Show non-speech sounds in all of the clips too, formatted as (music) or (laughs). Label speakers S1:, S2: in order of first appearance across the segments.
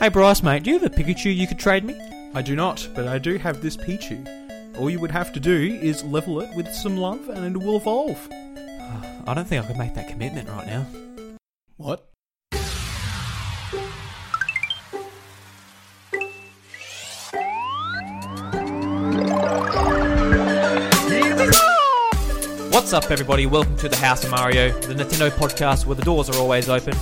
S1: Hey, Bryce, mate, do you have a Pikachu you could trade me?
S2: I do not, but I do have this Pichu. All you would have to do is level it with some love and it will evolve.
S1: (sighs) I don't think I could make that commitment right now.
S2: What?
S1: What's up, everybody? Welcome to the House of Mario, the Nintendo podcast where the doors are always open.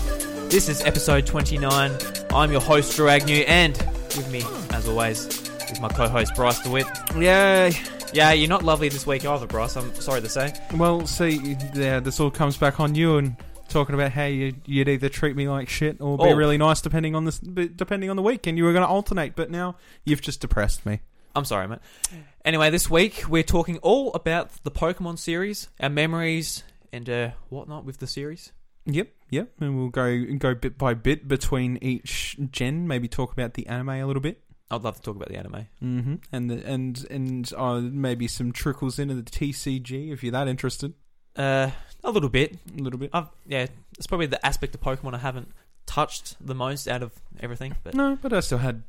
S1: This is episode 29. I'm your host, Drew Agnew, and with me, as always, is my co host, Bryce DeWitt.
S2: Yay!
S1: Yeah, you're not lovely this week either, Bryce, I'm sorry to say.
S2: Well, see, yeah, this all comes back on you and talking about how you, you'd either treat me like shit or be
S1: Oh.
S2: really nice depending on this depending on the week, and you were going to alternate, but now you've just depressed me.
S1: I'm sorry, mate. Anyway, this week we're talking all about the Pokemon series, our memories, and uh, whatnot with the series.
S2: Yep, yep, and we'll go go bit by bit between each gen. Maybe talk about the anime a little bit.
S1: I'd love to talk about the anime.
S2: Mm-hmm. And the, and and uh, maybe some trickles into the TCG if you're that interested.
S1: Uh, a little bit.
S2: A little bit.
S1: I've, yeah, it's probably the aspect of Pokemon I haven't touched the most out of everything, but
S2: No, but I still had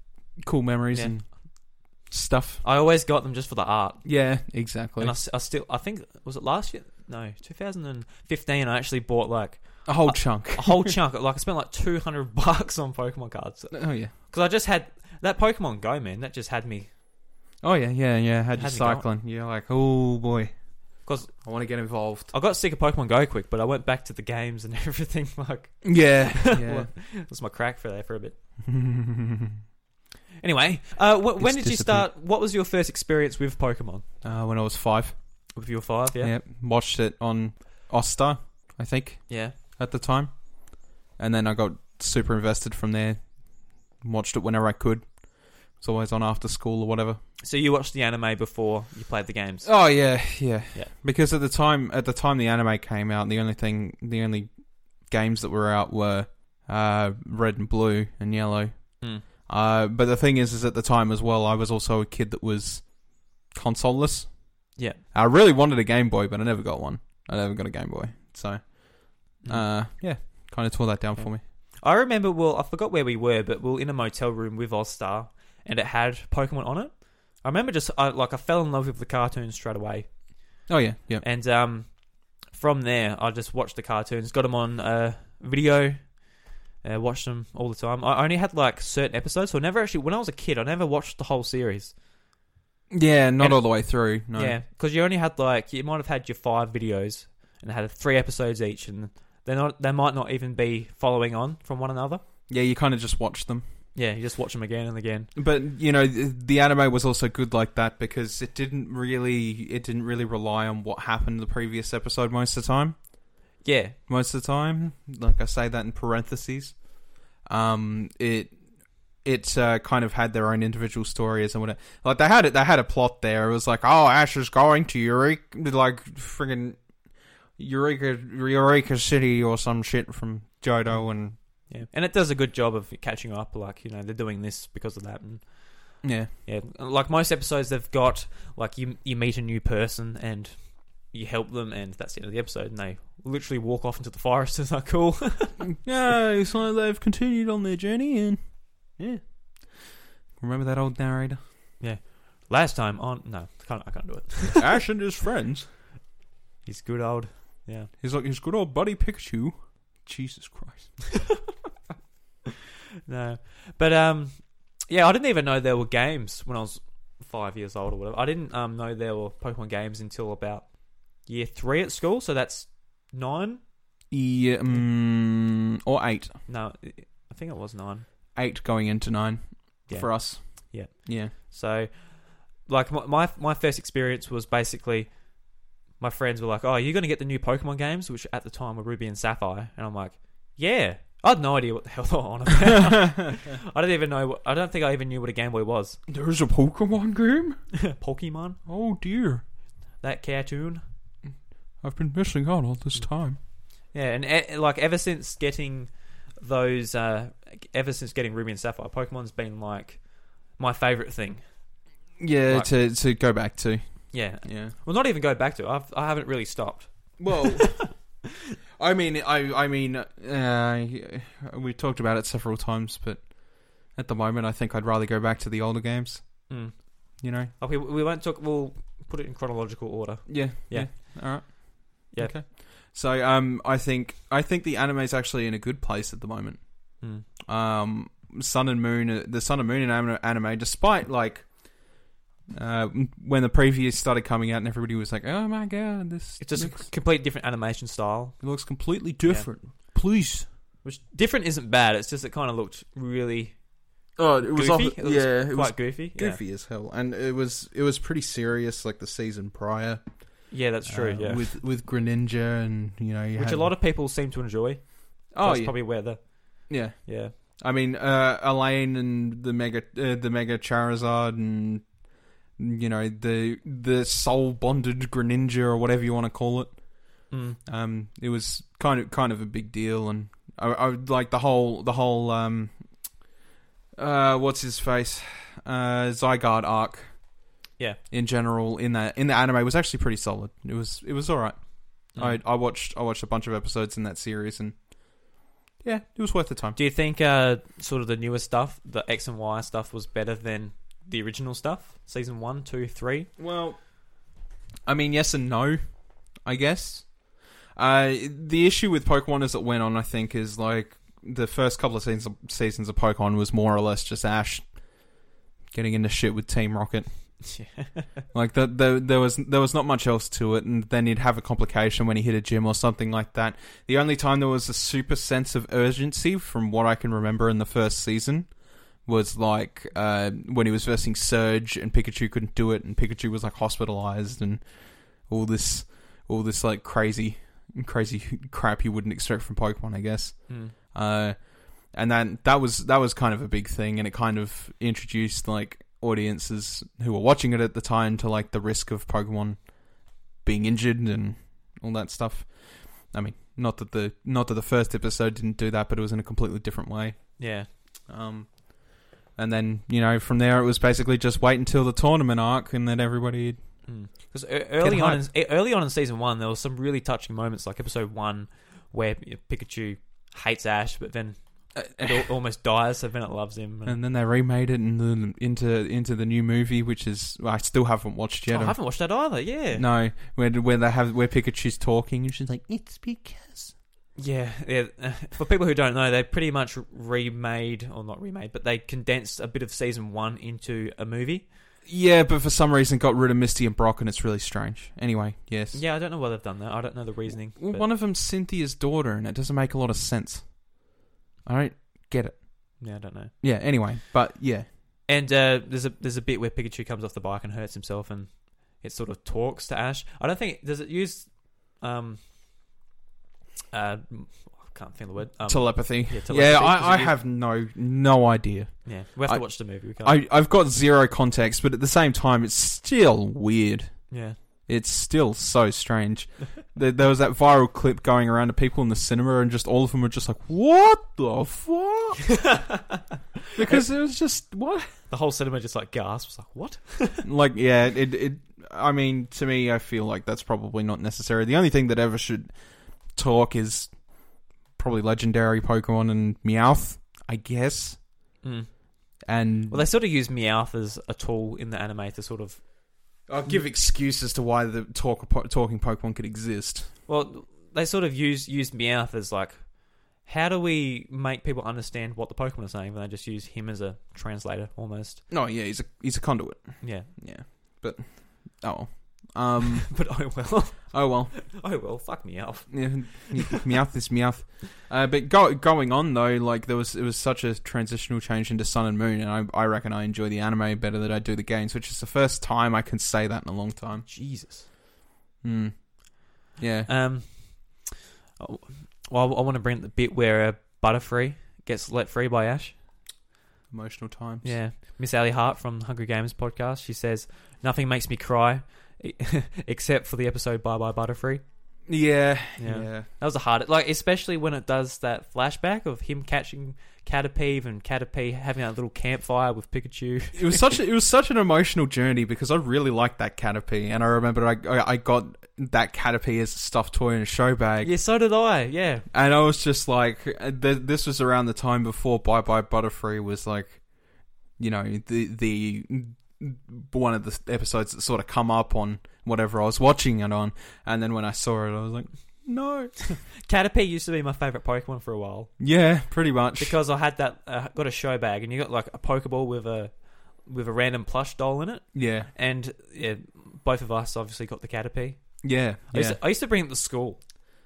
S2: cool memories
S1: Yeah.
S2: and stuff.
S1: I always got them just for the art.
S2: Yeah, exactly.
S1: And I, s- I still, I think, was it last year? No, 2015. I actually bought like
S2: a whole
S1: I-
S2: chunk.
S1: a
S2: (laughs)
S1: whole chunk. Like I spent like 200 (laughs) bucks on Pokemon cards
S2: Oh yeah.
S1: because I just had that Pokemon Go man. That just had me
S2: Oh yeah, yeah, yeah. Had you
S1: Had me going.
S2: cycling? You're like, oh boy,
S1: 'Cause-
S2: I want to get involved.
S1: I got sick of Pokemon Go quick, but I went back to the games and (laughs) everything. Like,
S2: Yeah, (laughs) yeah.
S1: Well, it was my crack for there for a bit. Anyway, uh, wh- when
S2: It's
S1: did you start? What was your first experience with Pokemon?
S2: (laughs) uh, when I was five,
S1: With your five,
S2: yeah.
S1: yeah,
S2: watched it on Oster, I think
S1: yeah.
S2: at the time, and then I got super invested from there. Watched it whenever I could. It's always on after school or whatever.
S1: So you watched the anime before you played the games.
S2: Oh yeah, yeah,
S1: Yeah.
S2: Because at the time, at the time the anime came out, the only thing, the only games that were out were uh, red and blue and yellow.
S1: Hmm.
S2: Uh, but the thing is, is at the time as well, I was also a kid that was consoleless.
S1: Yeah.
S2: I really wanted a Game Boy, but I never got one. I never got a Game Boy, so
S1: Hmm.
S2: uh, yeah, kind of tore that down
S1: Yeah.
S2: for me.
S1: I remember, well, I forgot where we were, but we were in a motel room with Ozstar, and it had Pokemon on it. I remember just, I, like, I fell in love with the cartoons straight away.
S2: Oh yeah, yeah.
S1: And um, from there, I just watched the cartoons, got them on uh, video, uh, watched them all the time. I only had, like, certain episodes, so I never actually, when I was a kid, I never watched the whole series.
S2: Yeah, not
S1: And-
S2: all the way through. No.
S1: Yeah, because you only had, like, you might have had your five videos, and it had three episodes each, and they're not, they might not even be following on from one another.
S2: Yeah, you kind of just watch them.
S1: Yeah, you just watch them again and again.
S2: But you know, th- the anime was also good like that because it didn't really it didn't really rely on what happened in the previous episode most of the time.
S1: Yeah,
S2: Most of the time, like I say that in parentheses, um, it it uh, kind of had their own individual stories and whatever. Like they had it, they had a plot there. It was like, oh, Ash is going to Eureka, like friggin' Eureka Eureka City or some shit from Jodo and
S1: Yeah, and it does a good job of catching up. Like you know, they're doing this because of that, and
S2: yeah,
S1: yeah, like most episodes, they've got like you you meet a new person and you help them, and that's the end of the episode, and they literally walk off into the forest. (laughs) Is that cool?
S2: yeah. So they've continued on their journey and.
S1: yeah.
S2: Remember that old narrator?
S1: Last time on no, I can't I can't do it.
S2: (laughs) Ash and his friends.
S1: He's good old. Yeah.
S2: He's like his good old buddy Pikachu. Jesus Christ.
S1: No, but um, yeah, I didn't even know there were games when I was five years old or whatever. I didn't um know there were Pokemon games until about year three at school. So that's nine.
S2: Yeah, mm, or eight.
S1: No, I think it was nine.
S2: Eight going into nine
S1: Yeah.
S2: for us.
S1: Yeah.
S2: Yeah.
S1: So, like my, my my first experience was basically my friends were like, "Oh, you're going to get the new Pokemon games," which at the time were Ruby and Sapphire, and I'm like, "Yeah." I had no idea what the hell they were on about. I didn't even know. What, I don't think I even knew what a Game Boy was. (laughs)
S2: There's a Pokemon game?
S1: Pokemon,
S2: Oh dear.
S1: that cartoon.
S2: I've been missing out all this time.
S1: Yeah, and e- like ever since getting those, uh, ever since getting Ruby and Sapphire, Pokemon's been like my favorite thing.
S2: Yeah,
S1: Right.
S2: to, to go back to.
S1: Yeah,
S2: Yeah.
S1: well, not even go back to. it. I've I haven't really stopped.
S2: (laughs) Well, I mean, I I mean, uh, we talked about it several times, but At the moment, I think I'd rather go back to the older games.
S1: Mm.
S2: You know?
S1: Like we, we won't talk. We'll put it in chronological order.
S2: Yeah.
S1: Yeah.
S2: All right.
S1: Yeah.
S2: Okay. So um, I think I think the anime's actually in a good place at the moment.
S1: Mm.
S2: Um, Sun and Moon, uh, the Sun and Moon anime, anime despite like. Uh, when the previews started coming out and everybody was like, "Oh my god, this
S1: It's just a
S2: looks,
S1: c- complete different animation style,
S2: it looks completely different." Please,
S1: which different isn't bad. It's just it kind of looked really
S2: oh, it
S1: goofy. It was
S2: yeah,
S1: quite
S2: it was
S1: goofy. Yeah.
S2: goofy as hell, and it was it was pretty serious like the season prior.
S1: Yeah, that's true.
S2: uh,
S1: yeah,
S2: with with Greninja and you know, you
S1: which
S2: had,
S1: a lot of people seem to enjoy.
S2: oh
S1: that's
S2: yeah,
S1: probably where the
S2: yeah.
S1: yeah.
S2: I mean, uh, Elaine and the mega uh, the mega Charizard and you know the the soul bonded Greninja or whatever you want to call it.
S1: Mm.
S2: Um, it was kind of kind of a big deal, and I, I would like the whole the whole um, uh, what's his face, uh, Zygarde arc.
S1: Yeah.
S2: In general, in that in the anime was actually pretty solid. It was it was all right.
S1: Hmm.
S2: I I watched I watched a bunch of episodes in that series, and yeah, it was worth the time.
S1: Do you think uh, sort of the newer stuff, the X and Y stuff, was better than the original stuff? Season one, two, three. (laughs)
S2: Well, I mean, yes and no, I guess. Uh, the issue with Pokemon as it went on, I think, is like the first couple of seasons of, seasons of Pokemon was more or less just Ash getting into shit with Team Rocket. Like the, the, there was there was not much else to it, and then he'd have a complication when he hit a gym or something like that. The only time there was a super sense of urgency, from what I can remember in the first season, was like uh, when he was versing Surge, and Pikachu couldn't do it, and Pikachu was like hospitalized, and all this all this like crazy crazy crap you wouldn't expect from Pokemon, I guess
S1: Mm.
S2: uh, and then that was that was kind of a big thing, and it kind of introduced like audiences who were watching it at the time to like the risk of Pokemon being injured and all that stuff. I mean, not that the not that the first episode didn't do that, but it was in a completely different way.
S1: Yeah.
S2: Um, and then you know from there it was basically just wait until the tournament arc, and then everybody
S1: Because early on,
S2: hype.
S1: in, e- early on in season one, there was some really touching moments, like episode one, where you know, Pikachu hates Ash, but then it al- almost dies, so then it loves him. And,
S2: Uh, and then they remade it in the, into into the new movie, which is I still haven't watched
S1: Oh,
S2: yet.
S1: I
S2: I'm
S1: haven't watched that either. Yeah.
S2: No, where where they have where Pikachu's talking and she's like, "It's because."
S1: Yeah, yeah. uh, For people who don't know, they pretty much remade, or not remade, but they condensed a bit of season one into a movie.
S2: Yeah, but for some reason got rid of Misty and Brock, and it's really strange. Anyway, yes.
S1: Yeah, I don't know why they've done that. I don't know the reasoning.
S2: Well,
S1: but-
S2: one of them's Cynthia's daughter, and it doesn't make a lot of sense. I don't get it.
S1: yeah, I don't know.
S2: Yeah. Anyway, but yeah,
S1: And uh, there's a there's a bit where Pikachu comes off the bike and hurts himself, and it sort of talks to Ash. I don't think does it use, um, uh, I can't think of the word. Um,
S2: telepathy.
S1: yeah, telepathy.
S2: Yeah,
S1: Does it
S2: I, I
S1: use-
S2: have no no idea.
S1: Yeah, we have to
S2: I-
S1: watch the movie. We can't.
S2: I I've got zero context, but at the same time, it's still weird.
S1: yeah,
S2: It's still so (laughs) strange. there, there was that viral clip going around to people in the cinema, and just all of them were just like, "What the fuck?" because it was just what,
S1: (laughs) the whole cinema just like gasps, like what?
S2: (laughs) like, yeah, it, it. I mean, to me, I feel like that's probably not necessary. The only thing that ever should talk is probably legendary Pokemon and Meowth, I guess.
S1: Mm.
S2: And
S1: Well, they sort of use Meowth as a tool in the anime to sort of
S2: I'll give excuse as to why the talk, talking Pokemon could exist.
S1: well, they sort of use use Meowth as like. How do we make people understand what the Pokemon are saying when they just use him as a translator almost?
S2: No, yeah, he's a he's a conduit.
S1: Yeah.
S2: Yeah, but oh, well. um,
S1: (laughs) But oh well.
S2: oh well.
S1: Oh well, fuck Meowth.
S2: Yeah, Meowth is Meowth. Uh, but go, going on though, like there was it was such a transitional change into Sun and Moon, and I, I reckon I enjoy the anime better than I do the games, which is the first time I can say that in a long time.
S1: Jesus.
S2: Hmm. Yeah.
S1: Um. oh, Well, I want to bring up the bit where uh, Butterfree gets let free by Ash.
S2: Emotional times.
S1: Yeah, Miss Allie Hart from Hungry Games podcast. She says nothing makes me cry e- (laughs) except for the episode Bye Bye Butterfree.
S2: Yeah.
S1: Yeah.
S2: Yeah.
S1: That was the hardest. Like especially when it does that flashback of him catching Caterpie and Caterpie having that little campfire with Pikachu.
S2: It was such a, it was such an emotional journey because I really liked that Caterpie, and I remember I I I got that Caterpie as a stuffed toy in a show bag.
S1: yeah, so did I. Yeah,
S2: uh, And I was just like, th- this was around the time before Bye Bye Butterfree was like you know the the one of the episodes that sort of come up on whatever I was watching it on, and then when I saw it, I was like, no,
S1: Caterpie used to be my favorite Pokemon for a while
S2: yeah, pretty much,
S1: because I had that uh, got a show bag and you got like a Pokeball with a with a random plush doll in it,
S2: yeah,
S1: and yeah, both of us obviously got the Caterpie.
S2: yeah,
S1: I, used
S2: yeah.
S1: to, I used to bring it to school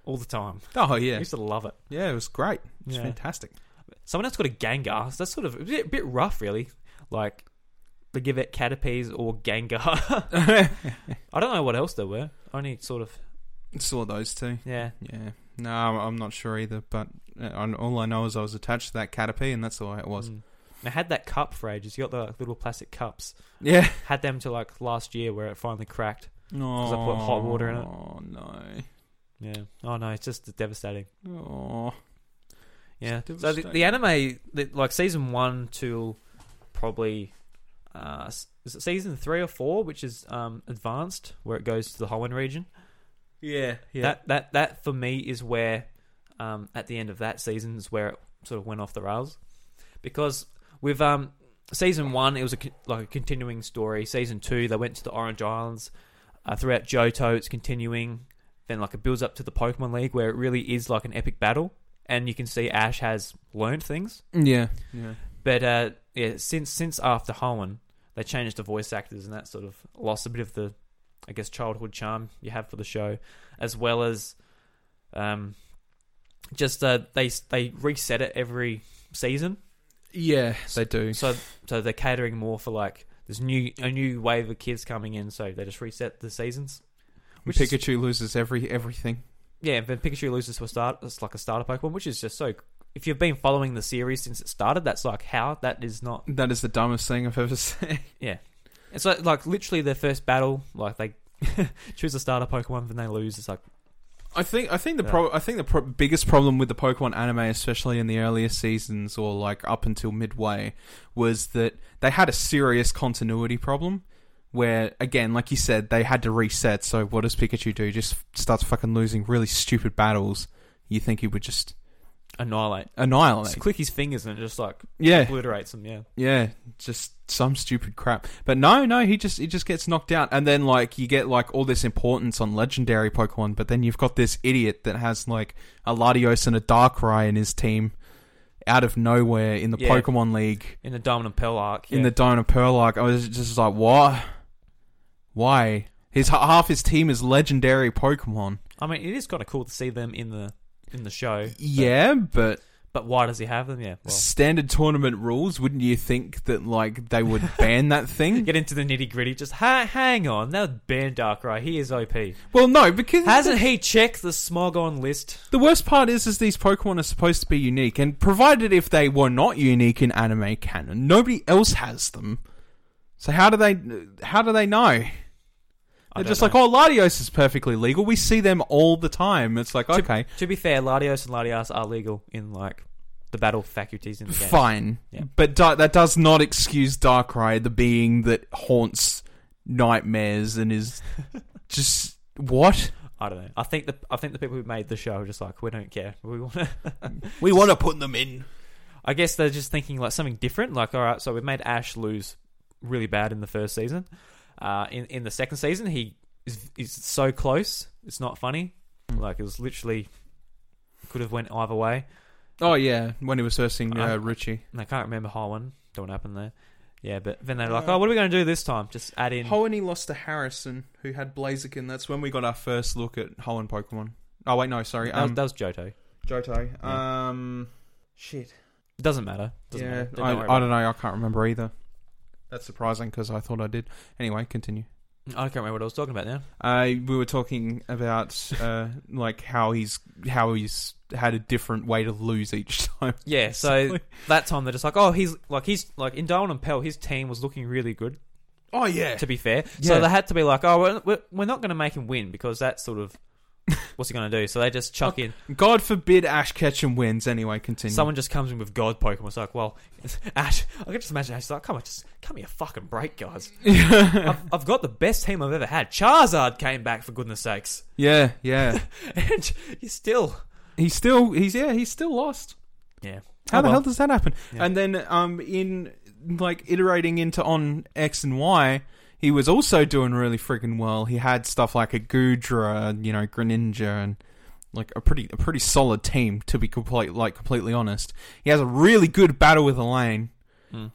S1: all the time.
S2: Oh
S1: I
S2: yeah,
S1: used to love it.
S2: yeah, it was great, it was
S1: Yeah.
S2: fantastic.
S1: Someone else got a Gengar. So that's sort of a bit, bit rough, really. Like they give it Caterpies or
S2: (laughs)
S1: Gengar. I don't know what else there were. Only sort of
S2: Saw those two.
S1: yeah.
S2: Yeah. No, I'm I'm not sure either, but uh, on- all I know is I was attached to that Caterpie, and that's the way it was.
S1: Mm. And I had that cup for ages. You got the little plastic cups.
S2: Yeah.
S1: Had them till like last year where it finally cracked.
S2: No.
S1: I put hot water in it.
S2: Oh, no.
S1: Yeah. Oh no, it's just devastating.
S2: Oh.
S1: Yeah.
S2: It's
S1: So the, the anime, the, like season one to probably, uh, s- is it season three or four, which is um advanced, where it goes to the Hoenn region.
S2: Yeah. Yeah.
S1: That that that for me is where, um, at the end of that season is where it sort of went off the rails, because with um season one it was a con- like a continuing story. Season two they went to the Orange Islands. Uh, throughout Johto, it's continuing. Then like it builds up to the Pokemon League where it really is like an epic battle, and you can see Ash has learned things.
S2: yeah. Yeah.
S1: But uh, yeah, since since after Hoenn, they changed the voice actors, and that sort of lost a bit of the, I guess, childhood charm you have for the show, as well as, um, just uh, they they reset it every season,
S2: Yeah. They do.
S1: so so they're catering more for like there's new a new wave of kids coming in, so they just reset the seasons. Which is-
S2: Pikachu loses every everything.
S1: yeah, but Pikachu loses to a start. It's like a starter Pokemon, which is just so. If you've been following the series since it started, that's like how that is not
S2: That is the dumbest thing I've ever (laughs) seen.
S1: It's like, like literally their first battle, like they (laughs) choose a starter Pokemon, then they lose. It's like,
S2: I think I think the
S1: Yeah.
S2: pro- I think the pro- biggest problem with the Pokemon anime, especially in the earlier seasons or like up until midway, was that they had a serious continuity problem. Where again, like you said, they had to reset. So what does Pikachu do? Just starts fucking losing really stupid battles. You think he would just
S1: annihilate.
S2: annihilate?
S1: Just click his fingers and it just like
S2: yeah,
S1: obliterates them, yeah.
S2: yeah, just some stupid crap. But no, no, he just he just gets knocked out, and then like you get like all this importance on legendary Pokemon, but then you've got this idiot that has like a Latios and a Darkrai in his team out of nowhere in the
S1: Yeah.
S2: Pokemon League
S1: In the Diamond and Pearl arc.
S2: in the Diamond and Pearl arc. I was just like, what? Why? His ha- half his team is legendary Pokemon.
S1: I mean, it is kind of cool to see them in the in the show. but-
S2: Yeah, but
S1: But why does he have them? Yeah.
S2: (laughs)
S1: Well,
S2: standard tournament rules. Wouldn't you think that like they would
S1: (laughs)
S2: ban that thing?
S1: get into the nitty gritty. Just ha- hang on. That Ban Darkrai, he is OP.
S2: (laughs) Well, no, because
S1: Hasn't he checked the Smogon list?
S2: The worst part is, is these Pokemon are supposed to be unique, and provided if they were not unique in anime canon, nobody else has them. So how do they, how do they know?
S1: I
S2: They're
S1: don't
S2: just
S1: know.
S2: like, oh, Latios is perfectly legal. We see them all the time. It's like, okay,
S1: To be fair, Latios and Latias are legal in like the battle faculties in the game.
S2: fine,
S1: Yeah.
S2: but da- that does not excuse Darkrai, the being that haunts nightmares
S1: (laughs)
S2: and is just what
S1: I don't know. I think the I think the people who made the show are just like we don't care. We want to.
S2: we want to put them in.
S1: I guess they're just thinking like something different. Like all right, so we made Ash lose really bad in the first season. Uh, in in the second season, he is is so close. It's not funny.
S2: Hmm.
S1: Like it was literally could have went either way.
S2: Oh yeah, when he was versing uh,
S1: I'm-
S2: Richie.
S1: And I can't remember how one. Don't happen there. Yeah, but then they're
S2: Uh,
S1: like, oh, what are we going to do this time? Just add in.
S2: Hoenn lost to Harrison, who had Blaziken. That's when we got our first look at Hoenn Pokemon. Oh wait, no, sorry,
S1: that, was,
S2: um,
S1: that was Johto.
S2: Johto.
S1: Yeah.
S2: Um, shit.
S1: Doesn't matter. Doesn't
S2: Yeah,
S1: matter. Don't
S2: I,
S1: worry
S2: I
S1: about
S2: don't know. I can't remember either. That's surprising because I thought I did. Anyway, continue.
S1: it. I can't remember what I was talking about now.
S2: Uh, we were talking about uh, (laughs) like how he's how he's had a different way to lose each (laughs) time.
S1: Yeah, so that time they're just like, oh, he's like he's like in Darwin and Pell, his team was looking really good.
S2: oh yeah,
S1: To be fair,
S2: Yeah.
S1: so they had to be like, oh, we're, we're, we're not going to make him win because that's sort of (laughs) what's he going to do. So they just chuck in.
S2: God forbid Ash Ketchum wins. Anyway, continue.
S1: Someone just comes in with God Pokemon. It's like, well, (laughs) Ash, I can just imagine Ash like, come on, just cut me a fucking break,
S2: (laughs)
S1: guys. I've, I've got the best team I've ever had. Charizard came back for goodness sakes, (laughs)
S2: yeah, yeah. (laughs)
S1: and you still,
S2: he's still he's yeah he's still lost.
S1: yeah.
S2: How
S1: Oh,
S2: the
S1: well.
S2: hell does that happen?
S1: Yeah.
S2: And then um in like iterating into on X and Y, he was also doing really freaking well. He had stuff like a Gudra, and, you know, Greninja, and like a pretty a pretty solid team to be complete like completely honest. He has a really good battle with Elaine,
S1: Hmm.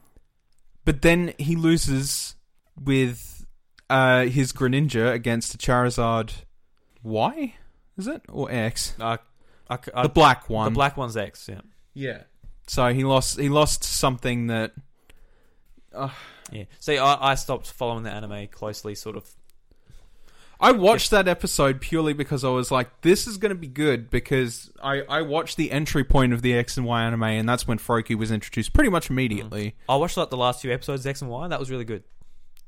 S2: but then he loses with uh, his Greninja against a Charizard. Y is it or X?
S1: I, I, I-
S2: the black
S1: Uh, the
S2: one.
S1: black one's X. Yeah,
S2: Yeah. So he lost. He lost something that.
S1: yeah. See, I, I stopped following the anime closely, sort of.
S2: I watched that episode purely because I was like, "This is going to be good." Because I I watched the entry point of the X and Y anime, and that's when Froakie was introduced pretty much immediately.
S1: I watched like the last few episodes X and Y. That was really good.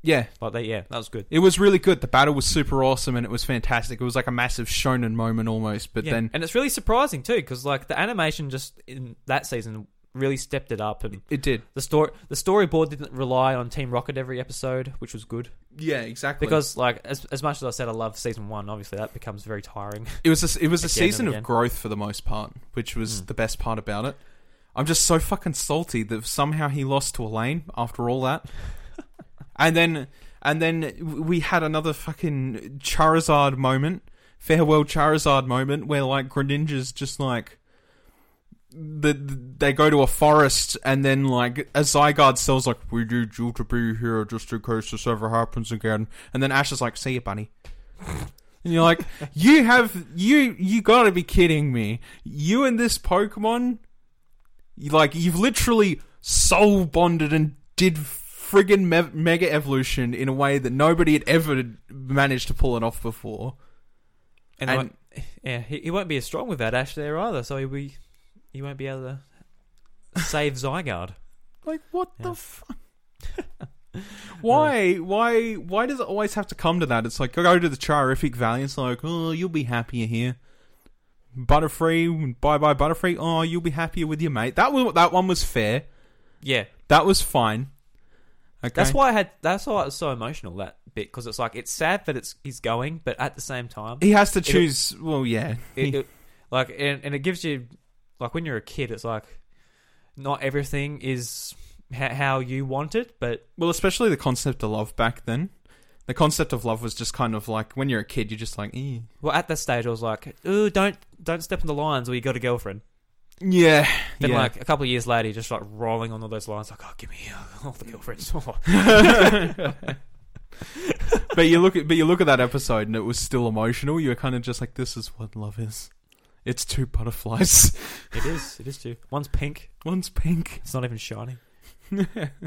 S2: Yeah,
S1: Like that, yeah, that was good.
S2: it was really good. The battle was super awesome, and it was fantastic. It was like a massive shonen moment almost. But
S1: yeah.
S2: then
S1: and it's really surprising too, because like the animation just in that season really stepped it up, and
S2: it did.
S1: the story the storyboard didn't rely on Team Rocket every episode, which was good.
S2: Yeah, exactly. Because
S1: Because like as as much as I said, I love season one. Obviously, that becomes very
S2: (laughs)
S1: tiring.
S2: it was a, it was a
S1: Again and
S2: season of
S1: again.
S2: growth for the most part, which was
S1: Mm.
S2: the best part about it. I'm just so fucking salty that somehow he lost to Elaine after
S1: (laughs)
S2: all that, and then and then we had another fucking Charizard moment, farewell Charizard moment, where like Greninja's just like. The, they go to a forest and then like a Zygarde sells like we need you to be here just in case this ever happens again and then Ash is like see you buddy and you're like you have you you gotta be kidding me. You and this Pokemon you, like you've literally soul bonded and did friggin' me- mega evolution in a way that nobody had ever managed to pull it off before.
S1: And,
S2: And-
S1: like, (sighs) yeah, he, he won't be as strong without Ash there either. So he'll be he won't be able to
S2: (laughs)
S1: save Zygarde.
S2: Like what
S1: Yeah.
S2: the fuck? (laughs) why why why does it always have to come to that? It's like go to the Charific Valley. It's like oh you'll be happier here. Butterfree, bye bye Butterfree. Oh, you'll be happier with your mate. That was, that one was fair.
S1: Yeah,
S2: That was fine. Okay.
S1: that's why I had that's why it was so emotional that bit because it's like it's sad that it's he's going, but at the same time,
S2: he has to
S1: It'll-
S2: choose. well, yeah.
S1: it, it, like and, and it gives you like when you're a kid, it's like not everything is ha- how you want it, but
S2: well, especially the concept of love back then. The concept of love was just kind of like when you're a kid, you're just like, eh.
S1: well, at that stage, I was like, ooh, don't don't step on the lines or you got a girlfriend. (laughs)
S2: yeah,
S1: Then
S2: yeah.
S1: like a couple of years later, you're just like rolling on all those lines, like, oh, give me (laughs) all the girlfriends.
S2: (laughs) but you look at but you look at that episode, and it was still emotional. You're kind of just like, this is what love is. It's two butterflies. (laughs)
S1: It is. It is too. One's pink.
S2: One's pink.
S1: It's not even (laughs) shiny.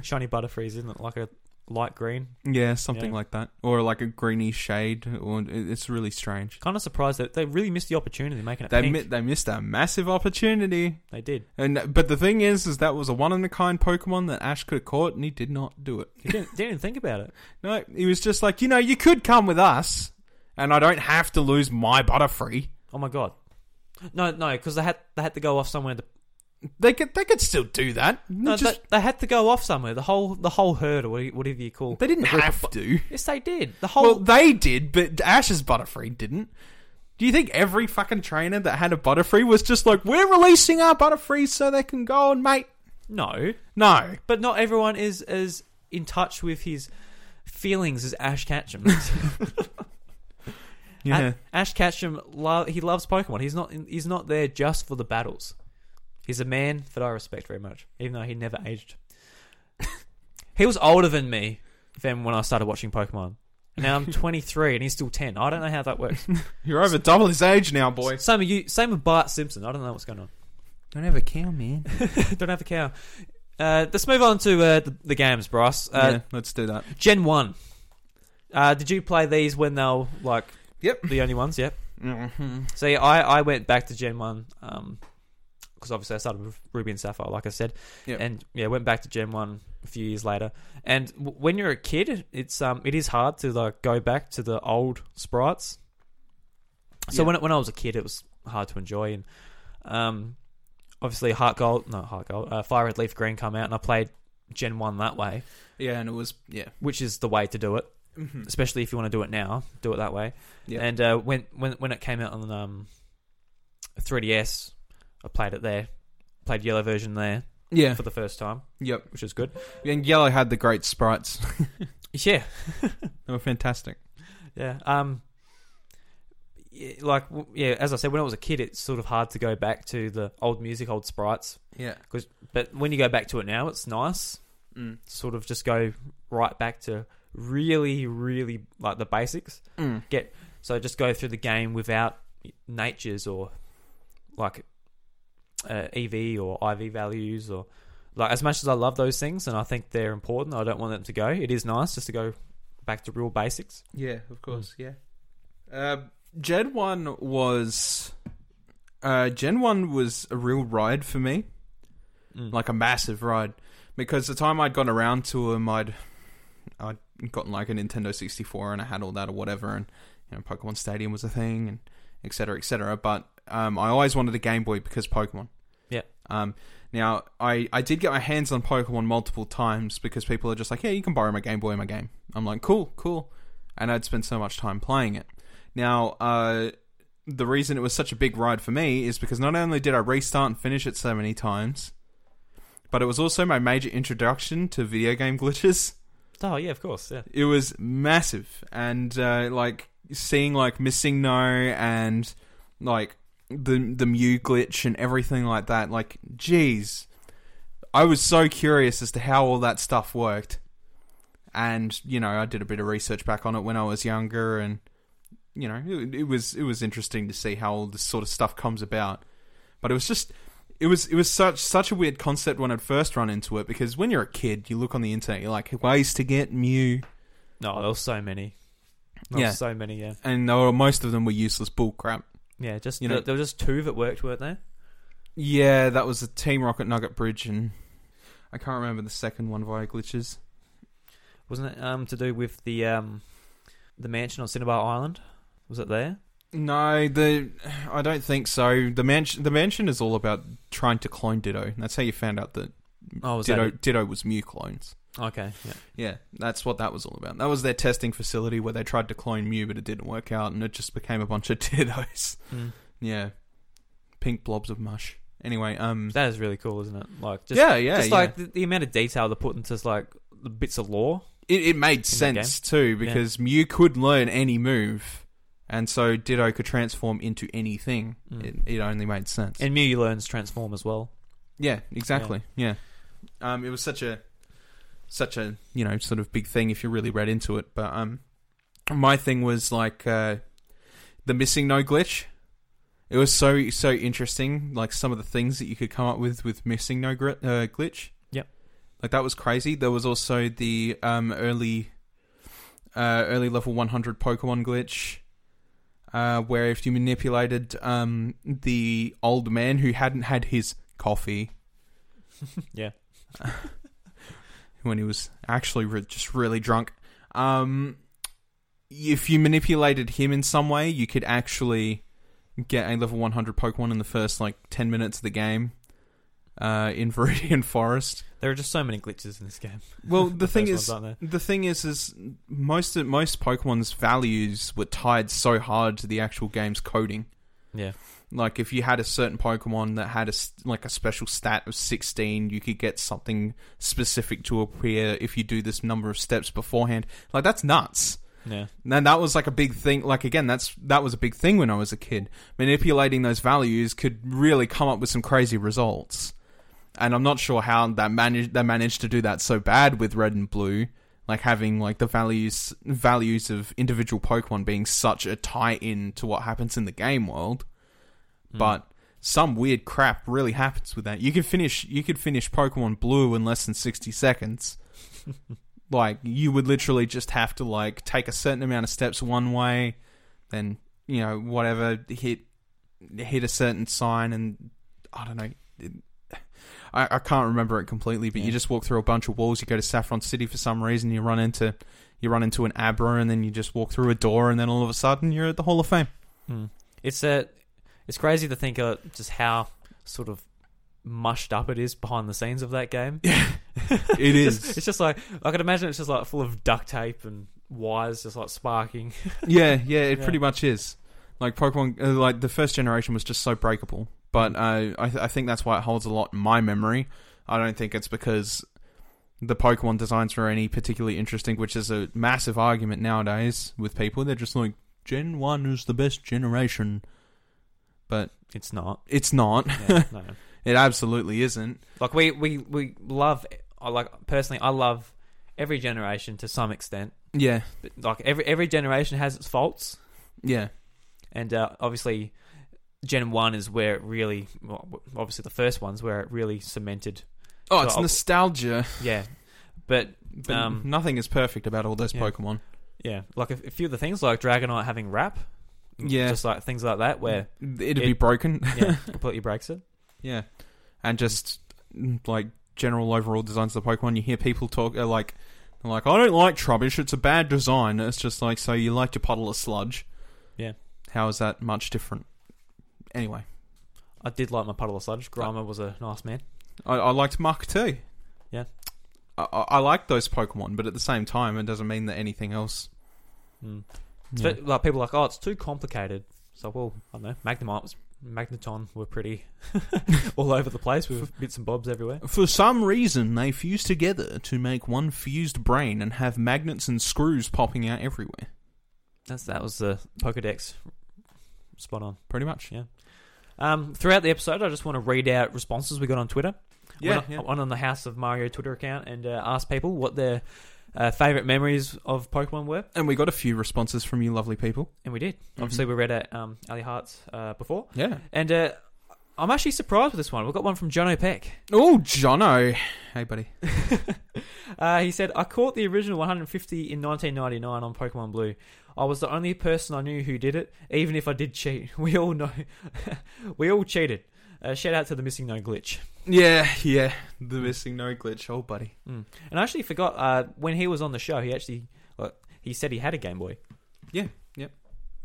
S1: Shiny butterfree isn't it? Like a light green.
S2: yeah, something
S1: Yeah.
S2: like that, or like a greeny shade. Or it's really strange.
S1: Kind of surprised that they really missed the opportunity of making it
S2: They
S1: pink.
S2: mi- they missed a massive opportunity.
S1: they did.
S2: And but the thing is, is that was a one in a kind Pokemon that Ash could have caught, and he did not do it.
S1: They didn't, they didn't think about it.
S2: No, he was just like, you know, you could come with us, and I don't have to lose my Butterfree.
S1: Oh my god. No, no, because they had they had to go off somewhere. To,
S2: They could, they could still do that.
S1: no,
S2: just,
S1: they, they had to go off somewhere. The whole the whole herd or what- whatever you call.
S2: they didn't have to.
S1: Yes, they did. The whole.
S2: Well, they did, but Ash's Butterfree didn't. Do you think every fucking trainer that had a Butterfree was just like, we're releasing our Butterfree so they can go on, mate?
S1: no,
S2: No,
S1: but not everyone is as in touch with his feelings as Ash
S2: (laughs)
S1: Ketchum.
S2: yeah,
S1: A- Ash Ketchum, lo- he loves Pokemon. He's not. He's not there just for the battles. He's a man that I respect very much, even though he never
S2: (laughs)
S1: aged. he was older than me than when I started watching Pokemon. Now I'm 23 and he's still 10. I don't know how that works.
S2: you're over double his age now, boy.
S1: Same with you. Same with Bart Simpson. I don't know what's going on. (laughs)
S2: Don't ever count, man.
S1: don't have a cow. Uh, let's move on to uh, the, the games, Bryce. Uh,
S2: yeah, let's do that.
S1: Gen One. Uh, did you play these when they were like
S2: Yep.
S1: the only ones? Yep.
S2: Mm-hmm.
S1: See, I, I went back to Gen 1 because obviously I started with Ruby and Sapphire, like I said.
S2: Yep.
S1: And yeah, went back to Gen 1 a few years later. And w- when you're a kid, it's um it is hard to like go back to the old sprites. So
S2: Yeah.
S1: when, I- when I was a kid, it was hard to enjoy. And um, obviously, Heart Gold, no, Heart Gold, uh, Fire Red Leaf Green come out, and I played Gen 1 that way,
S2: Yeah, and it was yeah.
S1: which is the way to do it
S2: Mm-hmm.
S1: especially if you want to do it now, do it that way.
S2: Yeah.
S1: And uh, when when when it came out on um, 3ds, I played it there, played yellow version there,
S2: Yeah.
S1: for the first time,
S2: Yep.
S1: which is good.
S2: And Yellow had the great sprites.
S1: Yeah,
S2: they were fantastic.
S1: yeah. Um, yeah, like w- yeah, as I said, when I was a kid, it's sort of hard to go back to the old music, old sprites.
S2: Yeah.
S1: But when you go back to it now, it's nice.
S2: Mm.
S1: Sort of just go right back to really, really like the basics.
S2: Mm.
S1: So just go through the game without natures or like uh, EV or IV values or like as much as I love those things and I think they're important, I don't want them to go. It is nice just to go back to real basics.
S2: Yeah, of course. Yeah. Uh, Gen One was. Uh, Gen One was a real ride for me,
S1: Mm.
S2: like a massive ride, because the time I'd gotten around to them, I'd I'd gotten like a Nintendo sixty four and I had all that or whatever, and you know Pokemon Stadium was a thing and et cetera, et cetera. But um, I always wanted a Game Boy because Pokemon.
S1: Yeah.
S2: Um, now I I did get my hands on Pokemon multiple times because people are just like, yeah, you can borrow my Game Boy, my game. I'm like, cool, cool and I'd spend so much time playing it. Now, uh, the reason it was such a big ride for me is because not only did I restart and finish it so many times, but it was also my major introduction to video game glitches.
S1: oh yeah, of course, yeah.
S2: It was massive, and uh, like seeing like missing no and like the the Mew glitch and everything like that. Like, geez, I was so curious as to how all that stuff worked, and you know, I did a bit of research back on it when I was younger, and you know, it, it was it was interesting to see how all this sort of stuff comes about. But it was just. It was it was such such a weird concept when I'd first run into it because when you're a kid you look on the internet you're like ways to get Mew
S1: No, there were so many. There
S2: Yeah.
S1: were so many, yeah.
S2: and they were, most of them were useless bullcrap.
S1: Yeah, just
S2: You
S1: there,
S2: know-
S1: there were just two that worked, weren't there?
S2: Yeah, that was the Team Rocket Nugget Bridge, and I can't remember the second one via glitches.
S1: Wasn't it um to do with the um the mansion on Cinnabar Island? Was it there?
S2: No, the I don't think so. The mansion, the mansion is all about trying to clone Ditto. That's how you found out that
S1: Oh, was that
S2: Ditto
S1: it?
S2: Ditto was Mew clones.
S1: Okay, yeah.
S2: Yeah, that's what that was all about. That was their testing facility where they tried to clone Mew, but it didn't work out, and it just became a bunch of (laughs) Dittos.
S1: Mm.
S2: Yeah, pink blobs of mush. Anyway, um,
S1: That is really cool, isn't it? Like just
S2: yeah, yeah,
S1: just
S2: yeah.
S1: like the, the amount of detail they put into like the bits of lore.
S2: it, it made
S1: that game.
S2: sense too because Mew could learn any move, and so Ditto could transform into anything.
S1: Mm.
S2: It, it only made sense.
S1: And Mew learns transform as well. (laughs)
S2: yeah, exactly. Yeah. um, it was such a such a you know sort of big thing if you really read into it. But um, my thing was like uh, the missing no glitch. It was so so interesting. Like some of the things that you could come up with with missing no gri- uh, glitch.
S1: Yep.
S2: Like that was crazy. There was also the um, early uh, early level one hundred Pokemon glitch. Uh, where if you manipulated um, the old man who hadn't had his coffee,
S1: Yeah.
S2: when he was actually re- just really drunk. Um, if you manipulated him in some way, you could actually get a level 100 Pokemon in the first like 10 minutes of the game uh, in (laughs) Viridian Forest.
S1: There are just so many glitches in this game.
S2: Well, the, thing
S1: first
S2: is,
S1: ones, aren't there?
S2: the thing is, is most of, most Pokemon's values were tied so hard to the actual game's coding.
S1: Yeah.
S2: Like if you had a certain Pokemon that had a s- like a special stat of sixteen, you could get something specific to appear if you do this number of steps beforehand. Like that's nuts.
S1: Yeah.
S2: And that was like a big thing. Like again, that's that was a big thing when I was a kid. Manipulating those values could really come up with some crazy results. And I'm not sure how that managed they managed to do that so bad with red and blue, like having like the values values of individual Pokemon being such a tie in to what happens in the game world.
S1: Mm.
S2: But some weird crap really happens with that. You could finish you could finish Pokemon Blue in less than sixty seconds like you would literally just have to like take a certain amount of steps one way then you know whatever hit hit a certain sign and i don't know it, (sighs) I, I can't remember it completely but
S1: Yeah.
S2: you just walk through a bunch of walls you go to saffron city for some reason you run into you run into an abra and then you just walk through a door and then all of a sudden you're at the hall of fame
S1: Mm. It's a, it's crazy to think of just how sort of mushed up it is behind the scenes of that game.
S2: it
S1: (laughs) It's just, it's just like I can imagine it's just like full of duct tape and wires just like sparking.
S2: yeah, yeah,
S1: (laughs)
S2: it
S1: Yeah.
S2: pretty much is. Like Pokemon, uh,
S1: Mm.
S2: like the first generation was just so breakable, but uh, I, th- I think that's why it holds a lot in my memory. I don't think it's because the Pokemon designs are any particularly interesting, which is a massive argument nowadays with people. They're just like Gen One is the best generation, but
S1: It's not.
S2: (laughs) it's not.
S1: (laughs)
S2: (laughs)
S1: Yeah, no.
S2: It absolutely isn't.
S1: Like we we we love I like personally I love every generation to some extent.
S2: Yeah,
S1: But like every every generation has its faults,
S2: yeah,
S1: and uh, obviously Gen One is where it really well, obviously the first one's where it really cemented.
S2: Oh, it's
S1: Well,
S2: nostalgia.
S1: Yeah, but
S2: But
S1: Um,
S2: nothing is perfect about all those
S1: yeah.
S2: Pokemon.
S1: yeah, like a, a few of the things like Dragonite having rap,
S2: Yeah.
S1: just like things like that
S2: (laughs)
S1: where
S2: It'd be
S1: it-
S2: broken.
S1: yeah completely breaks it.
S2: yeah. And just mm, like general overall designs of the Pokemon, you hear people talk uh, like, they're like, I don't like Trubbish, it's a bad design. It's just like, so you like your puddle of sludge.
S1: Yeah.
S2: How is that much different? Anyway,
S1: I did like my puddle of sludge. Grimer was a nice man.
S2: I, I liked Muck too.
S1: Yeah.
S2: I, I I like those Pokemon, but at the same time, it doesn't mean that anything else.
S1: Mm. It's
S2: Yeah.
S1: fit- like people are like, oh, it's too complicated. So well, I don't know. Magnemite was Magneton were pretty (laughs) all over the place with bits and bobs everywhere.
S2: For some reason, they fuse together to make one fused brain and have magnets and screws popping out everywhere.
S1: That's that was the Pokedex spot on.
S2: Pretty much.
S1: Um, throughout the episode, I just want to read out responses we got on Twitter. I
S2: Yeah,
S1: went, on-
S2: yeah.
S1: I went on the House of Mario Twitter account and uh, asked people what their uh, favorite memories of Pokemon were,
S2: And we got a few responses from you lovely people.
S1: and we did.
S2: Mm-hmm.
S1: Obviously, we read at um, Ali Hearts uh, before,
S2: Yeah.
S1: and uh, I'm actually surprised with this one. We got one from John O'Peck.
S2: Oh, Jono. Hey, buddy.
S1: (laughs) Uh, he said, I caught the original 150 in 1999 on Pokemon Blue. I was the only person I knew who did it, even if I did cheat. (laughs) We all know. we all cheated. Uh, shout out to the missing no glitch.
S2: Yeah, yeah. The missing no glitch. Oh, buddy.
S1: Mm. And I actually forgot uh, when he was on the show, he actually well, he said he had a Game Boy.
S2: Yeah, yep.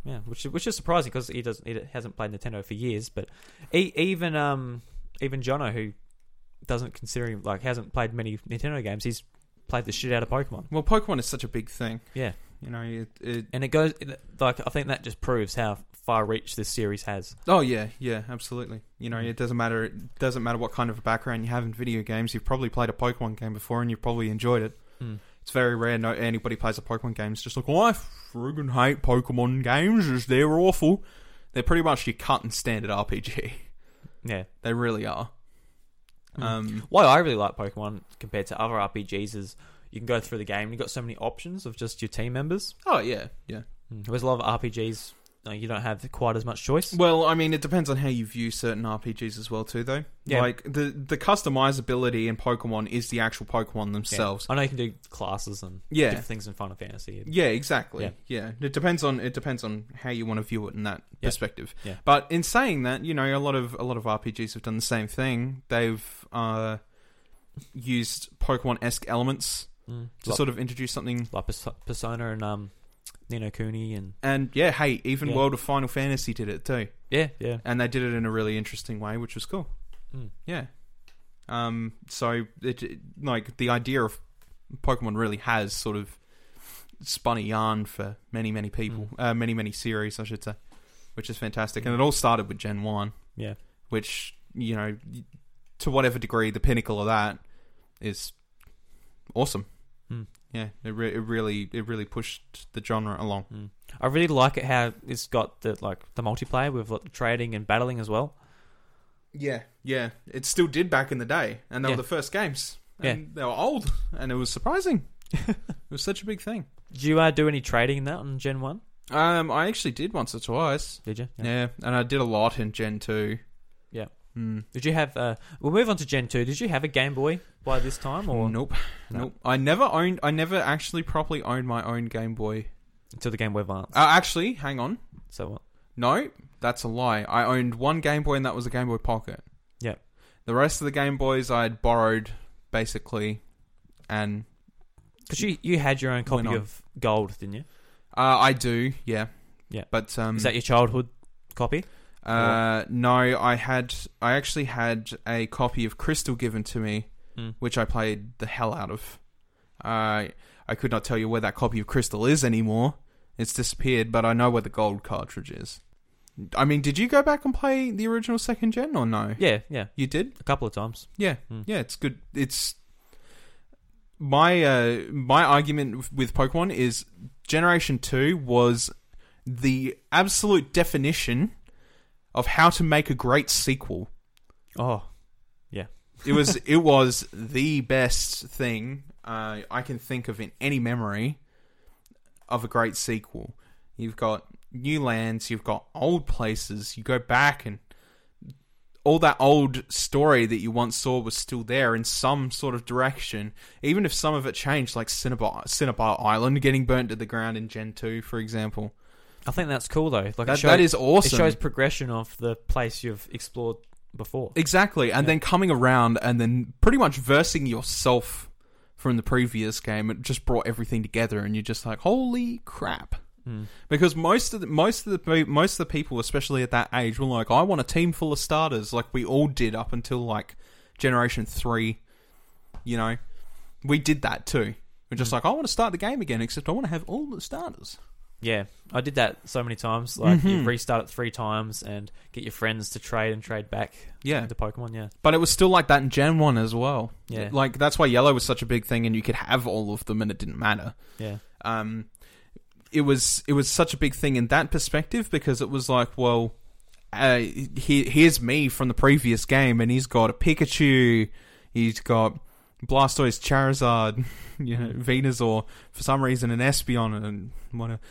S1: Yeah, which is- which is surprising because he doesn't he hasn't played Nintendo for years. But e- even um even Jono who doesn't consider him like hasn't played many Nintendo games, he's played the shit out of Pokemon.
S2: Well, Pokemon is such a big thing.
S1: Yeah.
S2: You know, it. it
S1: And it goes like I think that just proves how far reach this series has.
S2: oh, yeah, yeah, absolutely. You know, it doesn't matter. It doesn't matter what kind of a background you have in video games. You've probably played a Pokemon game before and you've probably enjoyed it.
S1: Mm.
S2: It's very rare no anybody plays a Pokemon game. It's just like, oh, I friggin' hate Pokemon games. Just they're awful. They're pretty much your cut and standard RPG.
S1: Yeah.
S2: They really are.
S1: Mm.
S2: Um,
S1: Why I really like Pokemon compared to other RPGs is you can go through the game and you've got so many options of just your team members.
S2: oh yeah, yeah.
S1: Whereas a lot of RPGs, you, know, you don't have quite as much choice.
S2: Well, I mean, it depends on how you view certain RPGs as well, too. Though,
S1: Yeah.
S2: like the the customizability in Pokemon is the actual Pokemon
S1: Yeah.
S2: themselves.
S1: I know you can do classes and
S2: Yeah, yeah,
S1: different things in Final Fantasy. and-
S2: exactly.
S1: Yeah.
S2: Yeah. it depends on it depends on how you want to view it in that
S1: Yeah.
S2: perspective.
S1: Yeah.
S2: But in saying that, you know, a lot of a lot of RPGs have done the same thing. They've uh, used Pokemon esque elements
S1: Mm.
S2: to
S1: Like,
S2: Hmm. sort of introduce something.
S1: like Pers- Persona and um, Nino Cooney and
S2: And yeah, hey, even
S1: Yeah.
S2: World of Final Fantasy did it too.
S1: yeah, yeah.
S2: and they did it in a really interesting way, which was cool.
S1: Mm.
S2: Yeah. Um. So it, it- like the idea of Pokemon really has sort of spun a yarn for many many people,
S1: Hmm.
S2: uh, many many series, I should say, which is fantastic. And it all started with Gen One.
S1: Yeah.
S2: Which you know, to whatever degree, the pinnacle of that is awesome.
S1: Mm.
S2: Yeah, it, re- it really it really pushed the genre along.
S1: Mm. I really like it how it's got the like the multiplayer with like, trading and battling as well.
S2: Yeah, yeah. It still did back in the day, and they
S1: Yeah.
S2: were the first games.
S1: Yeah.
S2: And they were old, and it was surprising. (laughs) it was such a big thing.
S1: Did you uh, do any trading in that on Gen One?
S2: Um, I actually did once or twice.
S1: Did you?
S2: Yeah, and I did a lot in Gen Two.
S1: Yeah.
S2: Mm.
S1: Did you have? Uh, we'll move on to Gen Two. Did you have a Game Boy by this time, or
S2: Nope,
S1: No.
S2: nope. I never owned. I never actually properly owned my own Game Boy.
S1: until the Game Boy Advance?
S2: Uh, actually, hang on.
S1: so what?
S2: No, that's a lie. I owned one Game Boy, and that was a Game Boy Pocket.
S1: Yeah.
S2: The rest of the Game Boys I had borrowed, basically, and
S1: Because you you had your own copy
S2: Went on.
S1: of Gold, didn't you?
S2: uh, I do. Yeah.
S1: Yeah.
S2: But um,
S1: Is that your childhood copy?
S2: Uh, no, I had I actually had a copy of Crystal given to me,
S1: Mm.
S2: which I played the hell out of. I I could not tell you where that copy of Crystal is anymore. It's disappeared, but I know where the gold cartridge is. I mean, did you go back and play the original second gen or no?
S1: Yeah, yeah,
S2: You did.
S1: a couple of times.
S2: Yeah,
S1: Mm.
S2: yeah, it's good. It's my uh, my argument with- with Pokemon is Generation Two was the absolute definition of how to make a great sequel.
S1: Oh,
S2: It was it was the best thing uh, I can think of in any memory of a great sequel. You've got new lands, you've got old places. You go back and all that old story that you once saw was still there in some sort of direction, even if some of it changed, like Cinnabar, Cinnabar Island getting burnt to the ground in Gen two, for example.
S1: I think that's cool though. Like
S2: That,
S1: it shows,
S2: that is
S1: it
S2: awesome.
S1: shows progression of the place you've explored before.
S2: Exactly, and
S1: Yeah.
S2: then coming around and then pretty much versing yourself from the previous game, it just brought everything together, and you're just like, "Holy crap!"
S1: Mm.
S2: Because most of the, most of the pe- most of the people, especially at that age, were like, "I want a team full of starters," like we all did up until like Generation Three. You know, we did that too. We're
S1: Mm.
S2: just like, "I want to start the game again," except I want to have all the starters.
S1: Yeah, I did that so many times. Like you
S2: Mhm.
S1: restart it three times and get your friends to trade and trade back
S2: Yeah,
S1: the Pokemon. Yeah,
S2: But it was still like that in Gen 1 as well.
S1: Yeah.
S2: Like, that's why Yellow was such a big thing and you could have all of them and it didn't matter.
S1: yeah,
S2: Um, it was it was such a big thing in that perspective because it was like, well, uh, he, here's me from the previous game and he's got a Pikachu, he's got Blastoise, Charizard, (laughs) you know, Venusaur, for some reason an Espeon and whatever.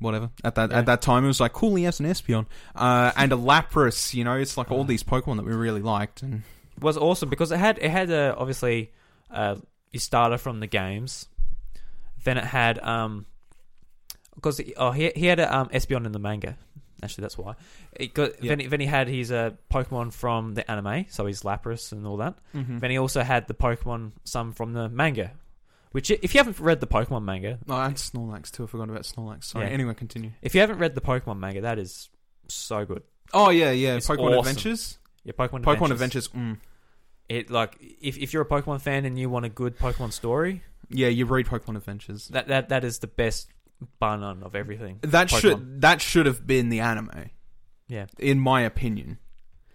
S2: Whatever. At that
S1: Yeah.
S2: at that time, it was like cool. He has an Espeon uh, and a Lapras. You know, it's like
S1: Uh-huh.
S2: all these Pokemon that we really liked. And
S1: It was awesome because it had it had uh, obviously uh, your starter from the games. Then it had um because oh he he had a um Espeon in the manga. Actually, that's why. It got,
S2: Yeah.
S1: Then then he had his uh, Pokemon from the anime, so his Lapras and all that.
S2: Mhm.
S1: Then he also had the Pokemon some from the manga, which i- if you haven't read the Pokemon manga,
S2: Oh, and Snorlax too. I forgot about Snorlax. Sorry.
S1: Yeah.
S2: Anyway, continue.
S1: if you haven't read the Pokemon manga, that is so good.
S2: Oh yeah, yeah.
S1: It's
S2: Pokemon
S1: awesome.
S2: Adventures.
S1: Yeah, Pokemon
S2: Pokemon
S1: Adventures.
S2: Adventures. Mm.
S1: It like if if you're a Pokemon fan and you want a good Pokemon story,
S2: Yeah, you read Pokemon Adventures.
S1: that that that is the best bar none of everything.
S2: That
S1: Pokemon.
S2: should that should have been the anime,
S1: Yeah,
S2: in my opinion,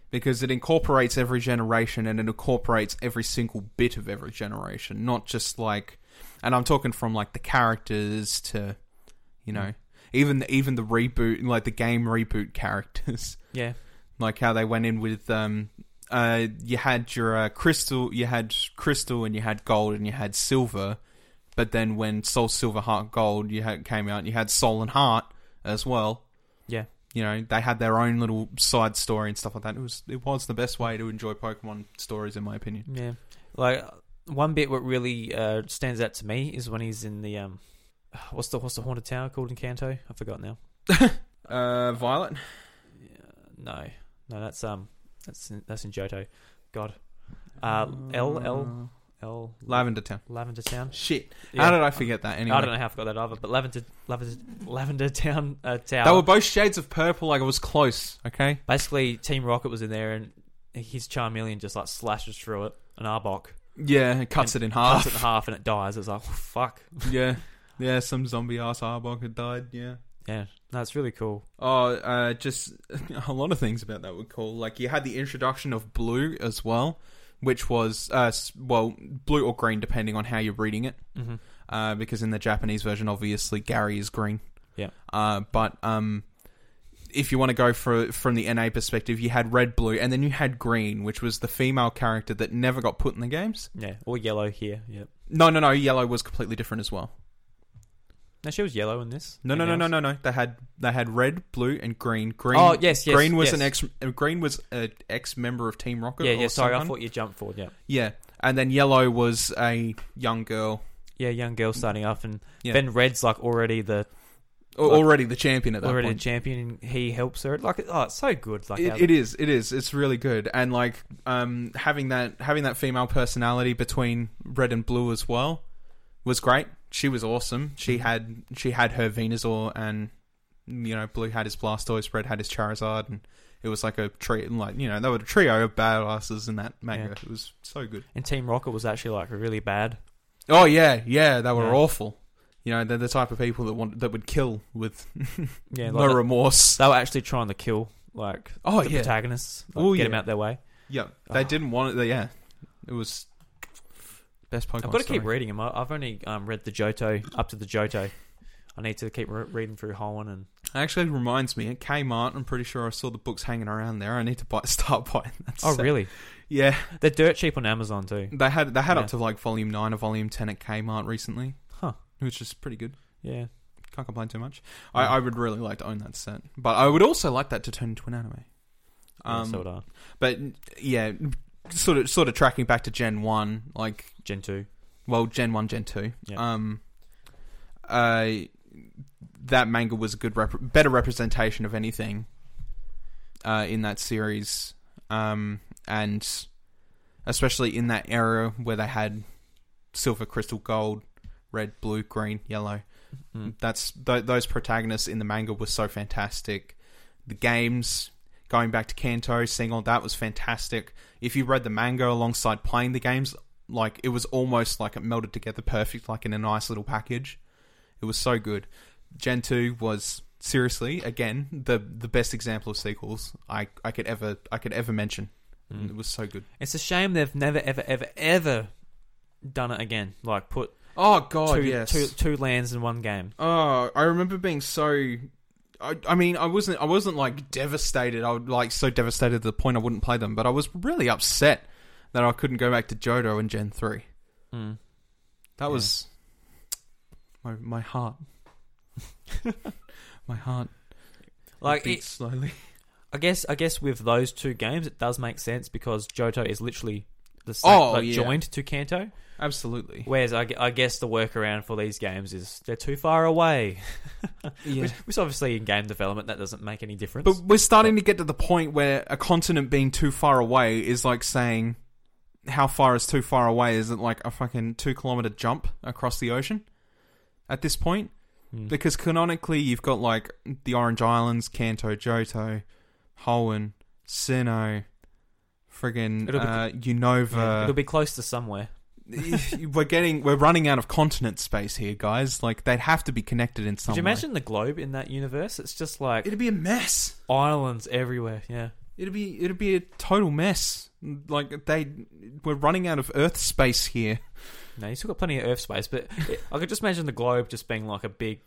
S2: because it incorporates every generation and it incorporates every single bit of every generation, not just like, and I'm talking from like the characters to, you know,
S1: Mm.
S2: even even the reboot, like the game reboot characters.
S1: yeah,
S2: like how they went in with um uh you had your uh, crystal you had crystal and you had gold and you had silver but then when soul silver heart gold you had came out you had soul and heart as well
S1: Yeah.
S2: you know they had their own little side story and stuff like that it was it was the best way to enjoy pokemon stories in my opinion
S1: yeah. Like one bit what really uh, stands out to me is when he's in the um, what's the what's the haunted tower called in Kanto? I forgot now.
S2: uh violet
S1: No, no, that's um, that's in, that's in Johto. God, uh, L L L
S2: Uh, lavender town
S1: Lavender Town.
S2: shit
S1: Yeah.
S2: how did i forget that anyway
S1: I don't know how I forgot that either, but Lavender Lavender Lavender Town uh, Tower.
S2: they were both shades of purple like it was close okay
S1: Basically, Team Rocket was in there, and his Charmeleon just like slashes through it, an Arbok
S2: yeah it cuts it in half
S1: cuts it in half, and it dies. It's like oh, fuck.
S2: yeah. Yeah, some zombie ass Arbok had died, yeah.
S1: Yeah, no, it's really cool.
S2: Oh, uh, just (laughs) a lot of things about that were cool. Like, you had the introduction of blue as well, which was, uh, s- well, blue or green, depending on how you're reading it.
S1: Mm-hmm.
S2: Uh, because in the Japanese version, obviously, Gary is green.
S1: Yeah.
S2: Uh, but, um,. If you want to go for, from the NA perspective, you had red, blue, and then you had green, which was the female character that never got put in the games.
S1: Yeah, or yellow here. Yep.
S2: No, no, no. Yellow was completely different as well.
S1: No, she was yellow in this.
S2: No, no, no, no, no, no. They had they had red, blue, and green. Green.
S1: Oh yes, yes.
S2: green was
S1: yes.
S2: an ex. uh, Green was an ex member of Team Rocket.
S1: Yeah,
S2: or
S1: yeah. Sorry, I
S2: someone.
S1: thought you jumped forward. Yeah,
S2: Yeah, and then yellow was a young girl,
S1: yeah. Young girl starting off, and
S2: Yeah.
S1: then Red's like already the
S2: Al-
S1: Like-
S2: already the champion at that
S1: already the
S2: point.
S1: champion, and he helps her. Like, oh, it's so good. Like, how-
S2: It, it is. It is. It's really good, and like um, having that having that female personality between red and blue as well was great. She was awesome. She
S1: Mm-hmm.
S2: had she had her Venusaur, and you know, blue had his Blastoise, red had his Charizard, and it was like a trio. Like you know, they were a trio of badasses in that manga.
S1: Yeah.
S2: It was so good.
S1: and Team Rocket was actually like really bad.
S2: Oh yeah, yeah, they were
S1: Yeah.
S2: awful. You know, they're the type of people that want that would kill with
S1: Yeah,
S2: no
S1: like that-
S2: remorse.
S1: they were actually trying to kill like
S2: oh
S1: the
S2: yeah,
S1: protagonists. Like,
S2: Oh,
S1: get
S2: yeah.
S1: them out their way.
S2: yeah. They
S1: Ah.
S2: didn't want it. They, yeah, it was best Pokemon.
S1: I've got to keep
S2: story.
S1: reading them. I've only um, read the Johto up to the Johto. I need to keep re- reading through Holland and
S2: Actually, reminds me at Kmart. I'm pretty sure I saw the books hanging around there. I need to buy, (laughs) start buying that.
S1: oh
S2: set.
S1: really?
S2: Yeah,
S1: They're dirt cheap on Amazon too.
S2: they had they had
S1: Yeah.
S2: up to like volume nine or volume ten at Kmart recently,
S1: Huh?
S2: which is pretty good.
S1: Yeah.
S2: Can't complain too much.
S1: Yeah.
S2: I, I would really like to own that set, but I would also like that to turn into an anime.
S1: Um,
S2: Um,
S1: so would I.
S2: But yeah, sort of sort of tracking back to Gen One, like
S1: Gen two.
S2: well, Gen One, Gen Two.
S1: Yeah.
S2: Um, uh, that manga was a good, rep- better representation of anything uh, in that series, um, and especially in that era where they had silver, crystal, gold, red, blue, green, yellow.
S1: Mm.
S2: That's th- those protagonists in the manga were so fantastic. The games. Going back to Kanto, seeing all that was fantastic. If you read the manga alongside playing the games, like it was almost like it melded together perfect, like in a nice little package. It was so good. Gen two was seriously again the the best example of sequels I, I could ever I could ever mention.
S1: Mm.
S2: It was so good.
S1: It's a shame they've never ever ever ever done it again. Like put
S2: Oh
S1: two
S2: god, yes.
S1: two- two lands in one game.
S2: Oh, I remember being so. I, I mean, I wasn't. I wasn't like devastated. I was like so devastated to the point I wouldn't play them. But I was really upset that I couldn't go back to Jodo and Gen three.
S1: Mm.
S2: That
S1: Yeah.
S2: was my my heart. my heart
S1: Like
S2: beat
S1: it,
S2: slowly. (laughs)
S1: I guess I guess with those two games it does make sense because Johto is literally the same,
S2: Oh,
S1: like
S2: yeah.
S1: joined to Kanto.
S2: Absolutely.
S1: Whereas I, gu- I guess the workaround for these games is they're too far away.
S2: Yeah.
S1: Which, which obviously in game development that doesn't make any difference.
S2: But we're starting to get to the point where a continent being too far away is like saying, how far is too far away? Is it like a fucking two kilometer jump across the ocean at this point?
S1: Mm.
S2: Because canonically, you've got like the Orange Islands, Kanto, Johto, Hoenn, Sinnoh, friggin'
S1: It'll be-
S2: uh,
S1: Yeah,
S2: Unova.
S1: it'll be close to somewhere.
S2: (laughs) we're getting, we're running out of continent space here, guys. Like they'd have to be connected in some
S1: Could you
S2: way.
S1: imagine the globe in that universe? It's just like
S2: It'd be a mess.
S1: islands everywhere. Yeah.
S2: It'd be it'd be a total mess. Like they we're running out of Earth space here.
S1: No, you still got plenty of Earth space, but it- I could just imagine the globe just being like a big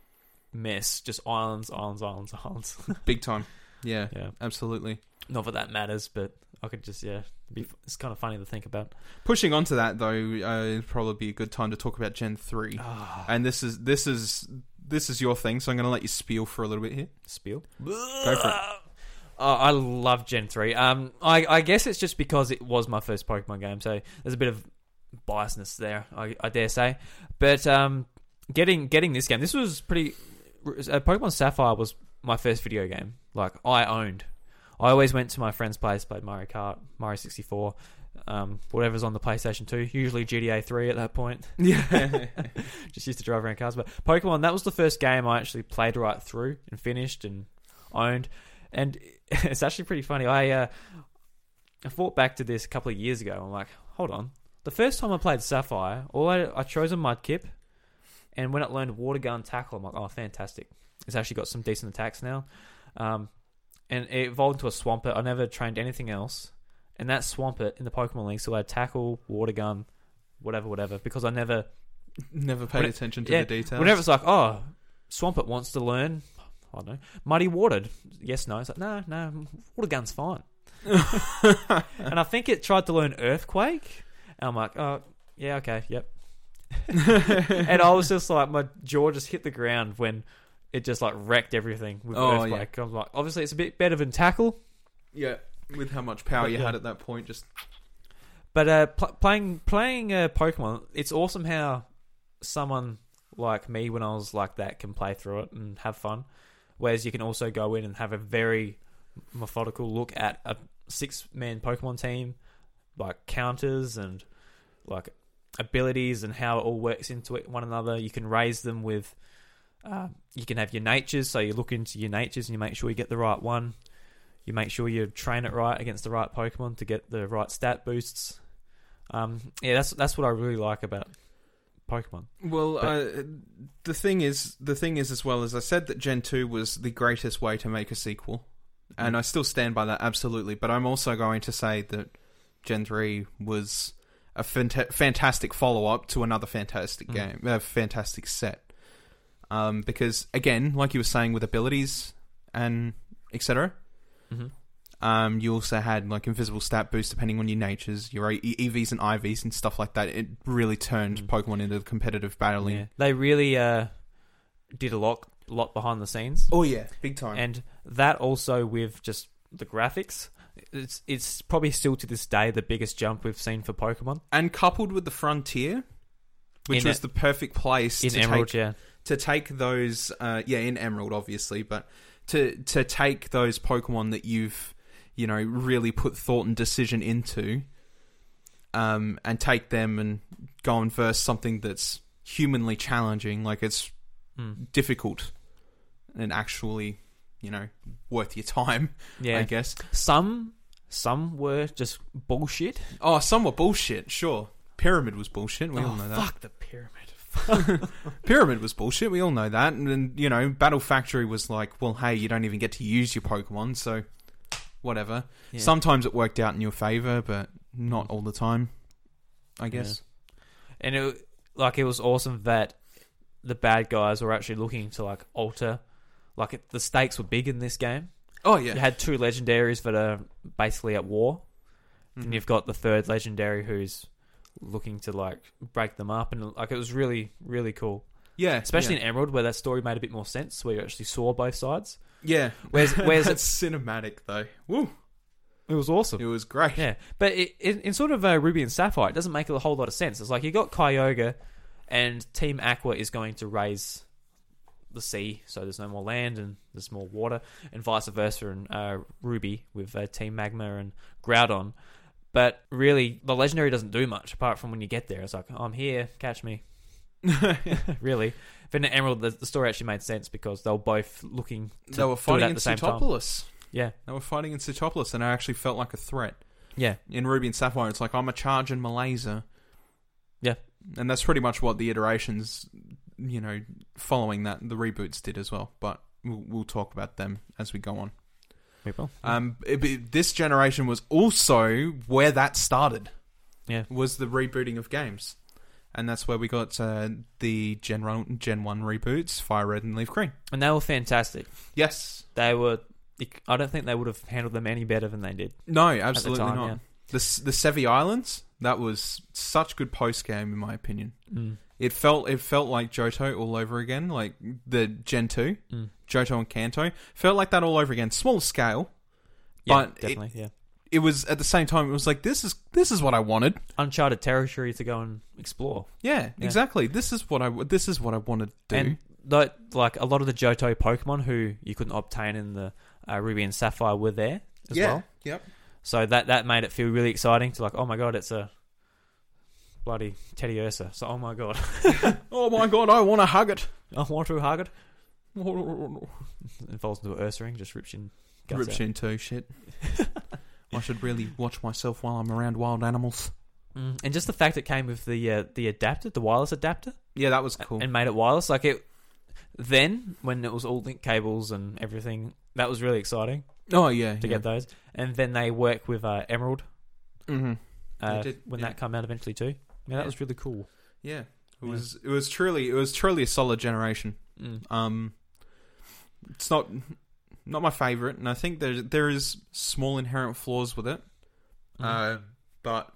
S1: mess, just islands, islands, islands, islands.
S2: Big time. Yeah,
S1: yeah,
S2: absolutely.
S1: (laughs) not that that matters, but I could just yeah, it'd be, it's kind of funny to think about.
S2: Pushing on to that though, uh, it'd probably be a good time to talk about Gen three.
S1: Ah,
S2: And this is this is this is your thing, so I'm gonna let you spiel for a little bit
S1: (laughs)
S2: here.
S1: spiel.
S2: Go for it.
S1: Oh, I love Gen three. Um, I, I guess it's just because it was my first Pokemon game, so there's a bit of biasness there, I, I dare say. But um, getting getting this game, this was pretty. Uh, Pokemon Sapphire was my first video game. Like I owned. I always went to my friend's place, played Mario Kart, Mario sixty four, um, whatever's on the PlayStation two. Usually GTA three at that point
S2: (laughs) Yeah.
S1: just used to drive around cars. But Pokemon, that was the first game I actually played right through and finished and owned. And (laughs) it's actually pretty funny. I uh, I thought back to this a couple of years ago. I'm like, hold on. The first time I played Sapphire, all I, I chose a Mudkip, and when it learned Water Gun Tackle, I'm like, oh, fantastic. It's actually got some decent attacks now. Um, and it evolved into a Swampert. I never trained anything else. And that Swampert in the Pokemon League, so I had Tackle, Water Gun, whatever, whatever, because I never
S2: Never paid
S1: Whene-
S2: attention to
S1: yeah,
S2: the details.
S1: Whenever it's like, oh, Swampert wants to learn, I don't know, muddy watered. Yes, no. It's like, no, no, water gun's
S2: (laughs)
S1: fine. and I think it tried to learn earthquake. And I'm like, oh, yeah, okay,
S2: (laughs)
S1: yep. and I was just like, my jaw just hit the ground when it just like wrecked everything with
S2: Oh, yeah.
S1: earthquake. I'm like, obviously it's a bit better than tackle,
S2: yeah. With how much power
S1: But,
S2: you
S1: yeah.
S2: had at that point, just
S1: But uh, pl- playing playing uh, Pokemon, it's awesome how someone like me when I was like that can play through it and have fun. Whereas you can also go in and have a very methodical look at a six man Pokemon team, like counters and like abilities and how it all works into it, one another. You can raise them with. Uh, you can have your natures, so you look into your natures and you make sure you get the right one. You make sure you train it right against the right Pokemon to get the right stat boosts. Um, yeah, that's that's what I really like about Pokemon.
S2: Well,
S1: But-
S2: uh, the thing is, the thing is as well as I said that Gen two was the greatest way to make a sequel,
S1: Mm.
S2: and I still stand by that absolutely. But I'm also going to say that Gen three was a fant- fantastic follow up to another fantastic
S1: Mm.
S2: game, a fantastic set. Um, because again, like you were saying with abilities and etc.,
S1: Mhm.
S2: um, you also had like invisible stat boosts depending on your natures, your E- EVs and IVs and stuff like that. It really turned
S1: Mm.
S2: Pokemon into the competitive battling.
S1: Yeah. They really uh, did a lot, lot behind the scenes,
S2: Oh yeah, big time.
S1: and that also with just the graphics. It's it's probably still to this day the biggest jump we've seen for Pokemon
S2: And coupled with the Frontier, which
S1: In
S2: was
S1: a-
S2: the perfect place
S1: in
S2: to
S1: Emerald.
S2: take
S1: Yeah,
S2: to take those uh, yeah in Emerald obviously, but to to take those Pokemon that you've you know really put thought and decision into, um, and take them and go and verse something that's humanly challenging, like it's
S1: Mm.
S2: difficult and actually you know worth your time.
S1: yeah.
S2: I guess.
S1: Some some were just bullshit.
S2: Oh, some were bullshit. Sure, Pyramid was bullshit. We all know that.
S1: Oh, Fuck the pyramid. (laughs)
S2: Pyramid was bullshit. We all know that. And, then you know, Battle Factory was like, well, hey, you don't even get to use your Pokemon, so whatever.
S1: Yeah.
S2: Sometimes it worked out in your favor, but not all the time. I guess.
S1: and it like it was awesome that the bad guys were actually looking to like alter like it, the stakes were big in this game
S2: Oh yeah.
S1: you had two legendaries that are basically at war
S2: Mhm.
S1: and you've got the third legendary who's looking to like break them up and like it was really really cool
S2: yeah,
S1: especially
S2: yeah.
S1: in emerald where that story made a bit more sense where you actually saw both sides
S2: yeah. (laughs)
S1: where's- where's
S2: That's cinematic though? Woo!
S1: it was awesome
S2: It was great.
S1: Yeah, but it, in, in sort of uh, Ruby and Sapphire, it doesn't make a whole lot of sense. It's like you got Kyogre, and Team Aqua is going to raise the sea, so there's no more land and there's more water, and vice versa. And uh, Ruby with uh, Team Magma and Groudon, but really the legendary doesn't do much apart from when you get there. It's like I'm here, catch
S2: (laughs)
S1: me. really, but in Emerald, the, the story actually made sense because they were both looking. To
S2: They were
S1: do it
S2: fighting
S1: at
S2: in
S1: the same time.
S2: Cetopolis.
S1: Yeah,
S2: They were fighting in Cetopolis, and I actually felt like a threat.
S1: yeah.
S2: in Ruby and Sapphire, it's like I'm a charge in Malaysia.
S1: Yeah.
S2: and that's pretty much what the iterations, you know, following that the reboots did as well. But we'll, we'll talk about them as we go on. Um, it- it- this generation was also where that started.
S1: Yeah.
S2: was the rebooting of games, and that's where we got uh, the Gen One, Gen One reboots, Fire Red and Leaf Green.
S1: and they were fantastic.
S2: Yes.
S1: they were. I don't think they would have handled them any better than they did.
S2: No, absolutely
S1: time,
S2: not.
S1: yeah.
S2: The S- the Sevi Islands that was such good post game in my opinion.
S1: Mm.
S2: It felt it felt like Johto all over again, like the Gen two,
S1: Mm.
S2: Johto and Kanto felt like that all over again, smaller scale.
S1: Yeah,
S2: But it-
S1: definitely. yeah,
S2: It was at the same time. It was like this is this is what I wanted.
S1: uncharted territory to go and explore.
S2: Yeah,
S1: Yeah.
S2: exactly. This is what I w- this is what I wanted to do.
S1: And tho- like a lot of the Johto Pokemon who you couldn't obtain in the uh, Ruby and Sapphire were there as well.
S2: Yep.
S1: So that that made it feel really exciting to like, oh my god, it's a bloody Teddy Ursa. So oh my god, (laughs)
S2: Oh my god, I want to hug it.
S1: I want to hug it. It falls into an Ursa ring, just rips your guts
S2: Rips
S1: out.
S2: you in
S1: (laughs)
S2: two shit. I should really watch myself while I'm around wild animals.
S1: Mm. And just the fact it came with the uh, the adapter, the wireless adapter.
S2: Yeah, that was cool.
S1: and made it wireless. Like it then when it was all link cables and everything, that was really exciting
S2: oh yeah,
S1: to get those. And then they work with uh, Emerald
S2: Mm-hmm.
S1: uh,
S2: They did,
S1: when
S2: yeah.
S1: that came out eventually too. Yeah, that
S2: Yeah.
S1: was really cool.
S2: Yeah, it
S1: Yeah.
S2: was it was truly it was truly a solid generation.
S1: Mm.
S2: Um, it's not not my favorite, and I think there there is small inherent flaws with it.
S1: Mm.
S2: Uh, but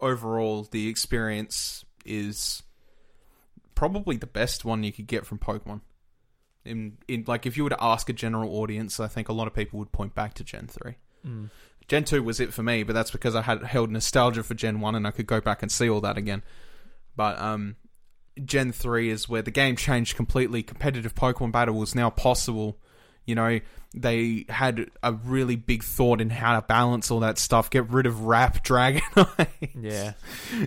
S2: overall, the experience is probably the best one you could get from Pokemon. In in like, if you were to ask a general audience, I think a lot of people would point back to Gen three. (laughs)
S1: Mm.
S2: Gen two was it for me, but that's because I had held nostalgia for Gen one, and I could go back and see all that again. But um, Gen three is where the game changed completely. Competitive Pokemon battle was now possible. You know, they had a really big thought in how to balance all that stuff. Get rid of Rap Dragonite.
S1: Yeah,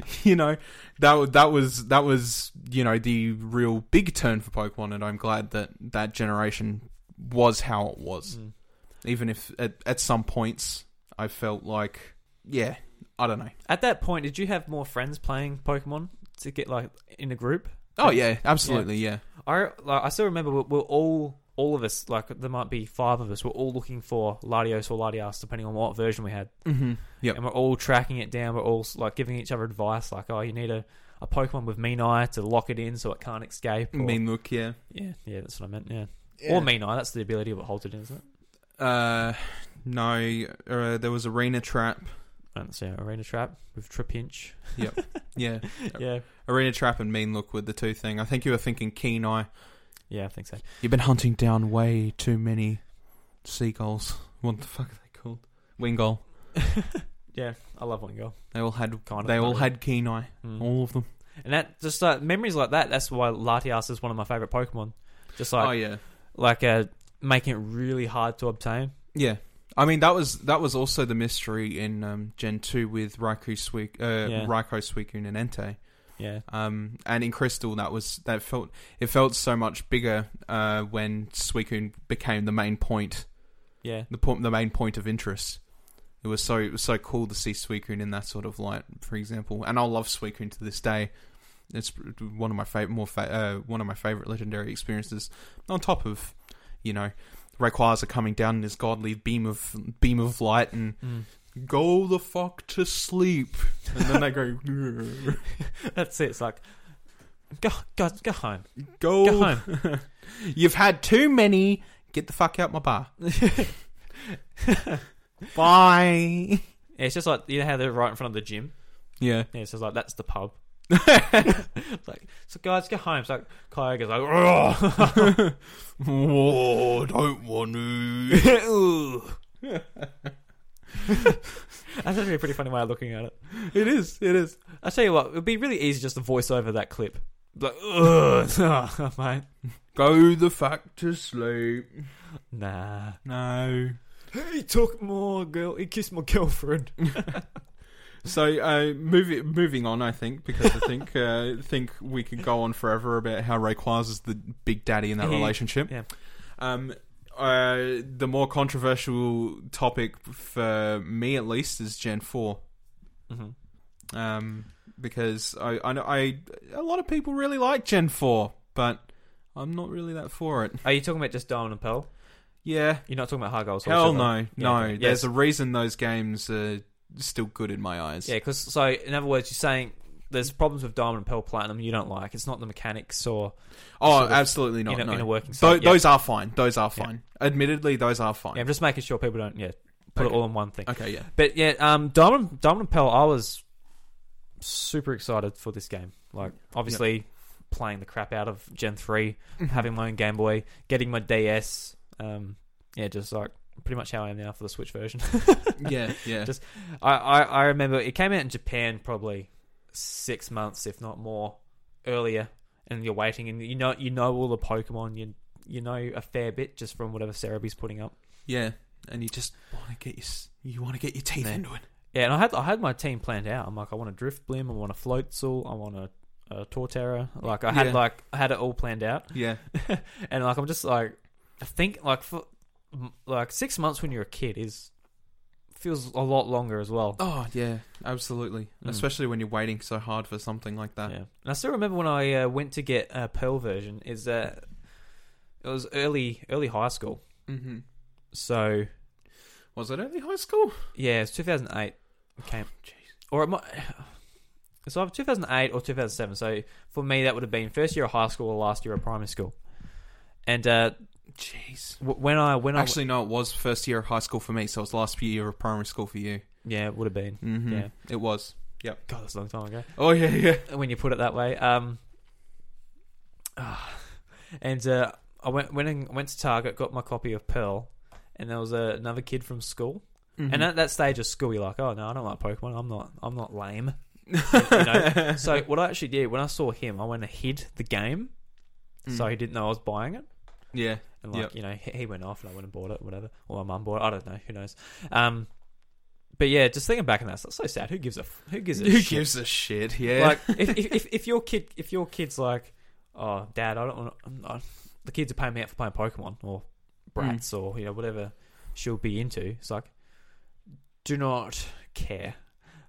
S2: (laughs) you know, that wa- that was that was you know the real big turn for Pokemon, and I'm glad that that generation was how it was
S1: Mm.
S2: even if at, at some points I felt like, yeah, I don't know.
S1: At that point, did you have more friends playing Pokemon to get like in a group.
S2: Oh yeah, absolutely, yeah.
S1: I like, I still remember we we're all all of us like there might be five of us. We're all looking for Latios or Latias depending on what version we had,
S2: Mm-hmm. Yep.
S1: and we're all tracking it down. We're all like giving each other advice, like oh, you need a, a Pokemon with Mean Eye to lock it in so it can't escape. Or,
S2: Mean look, yeah.
S1: yeah, yeah, that's what I meant. Yeah. or Mean Eye. That's the ability of it holds it in, isn't it?
S2: Uh, no, uh, there was arena trap.
S1: And so yeah, uh, Arena Trap with
S2: (laughs)
S1: Trapinch.
S2: Yeah,
S1: Yeah,
S2: arena trap and mean look were the two thing. I think you were thinking keen eye.
S1: yeah, I think so. (laughs)
S2: You've been hunting down way too many seagulls. What the fuck are they called? Wingull.
S1: Yeah, I love one girl.
S2: They all had
S1: Kind of,
S2: they
S1: not
S2: all
S1: really.
S2: had keen eye.
S1: Mm.
S2: All of them.
S1: And that just like memories like that. That's why Latias is one of my favorite Pokemon. Just like
S2: oh yeah,
S1: like uh, making it really hard to obtain.
S2: yeah. I mean that was that was also the mystery in um, Gen two with Raikou, Suic- uh,
S1: Yeah.
S2: Raikou, Suicune, and Entei.
S1: Yeah,
S2: Um, and in Crystal, that was that felt it felt so much bigger uh, when Suicune became the main point,
S1: yeah,
S2: the point, the main point of interest. It was so it was so cool to see Suicune in that sort of light, for example. And I love Suicune to this day. It's one of my favorite, more fa- uh, one of my favorite legendary experiences. On top of, you know, Rayquaza coming down in his godly beam of beam of light and (laughs)
S1: Mm.
S2: go the fuck to sleep, and then they go (laughs)
S1: that's it. It's like go go go home,
S2: go
S1: go home.
S2: (laughs) You've had too many. Get the fuck out my bar. (laughs) Bye.
S1: Yeah, it's just like you know how they're right in front of the gym.
S2: (laughs) Yeah.
S1: Yeah, it's just like that's the (laughs) pub. It's like so, guys, go home. It's like Kyogre's like, "Ugh." (laughs)
S2: Whoa, Oh, don't want to. (laughs)
S1: Ugh. that's actually a pretty funny way of looking at it.
S2: It is. It is.
S1: I tell you what, it'd be really easy just to voice over that clip. Like, ugh, (laughs) oh, mate,
S2: Go the fuck to sleep.
S1: nah.
S2: No.
S1: He took my girl. He kissed my girlfriend.
S2: So, uh, moving moving on, I think, because I
S1: (laughs)
S2: think uh, think we could go on forever about how Rayquaza is the big daddy in that
S1: He-
S2: relationship.
S1: yeah.
S2: Um, uh, the more controversial topic for me, at least, is Gen Four.
S1: Mhm.
S2: um, because I, I know I a lot of people really like Gen Four, but I'm not really that for it.
S1: Are you talking about just Diamond and Pearl?
S2: Yeah,
S1: You're not talking about Hard Goals?
S2: hell no, no.
S1: okay.
S2: There's
S1: Yes.
S2: a reason those games are still good in my eyes.
S1: Yeah, because so in other words, you're saying there's problems with Diamond and Pearl Platinum you don't like. It's not the mechanics or
S2: oh,
S1: sort of
S2: absolutely
S1: in
S2: not.
S1: a-
S2: no.
S1: in a working
S2: Tho-
S1: state, yeah.
S2: Those are fine. Those are
S1: Yeah.
S2: fine. Admittedly, those are fine.
S1: yeah, I'm just making sure people don't yeah put
S2: Okay.
S1: it all in one thing.
S2: Okay,
S1: (laughs)
S2: yeah.
S1: But yeah, um, Diamond Diamond and Pearl, I was super excited for this game. Like obviously playing the crap out of Gen three, (laughs) having my own Game Boy, getting my DS. Um, yeah, just like pretty much how I am now for the Switch version. (laughs)
S2: yeah, yeah.
S1: Just- I, I, I remember it came out in Japan probably six months, if not more, earlier, and you're waiting, and you know you know all the Pokemon, you you know a fair bit just from whatever Cerebee's putting up.
S2: yeah. And you just want to get your s- you want to get your teeth
S1: Yeah.
S2: into it.
S1: Yeah, and I had I had my team planned out. I'm like, I want a Drift Blim, I want a Floatzel, I want a, a Torterra. Like I had
S2: Yeah.
S1: like I had it all planned out,
S2: Yeah,
S1: and like I'm just like, I think like for m- like six months when you're a kid is feels a lot longer as well.
S2: Oh yeah, absolutely.
S1: Mm.
S2: Especially when you're waiting so hard for something like that.
S1: Yeah, and I still remember when I uh, went to get a Pearl version. Is that it was early early high school,
S2: Mm-hmm.
S1: so
S2: Was it early high school?
S1: yeah, it's 2008. Okay, or it might. (sighs) It's either 2008 or 2007. So for me, that would have been first year of high school or last year of primary school. And uh,
S2: Jeez.
S1: w- when I when
S2: Actually, no. It was first year of high school for me, so it was last year of primary school for you.
S1: I yeah, it would have been
S2: Mm-hmm.
S1: Yeah.
S2: it was.
S1: God, that's a long time ago.
S2: Oh yeah, yeah.
S1: when you put it that way. Um, (sighs) ah. and uh, I went went and went to Target, got my copy of Pearl, and there was uh, another kid from school.
S2: Mm-hmm.
S1: And at that stage of school, you're like, "Oh no, I don't like Pokemon. I'm not. I'm not lame."
S2: (laughs)
S1: you know? So what I actually did when I saw him, I went and hid the game, so he didn't know I was buying it.
S2: yeah,
S1: And like
S2: Mm. Yep.
S1: you know, he, he went off, and I went and bought it, whatever. Or my mum bought it. I don't know. Who knows? Um, but yeah, just thinking back on that, it's so sad. Who gives a f- who gives a
S2: who
S1: shit?
S2: gives a shit? Yeah,
S1: Like if, if, if if your kid if your kid's like, oh dad, I don't want I, the kids are paying me out for playing Pokemon or brats
S2: Mm.
S1: or you know whatever she'll be into. It's like, do not care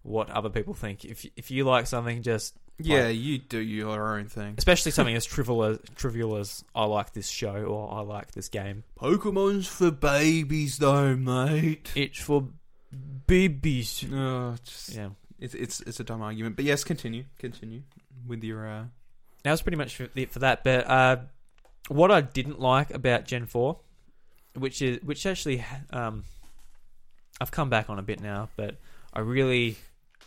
S1: what other people think. If if you like something, just
S2: Yeah, you do your own thing.
S1: Especially something as trivial as trivial as I like this show or I like this game.
S2: Pokemon's for babies, though, mate.
S1: It's for babies.
S2: Oh, just,
S1: Yeah.
S2: it's, it's it's a dumb argument, but yes, continue, continue with your. Uh,
S1: That was pretty much it for that. But uh, what I didn't like about Gen Four, which is which actually, um, I've come back on a bit now, but I really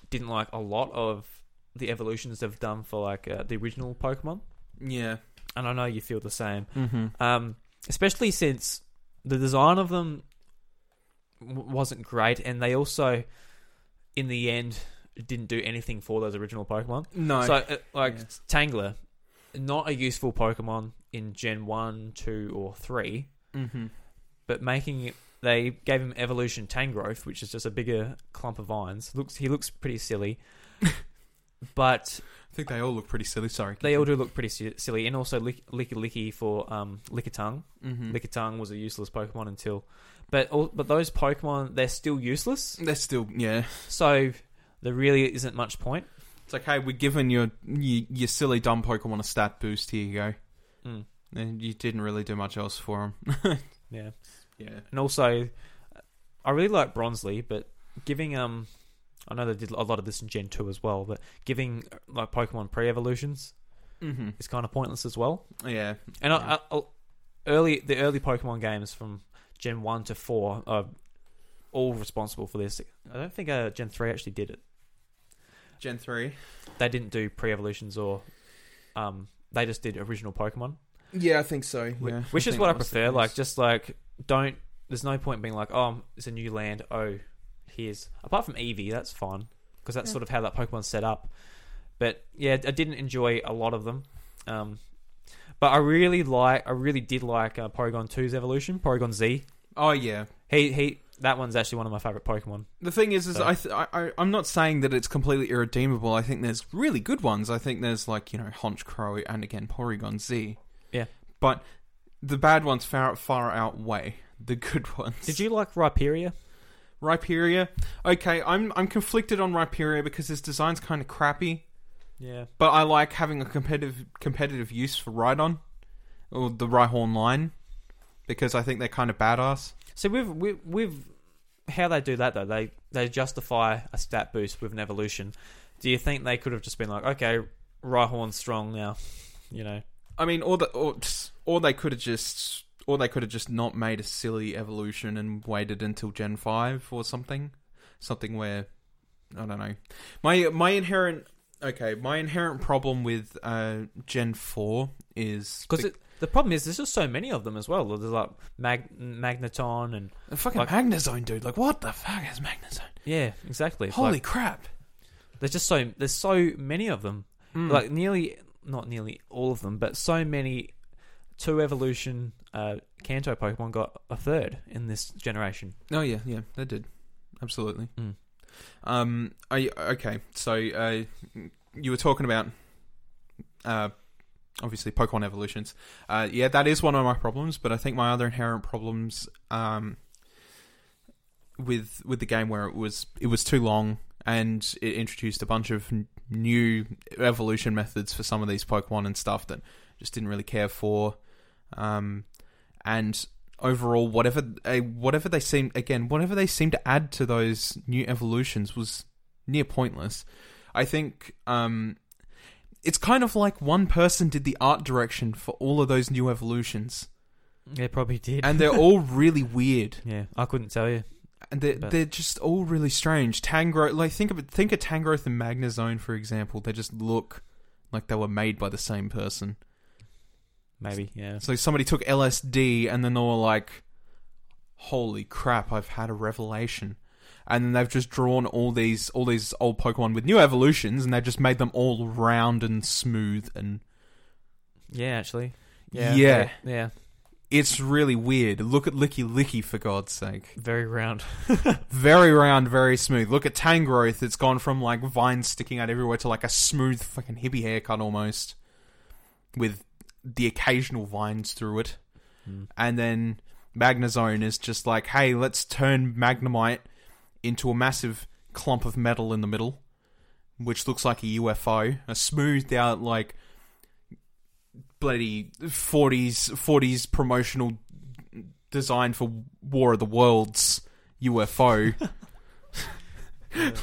S1: didn't like a lot of the evolutions they've done for like uh, the original Pokemon,
S2: yeah,
S1: and I know you feel the same.
S2: mm-hmm.
S1: Um, especially since the design of them w- wasn't great, and they also, in the end, didn't do anything for those original Pokemon.
S2: no,
S1: So, uh, like
S2: Yeah.
S1: Tangler, not a useful Pokemon in Gen one, two, or three,
S2: mm-hmm.
S1: but making it, they gave him Evolution Tangrowth, which is just a bigger clump of vines. looks He looks pretty silly, but
S2: I think they all look pretty silly. Sorry,
S1: they all do look pretty si- silly. And also Lick- Licky Licky for um, Lickitung.
S2: Mm-hmm.
S1: Lickitung Mm. was a useless Pokemon until, but all, but those Pokemon they're still useless.
S2: They're still yeah.
S1: So there really isn't much point.
S2: It's like, hey, we're giving your your, your silly dumb Pokemon a stat boost. Here you go.
S1: Mm,
S2: And you didn't really do much else for them.
S1: yeah.
S2: Yeah.
S1: And also, I really like Bronzely, but giving um, I know they did a lot of this in Gen two as well, but giving uh, like Pokemon pre evolutions
S2: Mm-hmm.
S1: is kind of pointless as well.
S2: Yeah.
S1: And
S2: Yeah.
S1: I, I, I, early the early Pokemon games from Gen one to four are all responsible for this. I don't think uh, Gen three actually did it.
S2: Gen three.
S1: They didn't do pre evolutions or um, they just did original Pokemon.
S2: Yeah, I think so.
S1: Wh- which is what I prefer. Like, just like don't. There's no point being like, oh, it's a new land. Oh, here's apart from Eevee, that's fine because that's
S2: Yeah.
S1: sort of how that Pokemon's set up. But yeah, I didn't enjoy a lot of them. Um, but I really like, I really did like uh, Porygon 2's evolution, Porygon Z.
S2: oh yeah.
S1: He he, that one's actually one of my favorite Pokemon.
S2: The thing is, is
S1: So-
S2: I, th- I, I I'm not saying that it's completely irredeemable. I think there's really good ones. I think there's like you know Honchcrow and again Porygon Z.
S1: Yeah.
S2: but the bad ones far far outweigh the good (laughs) ones.
S1: Did you like Rhyperia?
S2: Rhyperia? Okay, I'm I'm conflicted on Rhyperia because his design's kind of crappy.
S1: Yeah,
S2: But I like having a competitive competitive use for Rhydon or the Rhyhorn line because I think they're kind of badass.
S1: So with with, with how they do that though, they they justify a stat boost with an evolution. Do you think they could have just been like, okay, Rhyhorn's strong now, you know?
S2: I mean, or the or, or they could have just or they could have just not made a silly evolution and waited until Gen five or something, something where I don't know. My my inherent okay, my inherent problem with uh, Gen four is
S1: Because the problem is there's just so many of them as well. There's like Mag- Magneton and
S2: the fucking
S1: like-
S2: Magnezone dude. Like, what the fuck is Magnezone?
S1: yeah, exactly. It's
S2: Holy
S1: like,
S2: crap!
S1: there's just so there's so many of them.
S2: Mm.
S1: Like nearly not nearly all of them, but so many two evolution uh Kanto Pokemon got a third in this generation.
S2: Oh yeah, yeah, they did, absolutely.
S1: Mm.
S2: Um, I okay. So uh, you were talking about uh, obviously Pokemon evolutions. Uh, yeah, that is one of my problems, but I think my other inherent problems um with with the game where it was it was too long and it introduced a bunch of n- new evolution methods for some of these Pokemon and stuff that I just didn't really care for. Um, and overall whatever uh, whatever they seem again whatever they seem to add to those new evolutions was near pointless i think um it's kind of like one person did the art direction for all of those new evolutions
S1: They probably did.
S2: and they're all really weird
S1: yeah, I couldn't tell you.
S2: and they're,
S1: But-
S2: they're just all really strange tangrowth like think of it think of tangrowth and magnezone for example they just look like they were made by the same person
S1: Maybe, yeah.
S2: So somebody took LSD and then they were like, "Holy crap! I've had a revelation." And then they've just drawn all these all these old Pokemon with new evolutions, and they've just made them all round and smooth, and
S1: Yeah, actually.
S2: Yeah.
S1: yeah. Yeah.
S2: it's really weird. Look at Licky Licky for God's sake.
S1: Very round.
S2: Very round, very smooth. Look at Tangrowth; it's gone from like vines sticking out everywhere to like a smooth fucking hippie haircut almost, with the occasional vines through it. and then Magnazone is just like, hey, let's turn Magnemite into a massive clump of metal in the middle, which looks like a UFO, a smoothed out like bloody forties forties promotional design for War of the Worlds
S1: (laughs)
S2: UFO. (laughs)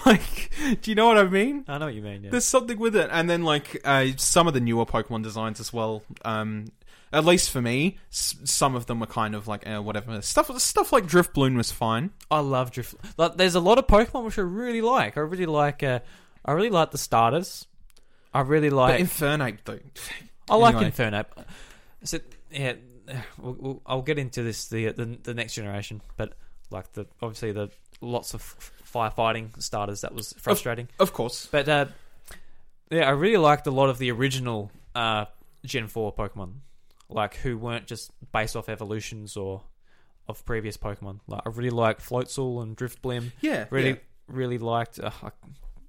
S2: like, do you know what I mean?
S1: (laughs) I know what you mean. Yeah.
S2: There's something with it, and then like uh, some of the newer Pokemon designs as well. Um, at least for me, s- some of them were kind of like eh, whatever stuff. Stuff like Driftbloom was fine.
S1: I love Drift. Like, there's a lot of Pokemon which I really like. I really like. Uh, I really like the starters. I really
S2: But
S1: like.
S2: Infernape though,
S1: I like
S2: anyway.
S1: Infernape. So yeah, we'll, we'll, I'll get into this the, the the next generation, but like the obviously the lots of f- firefighting starters that was frustrating.
S2: of course.
S1: But uh, yeah, I really liked a lot of the original uh, Gen Four Pokemon, like who weren't just based off evolutions or of previous Pokemon. Like I really liked Floatzel and Driftblim.
S2: Yeah,
S1: Really,
S2: yeah.
S1: really liked. Uh, I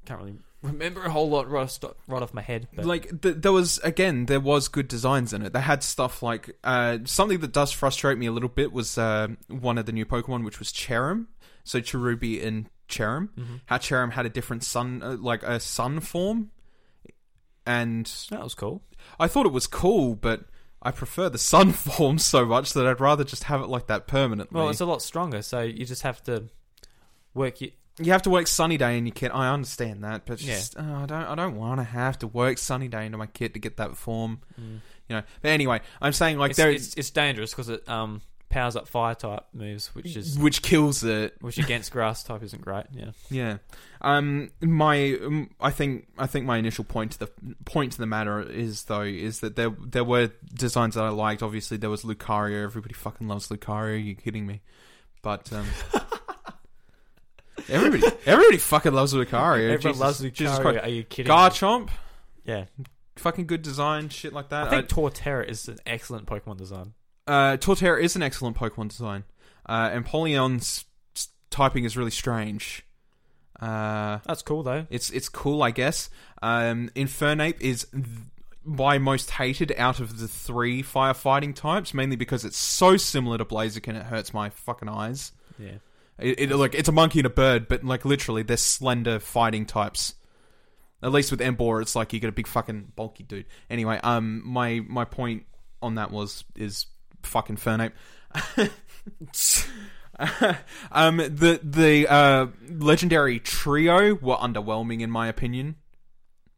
S1: can't really remember a whole lot right, off- right off my head. But
S2: like th- there was again there was good designs in it they had stuff like uh, something that does frustrate me a little bit was uh, one of the new pokemon which was cherim so cherubi and cherim
S1: Mm-hmm.
S2: how cherim had a different sun uh, like a sun form and
S1: that was cool.
S2: i thought it was cool but i prefer the (laughs) sun form so much that i'd rather just have it like that permanently
S1: Well, it's a lot stronger, so you just have to work. Your,
S2: you have to work sunny day in your kit i understand that but it's
S1: Yeah.
S2: just oh, i don't i don't want to have to work sunny day into my kit to get that form you know but anyway i'm saying like
S1: Mm. it's,
S2: there
S1: it's, it's dangerous because it um, powers up fire type moves, which (laughs) is
S2: which kills it.
S1: which against grass type isn't great. Yeah.
S2: Yeah. Um. My. um, I think. I think my initial point to the point to the matter is though is that there there were designs that I liked. Obviously, there was Lucario. Everybody fucking loves Lucario. You're kidding me. But (laughs) um. everybody. Everybody fucking loves Lucario.
S1: Everyone
S2: Jesus-
S1: loves
S2: Jesus
S1: Lucario.
S2: Christ.
S1: Are you kidding? me?
S2: Garchomp.
S1: Yeah.
S2: Fucking good design. Shit like that.
S1: I think Torterra is an excellent Pokemon design.
S2: Uh, Torterra is an excellent Pokemon design, uh, and Polyon's s- typing is really strange. Uh,
S1: That's cool though.
S2: it's it's cool, I guess. Um, Infernape is th- by most hated out of the three firefighting types, mainly because it's so similar to Blaziken, it hurts my fucking eyes.
S1: Yeah.
S2: It, it like it's a monkey and a bird, but like literally they're slender fighting types. At least with Embor, it's like you get a big fucking bulky dude. Anyway, um, my my point on that was is fucking Fernape. (laughs) um, the the uh, legendary trio were underwhelming in my opinion.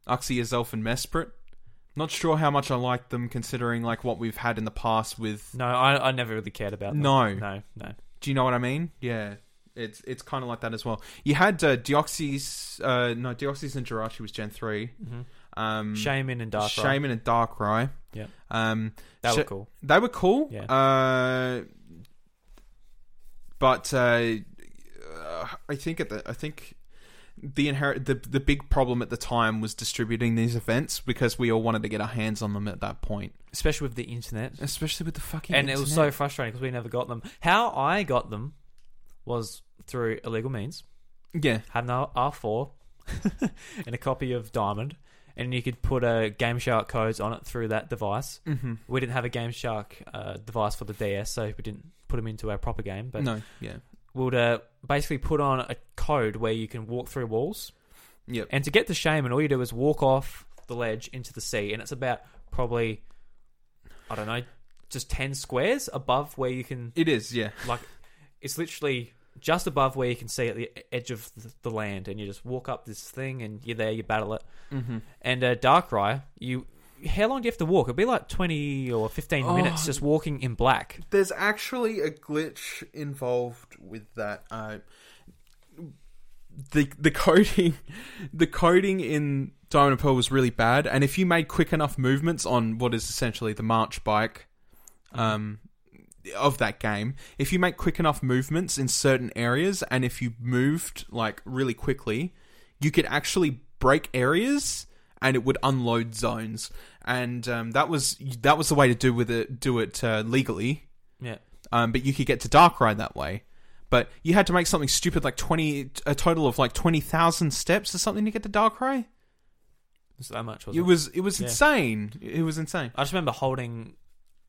S2: Uxie, Azelf, and Mesprit. Not sure how much I like them considering like what we've had in the past with
S1: No, I, I never really cared about. Them.
S2: No.
S1: No. No.
S2: do you know what I mean? Yeah. It's it's kind of like that as well. You had uh, Deoxys, uh, no Deoxys and Jirachi was Gen three.
S1: Mm-hmm.
S2: Um,
S1: Shaman and Darkrai.
S2: Shaman and Darkrai.
S1: Yeah.
S2: Um,
S1: That
S2: Sha-
S1: was cool.
S2: they were cool.
S1: Yeah.
S2: Uh, but uh, uh, I think at the I think the inherit the the big problem at the time was distributing these events because we all wanted to get our hands on them at that point,
S1: Especially with the internet.
S2: especially with the fucking
S1: and it was so
S2: internet.
S1: frustrating because we never got them. How I got them was through illegal means.
S2: yeah
S1: Had an R four (laughs) and a copy of Diamond, and you could put a Game Shark codes on it through that device.
S2: mm-hmm.
S1: We didn't have a Game Shark uh, device for the DS, so we didn't put them into our proper game. But
S2: no yeah
S1: would uh, basically put on a code where you can walk through walls.
S2: Yep.
S1: And to get to Shaman, all you do is walk off the ledge into the sea, and it's about probably, I don't know, just 10 squares above where you can,
S2: it is yeah
S1: like, it's literally just above where you can see at the edge of the- the land, and you just walk up this thing, and you're there, you battle it.
S2: mm-hmm.
S1: And uh, Darkrai, you. How long do you have to walk? It'd be like 20 or 15
S2: Oh.
S1: minutes just walking in black.
S2: There's actually a glitch involved with that. Uh, the the coding, (laughs) the coding in Diamond and Pearl was really bad, and if you made quick enough movements on what is essentially the March bike, um, of that game, if you make quick enough movements in certain areas, and if you moved like really quickly, you could actually break areas and it would unload zones and um, that was that was the way to do with it do it uh, legally
S1: Yeah.
S2: um, but you could get to Darkrai that way. But you had to make something stupid like twenty, a total of like twenty thousand steps or something to get to Darkrai.
S1: It's that much, wasn't
S2: It was it was
S1: Yeah.
S2: insane. It was insane.
S1: I just remember holding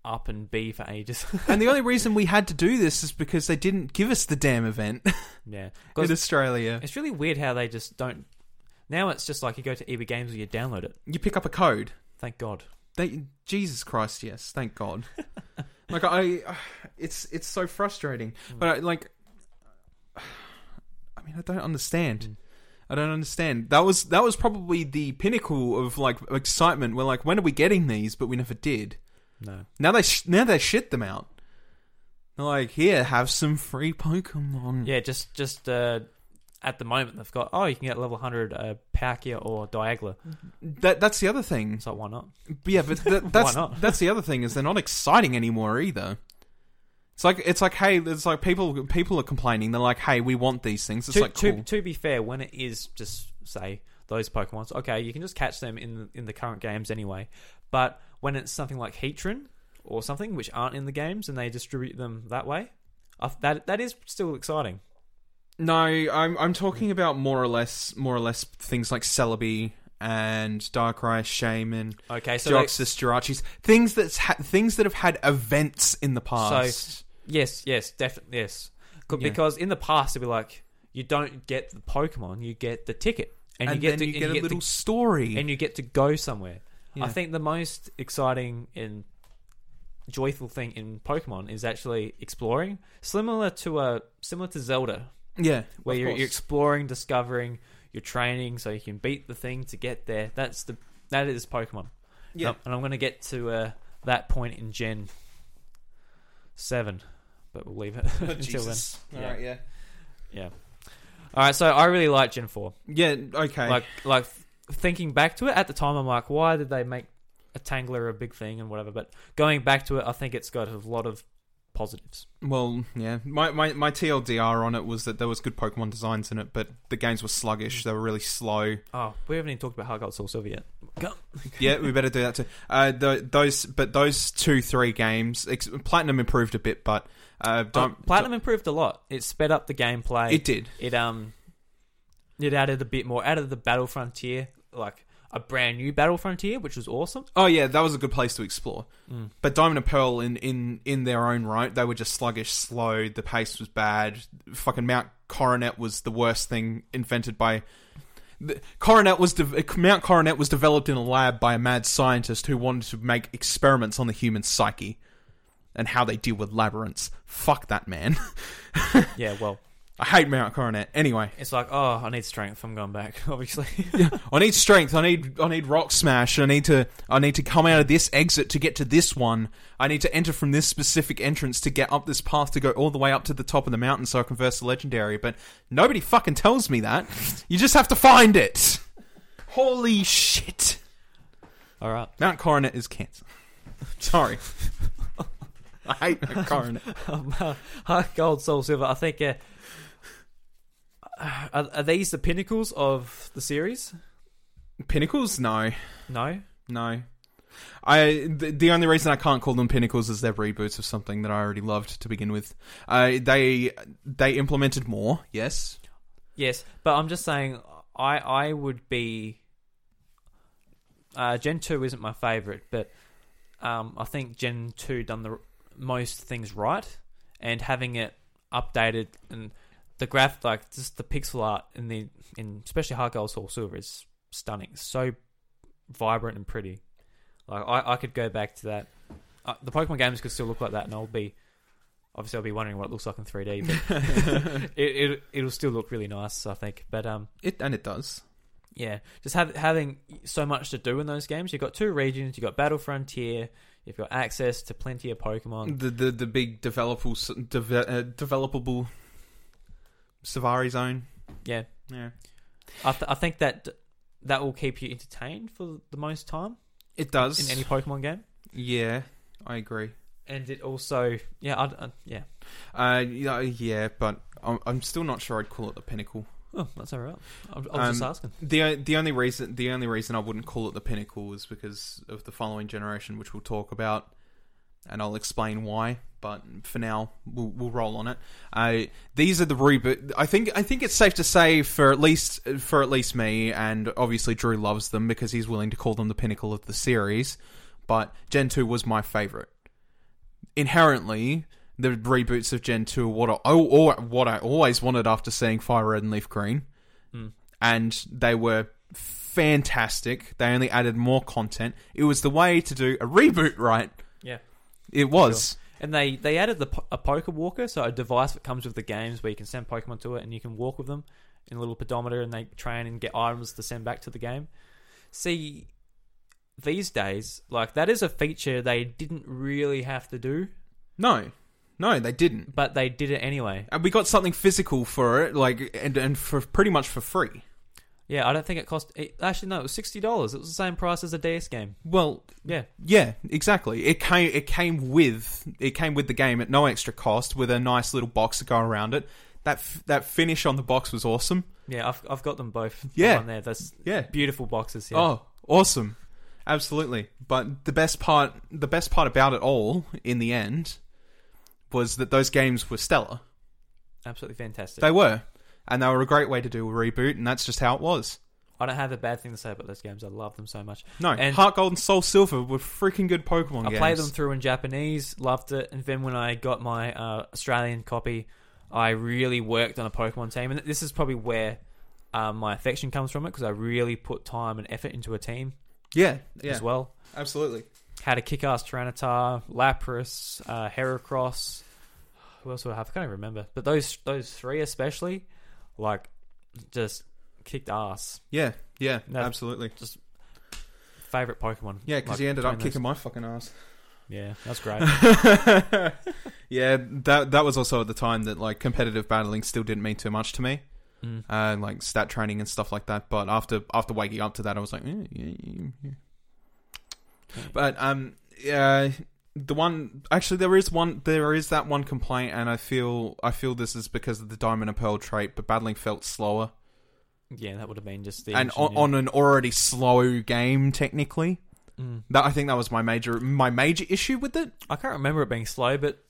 S1: up and B for ages. (laughs)
S2: And the only reason we had to do this is because they didn't give us the damn event
S1: yeah,
S2: in
S1: 'Cause
S2: Australia.
S1: it's really weird how they just don't. Now it's just like you go to EB Games or you download it.
S2: You pick up a code.
S1: Thank God.
S2: They, Jesus Christ, yes, thank God. like I, it's it's so frustrating. But I, like, (sighs) I mean, I don't understand.
S1: Mm.
S2: I don't understand. That was that was probably the pinnacle of like excitement. We're like, when are we getting these? But we never did.
S1: No.
S2: Now they sh- now they shit them out. They're like, here, have some free Pokemon.
S1: Yeah, just just uh, at the moment they've got oh you can get level hundred uh, Palkia or Diagla.
S2: Mm. That that's the other thing.
S1: So why not?
S2: But yeah, but th- (laughs) that's
S1: not?
S2: that's the other thing is they're not exciting anymore either. It's like it's like hey, it's like people people are complaining. They're like, hey, we want these things. It's
S1: to,
S2: like cool.
S1: to, to be fair, when it is just say those Pokemons, okay, you can just catch them in the, in the current games anyway. But when it's something like Heatran or something which aren't in the games and they distribute them that way, I, th- that that is still exciting.
S2: No, I'm I'm talking about more or less more or less things like Celebi and Darkrai, Shaman,
S1: Okay, so they-
S2: Deoxys, Jirachis, things that's ha- things that have had events in the past.
S1: yes, yes, definitely yes. 'Cause-
S2: Yeah.
S1: Because in the past it'd be like you don't get the Pokemon, you get the ticket, and,
S2: and
S1: you get
S2: then
S1: to
S2: you
S1: and
S2: get a
S1: to-
S2: little story.
S1: and you get to go somewhere.
S2: Yeah.
S1: I think the most exciting and joyful thing in Pokemon is actually exploring, similar to a similar to Zelda,
S2: yeah,
S1: where
S2: of
S1: you're,
S2: course.
S1: you're exploring, discovering, you're training so you can beat the thing to get there. That's the that is Pokemon.
S2: yeah.
S1: and I'm going to get to uh, that point in Gen Seven, but we'll leave it (laughs)
S2: (laughs)
S1: until
S2: Oh, Jesus.
S1: then. Yeah.
S2: All right, yeah,
S1: then. Yeah. All right, so I really like Gen Four.
S2: yeah. Okay,
S1: Like like thinking back to it at the time, I'm like, why did they make a Tangler a big thing and whatever? But going back to it, I think it's got a lot of positives.
S2: Well, yeah. My, my my TLDR on it was that there was good Pokemon designs in it, but the games were sluggish. They were really slow.
S1: Oh, we haven't even talked about Hard Gold Soul Silver yet. Go.
S2: Yeah, we better do that too. Uh, tho- those, but those two three games, ex- Platinum improved a bit, but uh, don't
S1: Oh, Platinum improved a lot. It sped up the gameplay.
S2: It did.
S1: It um, it added a bit more. Added the battle frontier, like a brand new battle frontier, which was awesome.
S2: Oh yeah, that was a good place to explore.
S1: Mm.
S2: But Diamond and Pearl, in in in their own right, they were just sluggish, slow. The pace was bad. Fucking Mount Coronet was the worst thing invented by. The, Coronet was de- Mount Coronet was developed in a lab by a mad scientist who wanted to make experiments on the human psyche and how they deal with labyrinths. Fuck that man. (laughs)
S1: Yeah, well,
S2: I hate Mount Coronet. Anyway,
S1: it's like, oh, I need strength. I'm going back, (laughs) obviously.
S2: I need strength. I need I need rock smash. I need to I need to come out of this exit to get to this one. I need to enter from this specific entrance to get up this path to go all the way up to the top of the mountain so I can verse the legendary. But nobody fucking tells me (laughs) that. You just have to find it. Holy shit!
S1: All right. (laughs)
S2: Mount Coronet is cancer. (laughs) Sorry. I hate Mount (laughs) Coronet.
S1: um, uh, (laughs) Heart, Gold, Soul, Silver. I think. Uh, are, are these the pinnacles of the series?
S2: Pinnacles? No,
S1: No.
S2: no. I the, the only reason I can't call them pinnacles is they're reboots of something that I already loved to begin with. Uh, they they implemented more, yes.
S1: Yes, but I'm just saying, I I would be. Uh, Gen two isn't my favorite, but um, I think Gen two done the r- most things right, and having it updated and the graph, like just the pixel art in the in especially Hard Gold Soul Silver is stunning. It's so vibrant and pretty. Like I, I could go back to that. Uh, the Pokemon games could still look like that, and I'll be obviously I'll be wondering what it looks like in 3D. But (laughs) it, it it'll still look really nice, I think. But um,
S2: It and it does.
S1: yeah, just have, having so much to do in those games. You've got two regions. You've got Battle Frontier. You've got access to plenty of Pokemon.
S2: The the the big developable s- deve- uh, developable Savari zone.
S1: Yeah,
S2: Yeah.
S1: I, th- I think that that will keep you entertained for the most time
S2: It does.
S1: in any Pokemon game.
S2: yeah, I agree. And
S1: It also, yeah, I'd, i yeah.
S2: uh yeah, yeah, but I'm, I'm still not sure I'd call it the pinnacle.
S1: Oh, that's all right. I was I was just
S2: Um,
S1: asking.
S2: the the only reason the only reason I wouldn't call it the pinnacle is because of the following generation, which we'll talk about, and I'll explain why. But for now, we'll, we'll roll on it. Uh, these are the reboot. I think I think it's safe to say for at least for at least me, and obviously Drew loves them because he's willing to call them the pinnacle of the series. But Gen two was my favorite. Inherently, the reboots of Gen two are what I, oh, or what I always wanted after seeing Fire Red and Leaf Green and they were fantastic. They only added more content. It was the way to do a reboot, right?
S1: Yeah.
S2: It was.
S1: And they, they added the po- a poker walker, so a device that comes with the games where you can send Pokemon to it and you can walk with them in a little pedometer and they train and get items to send back to the game. See, these days, like that is a feature they didn't really have to do,
S2: No, no, they didn't.
S1: but they did it anyway.
S2: And we got something physical for it, like and and for pretty much for free.
S1: Yeah, I don't think it cost. It, actually, no, it was sixty dollars. It was the same price as a DS game.
S2: Well,
S1: Yeah,
S2: yeah, exactly. It came it came with it came with the game at no extra cost, with a nice little box to go around it. That f- that finish on the box was awesome.
S1: yeah, I've, I've got them both. (laughs)
S2: Yeah.
S1: on there. That's
S2: Yeah.
S1: beautiful boxes. Yeah.
S2: Oh, awesome. Absolutely. But the best part the best part about it all in the end was that those games were stellar.
S1: absolutely fantastic.
S2: They were. And they were a great way to do a reboot and that's just how it was.
S1: I don't have a bad thing to say about those games. I love them so much.
S2: No,
S1: And-
S2: Heart Gold and Soul Silver were freaking good Pokemon
S1: I
S2: games.
S1: played them through in Japanese, loved it, and then when I got my uh, Australian copy, I really worked on a Pokemon team, and this is probably where uh, my affection comes from it because I really put time and effort into a team
S2: Yeah, yeah,
S1: as well.
S2: absolutely.
S1: Had a kick-ass Tyranitar, Lapras, uh, Heracross. Who else would I have? I can't even remember. But those those three especially, like, just kicked ass.
S2: Yeah, yeah,
S1: No.
S2: absolutely.
S1: Favorite Pokemon.
S2: Yeah, because
S1: Like,
S2: he ended up
S1: between
S2: kicking my
S1: (laughs)
S2: fucking ass. (laughs)
S1: those- Yeah, that's great.
S2: yeah, that that was also at the time that like competitive battling still didn't mean too much to me.
S1: Mm.
S2: uh, like stat training and stuff like that. But after after waking up to that, I was like, "Eh, yeah, yeah, yeah." but um, yeah, the one actually there is one there is that one complaint, and I feel I feel this is because of the diamond and pearl trait, but battling felt slower
S1: Yeah, that would have been just the
S2: and
S1: engine,
S2: on,
S1: yeah.
S2: on an already slow game technically.
S1: Mm.
S2: That I think that was my major my major issue with it.
S1: I can't remember it being slow, but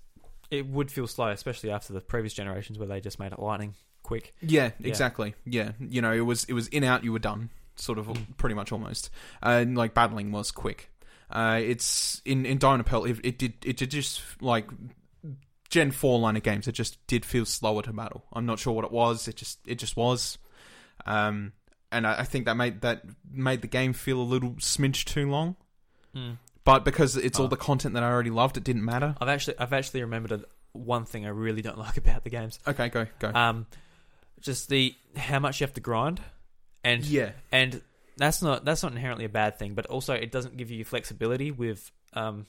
S1: it would feel slow, especially after the previous generations where they just made it lightning quick.
S2: Yeah,
S1: Yeah.
S2: exactly. Yeah, you know, it was it was in out, you were done, sort of,
S1: Mm.
S2: pretty much almost. Uh, and like battling was quick. Uh, it's in in Diamond and Pearl, it, it did it did just like Gen four line of games. It just did feel slower to battle. I'm not sure what it was. It just it just was. Um, and I, I think that made that made the game feel a little smidge too long. Hmm. But because it's all
S1: Oh.
S2: the content that I already loved, it didn't matter.
S1: I've actually I've actually remembered a, one thing I really don't (laughs) like about the games.
S2: Okay, go go.
S1: Um, just the how much you have to grind, and
S2: yeah,
S1: and that's not that's not inherently a bad thing, but also it doesn't give you flexibility with um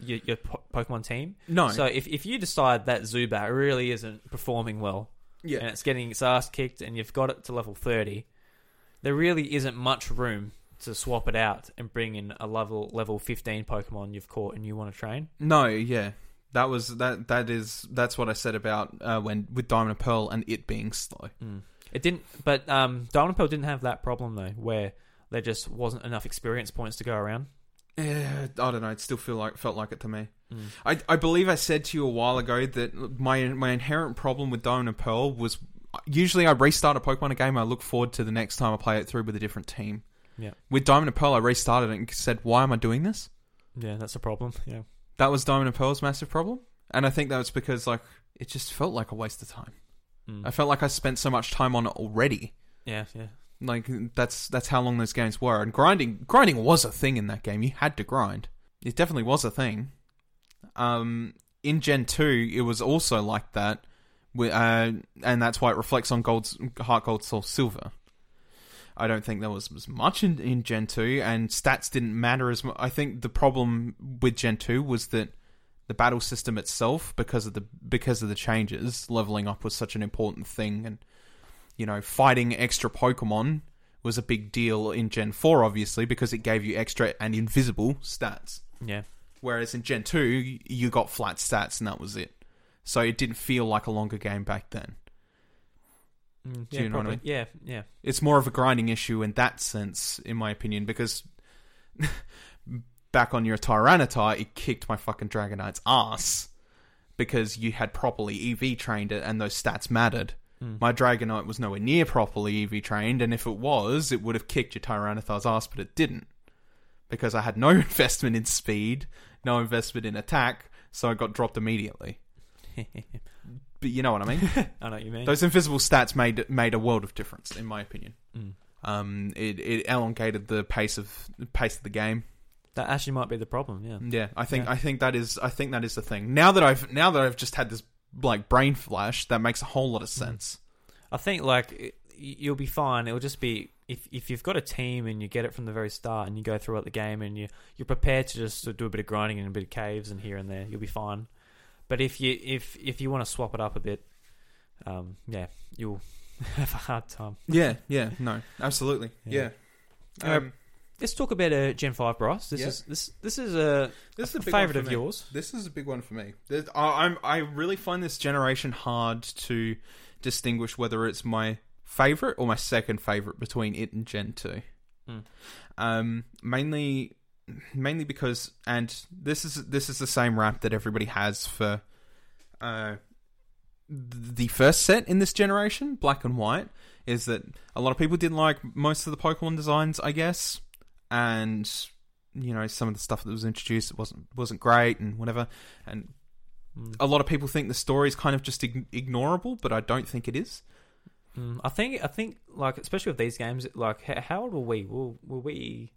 S1: your, your po- Pokemon team.
S2: no,
S1: So if if you decide that Zubat really isn't performing well,
S2: yeah,
S1: and it's getting its ass kicked, and you've got it to level 30, there really isn't much room to swap it out and bring in a level level 15 Pokemon you've caught and you want to train.
S2: No, yeah, that was that. That is that's what I said about uh, when with Diamond and Pearl and it being slow.
S1: It didn't, but um, Diamond and Pearl didn't have that problem though, where there just wasn't enough experience points to go around.
S2: Yeah, I don't know. It still feel like felt like it to me.
S1: Mm.
S2: I I believe I said to you a while ago that my my inherent problem with Diamond and Pearl was usually I restart a Pokemon game. I look forward to the next time I play it through with a different team.
S1: Yeah.
S2: With Diamond and Pearl, I restarted it and said, "Why am I doing this?"
S1: Yeah, that's a problem. Yeah,
S2: That was Diamond and Pearl's massive problem, and I think that was because like it just felt like a waste of time.
S1: Mm.
S2: I felt like I spent so much time on it already.
S1: yeah, yeah.
S2: Like that's that's how long those games were, and grinding grinding was a thing in that game. You had to grind. It definitely was a thing. Um, in Gen two, it was also like that, wi- uh, and that's why it reflects on Gold's Heart Gold Soul Silver. I don't think there was, was much in, in Gen two, and stats didn't matter as much. I think the problem with Gen two was that the battle system itself, because of the because of the changes, leveling up was such an important thing, and you know, fighting extra Pokemon was a big deal in Gen 4, obviously, because it gave you extra and invisible stats.
S1: Yeah,
S2: Whereas in Gen 2, you got flat stats and that was it. So it didn't feel like a longer game back then.
S1: Mm,
S2: Do
S1: yeah,
S2: you know what I
S1: probably.
S2: mean?
S1: Yeah, yeah. (laughs)
S2: It's more of a grinding issue in that sense, in my opinion, because (laughs) back on your Tyranitar, it kicked my fucking Dragonite's ass because you had properly EV trained it and those stats mattered.
S1: Mm.
S2: My Dragonite was nowhere near properly EV trained, and if it was, it would have kicked your Tyranitar's ass, but it didn't. Because I had no (laughs) investment in speed, no investment in attack, so I got dropped immediately. But you know what I mean?
S1: I know what you mean.
S2: Those invisible stats made made a world of difference, in my opinion.
S1: Mm.
S2: Um, it, it elongated the pace of pace of the game.
S1: That actually might be the problem. Yeah.
S2: Yeah, I think
S1: Yeah.
S2: I think that is I think that is the thing. Now that I've now that I've just had this like brain flash, that makes a whole lot of
S1: Hmm.
S2: sense.
S1: I think like it, y- you'll be fine. It'll just be if if you've got a team and you get it from the very start and you go throughout the game and you you're prepared to just sort of do a bit of grinding and a bit of caves and here and there, you'll be fine. But if you if if you want to swap it up a bit, um, yeah, you'll (laughs) have a hard time.
S2: Yeah, yeah, no, absolutely,
S1: Yeah.
S2: yeah.
S1: Yeah.
S2: Um,
S1: Let's talk about uh, Gen Five, Bryce. This
S2: Yeah.
S1: is this this is a,
S2: this is
S1: a
S2: a big one
S1: favorite
S2: for
S1: of
S2: me.
S1: yours.
S2: This is a big one for me. There's- I, I'm I really find this generation hard to distinguish whether it's my favorite or my second favorite between it and Gen two.
S1: Mm.
S2: Um, mainly, mainly because, and this is this is the same rap that everybody has for uh, th- the first set in this generation, black and white, is that a lot of people didn't like most of the Pokemon designs, I guess, and you know some of the stuff that was introduced wasn't wasn't great and whatever. And
S1: Mm.
S2: a lot of people think the story is kind of just ign- ignorable, but I don't think it is.
S1: Mm, I think I think like especially with these games, like how, how old were we? Were, were we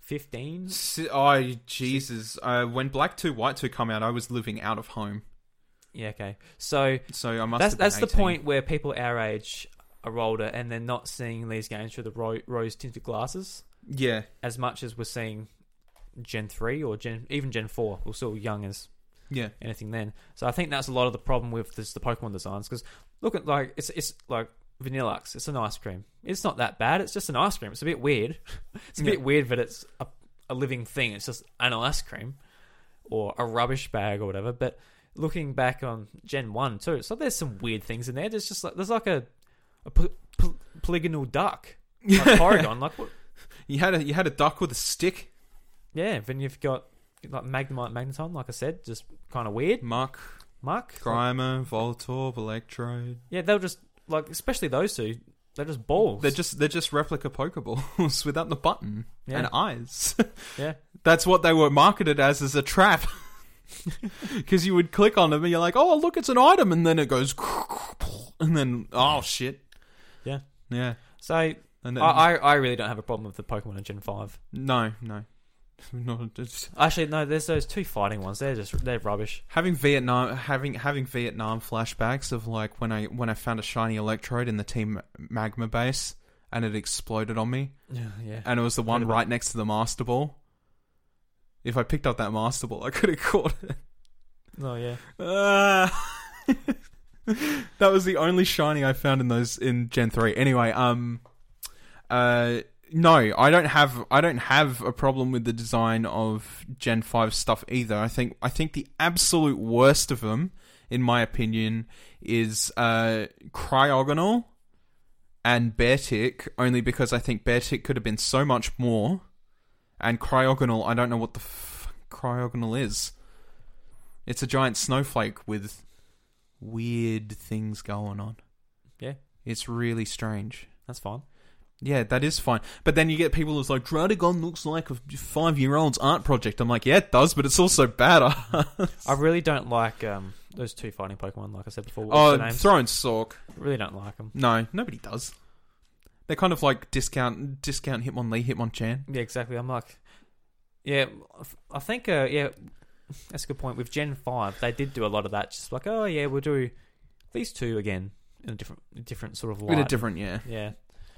S1: fifteen?
S2: S- Oh Jesus! Uh, when Black Two White Two come out, I was living out of home,
S1: Yeah, okay. So
S2: so I must.
S1: that's
S2: have been
S1: that's the
S2: 18.
S1: point where people our age are older and they're not seeing these games through the ro- rose tinted glasses
S2: Yeah,
S1: as much as we're seeing Gen three or Gen even Gen four. We're still young as
S2: yeah,
S1: anything then. So I think that's a lot of the problem with this, the Pokemon designs because look at like it's it's like Vanillux. It's an ice cream. It's not that bad. It's just an ice cream. It's a bit weird. (laughs) it's a bit
S2: Yeah.
S1: weird that it's a, a living thing. It's just an ice cream or a rubbish bag or whatever. But looking back on Gen One too, so there's some weird things in there. There's just like there's like a, a pl- pl- polygonal duck, like Porygon, like what?
S2: (laughs) You had a you had a duck with a stick,
S1: Yeah. Then you've got like Magnemite, Magneton, like I said, just kind of weird.
S2: Mark
S1: Mark,
S2: Grimer, Voltorb, Electrode.
S1: Yeah, they'll just like, especially those two. They're just balls.
S2: They're just they're just replica Pokeballs (laughs) without the button
S1: yeah,
S2: and eyes. (laughs)
S1: yeah.
S2: That's what they were marketed as as a trap. (laughs) Because you would click on them and you're like, oh look, it's an item, and then it goes, (laughs) and then oh shit,
S1: Yeah.
S2: yeah.
S1: So I,
S2: And then,
S1: I, I really don't have a problem with the Pokemon in Gen Five.
S2: no no, (laughs) not just
S1: Actually, no. There's those two fighting ones. They're just they're
S2: (laughs)
S1: rubbish.
S2: having Vietnam having having Vietnam flashbacks of like when I when I found a shiny Electrode in the Team Magma base and it exploded on me.
S1: Yeah, yeah.
S2: and it was the one
S1: Incredible.
S2: right next to the master ball. If I picked up that master ball, I could have (laughs) caught it.
S1: No, yeah.
S2: Ah. (laughs) that was the only shiny I found in those in Gen three. Anyway, um, uh, no, I don't have I don't have a problem with the design of Gen five stuff either. I think I think the absolute worst of them, in my opinion, is uh, Cryogonal and Beartick, only because I think Beartick could have been so much more, and Cryogonal, I don't know what the f- Cryogonal is. It's a giant snowflake with weird things going on.
S1: Yeah.
S2: It's really strange.
S1: That's fine.
S2: Yeah, that is fine. But then you get people who's like, Dradagon looks like a five year old's art project. I'm like, yeah, it does, but it's also better.
S1: I really don't like um those two fighting Pokemon. Like I said before, what was their
S2: oh,
S1: names?
S2: Throne Sork.
S1: really don't like them.
S2: No, nobody does. They're kind of like discount discount Hitmonlee, Hitmonchan.
S1: Yeah, exactly. I'm like, yeah. I think uh yeah, that's a good point. With Gen Five, they did do a lot of that. Just like, oh yeah, we'll do these two again in a different different sort of light.
S2: Bit of different, yeah.
S1: yeah.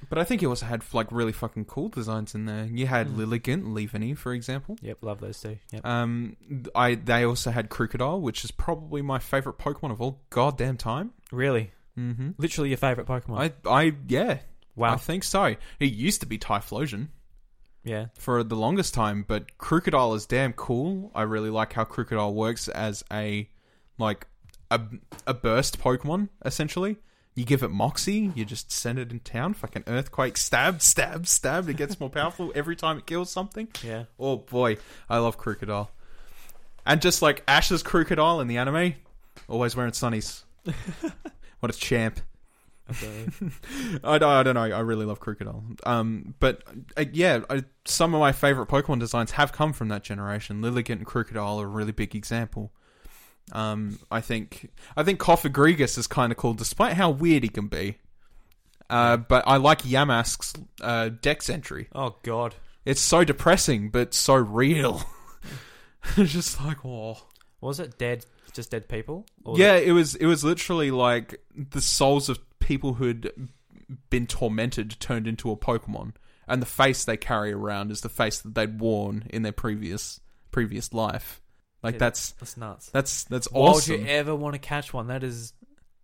S2: But I think he also had like really fucking cool designs in there. You had
S1: Mm.
S2: Lilligant, Leavenny, for example.
S1: Yep, love those two. Yep.
S2: Um, I they also had Crocodile, which is probably my favorite Pokemon of all goddamn time.
S1: Really?
S2: Mm-hmm.
S1: Literally your favorite Pokemon.
S2: I, I, yeah,
S1: wow.
S2: I think so. It used to be Typhlosion
S1: (laughs) yeah.
S2: for the longest time, but Crocodile is damn cool. I really like how Crocodile works as a like a, a burst Pokemon. Essentially, you give it Moxie, you just send it in town, fucking earthquake, stab, stab, stab. It gets more powerful every time it kills something.
S1: Yeah.
S2: Oh boy, I love Crocodile. And just like Ash's Crocodile in the anime, always wearing sunnies. what a champ.
S1: Absolutely.
S2: I don't, I don't know. I really love Crocodile. Um, but uh, yeah, I, some of my favorite Pokemon designs have come from that generation. Lilligant and Crocodile are a really big example. Um, I think I think Coffagrigus is kind of cool, despite how weird he can be. Uh, but I like Yamask's uh, Dex entry.
S1: (laughs) Oh god.
S2: It's so depressing, but so real. (laughs) it's just like, oh.
S1: Was it dead? Just dead people? Or
S2: Yeah, it was. It was literally like the souls of people who'd been tormented turned into a Pokemon, and the face they carry around is the face that they'd worn in their previous previous life. Like
S1: Yeah.
S2: that's
S1: That's nuts.
S2: that's that's
S1: Why would
S2: awesome.
S1: you ever want to catch one? That is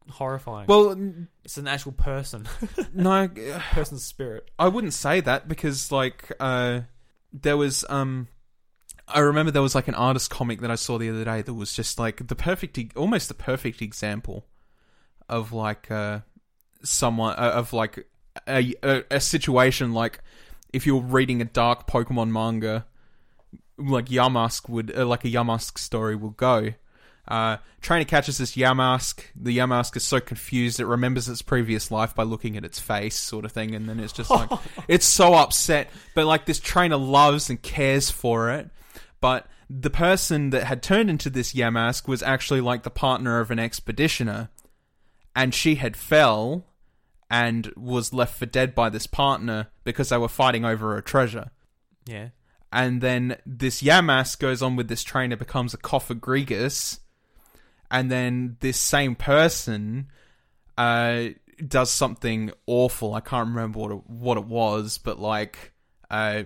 S1: horrifying.
S2: well, n-
S1: it's an actual (laughs) person,
S2: no,
S1: person's spirit.
S2: I wouldn't say that because like uh, there was um. I remember there was like an artist comic that I saw the other day that was just like the perfect, e- almost the perfect example of like uh, someone uh, of like a, a a situation like if you're reading a dark Pokemon manga, like Yamask would uh, like a Yamask story will go. Uh, trainer catches this Yamask. The Yamask is so confused it remembers its previous life by looking at its face, sort of thing, and then it's just like it's so upset. But like this trainer loves and cares for it, but the person that had turned into this Yamask was actually like the partner of an expeditioner, and she had fell and was left for dead by this partner because they were fighting over a treasure.
S1: Yeah.
S2: And then this Yamas goes on with this trainer, becomes a Cophagrigus, and then this same person uh, does something awful. I can't remember what it, what it was, but like uh,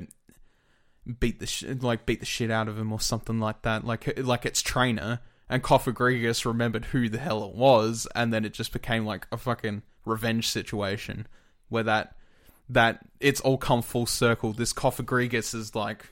S2: beat the sh- like beat the shit out of him or something like that. Like like its trainer and Cophagrigus remembered who the hell it was, and then it just became like a fucking revenge situation where that that it's all come full circle. This Cophagrigus is like,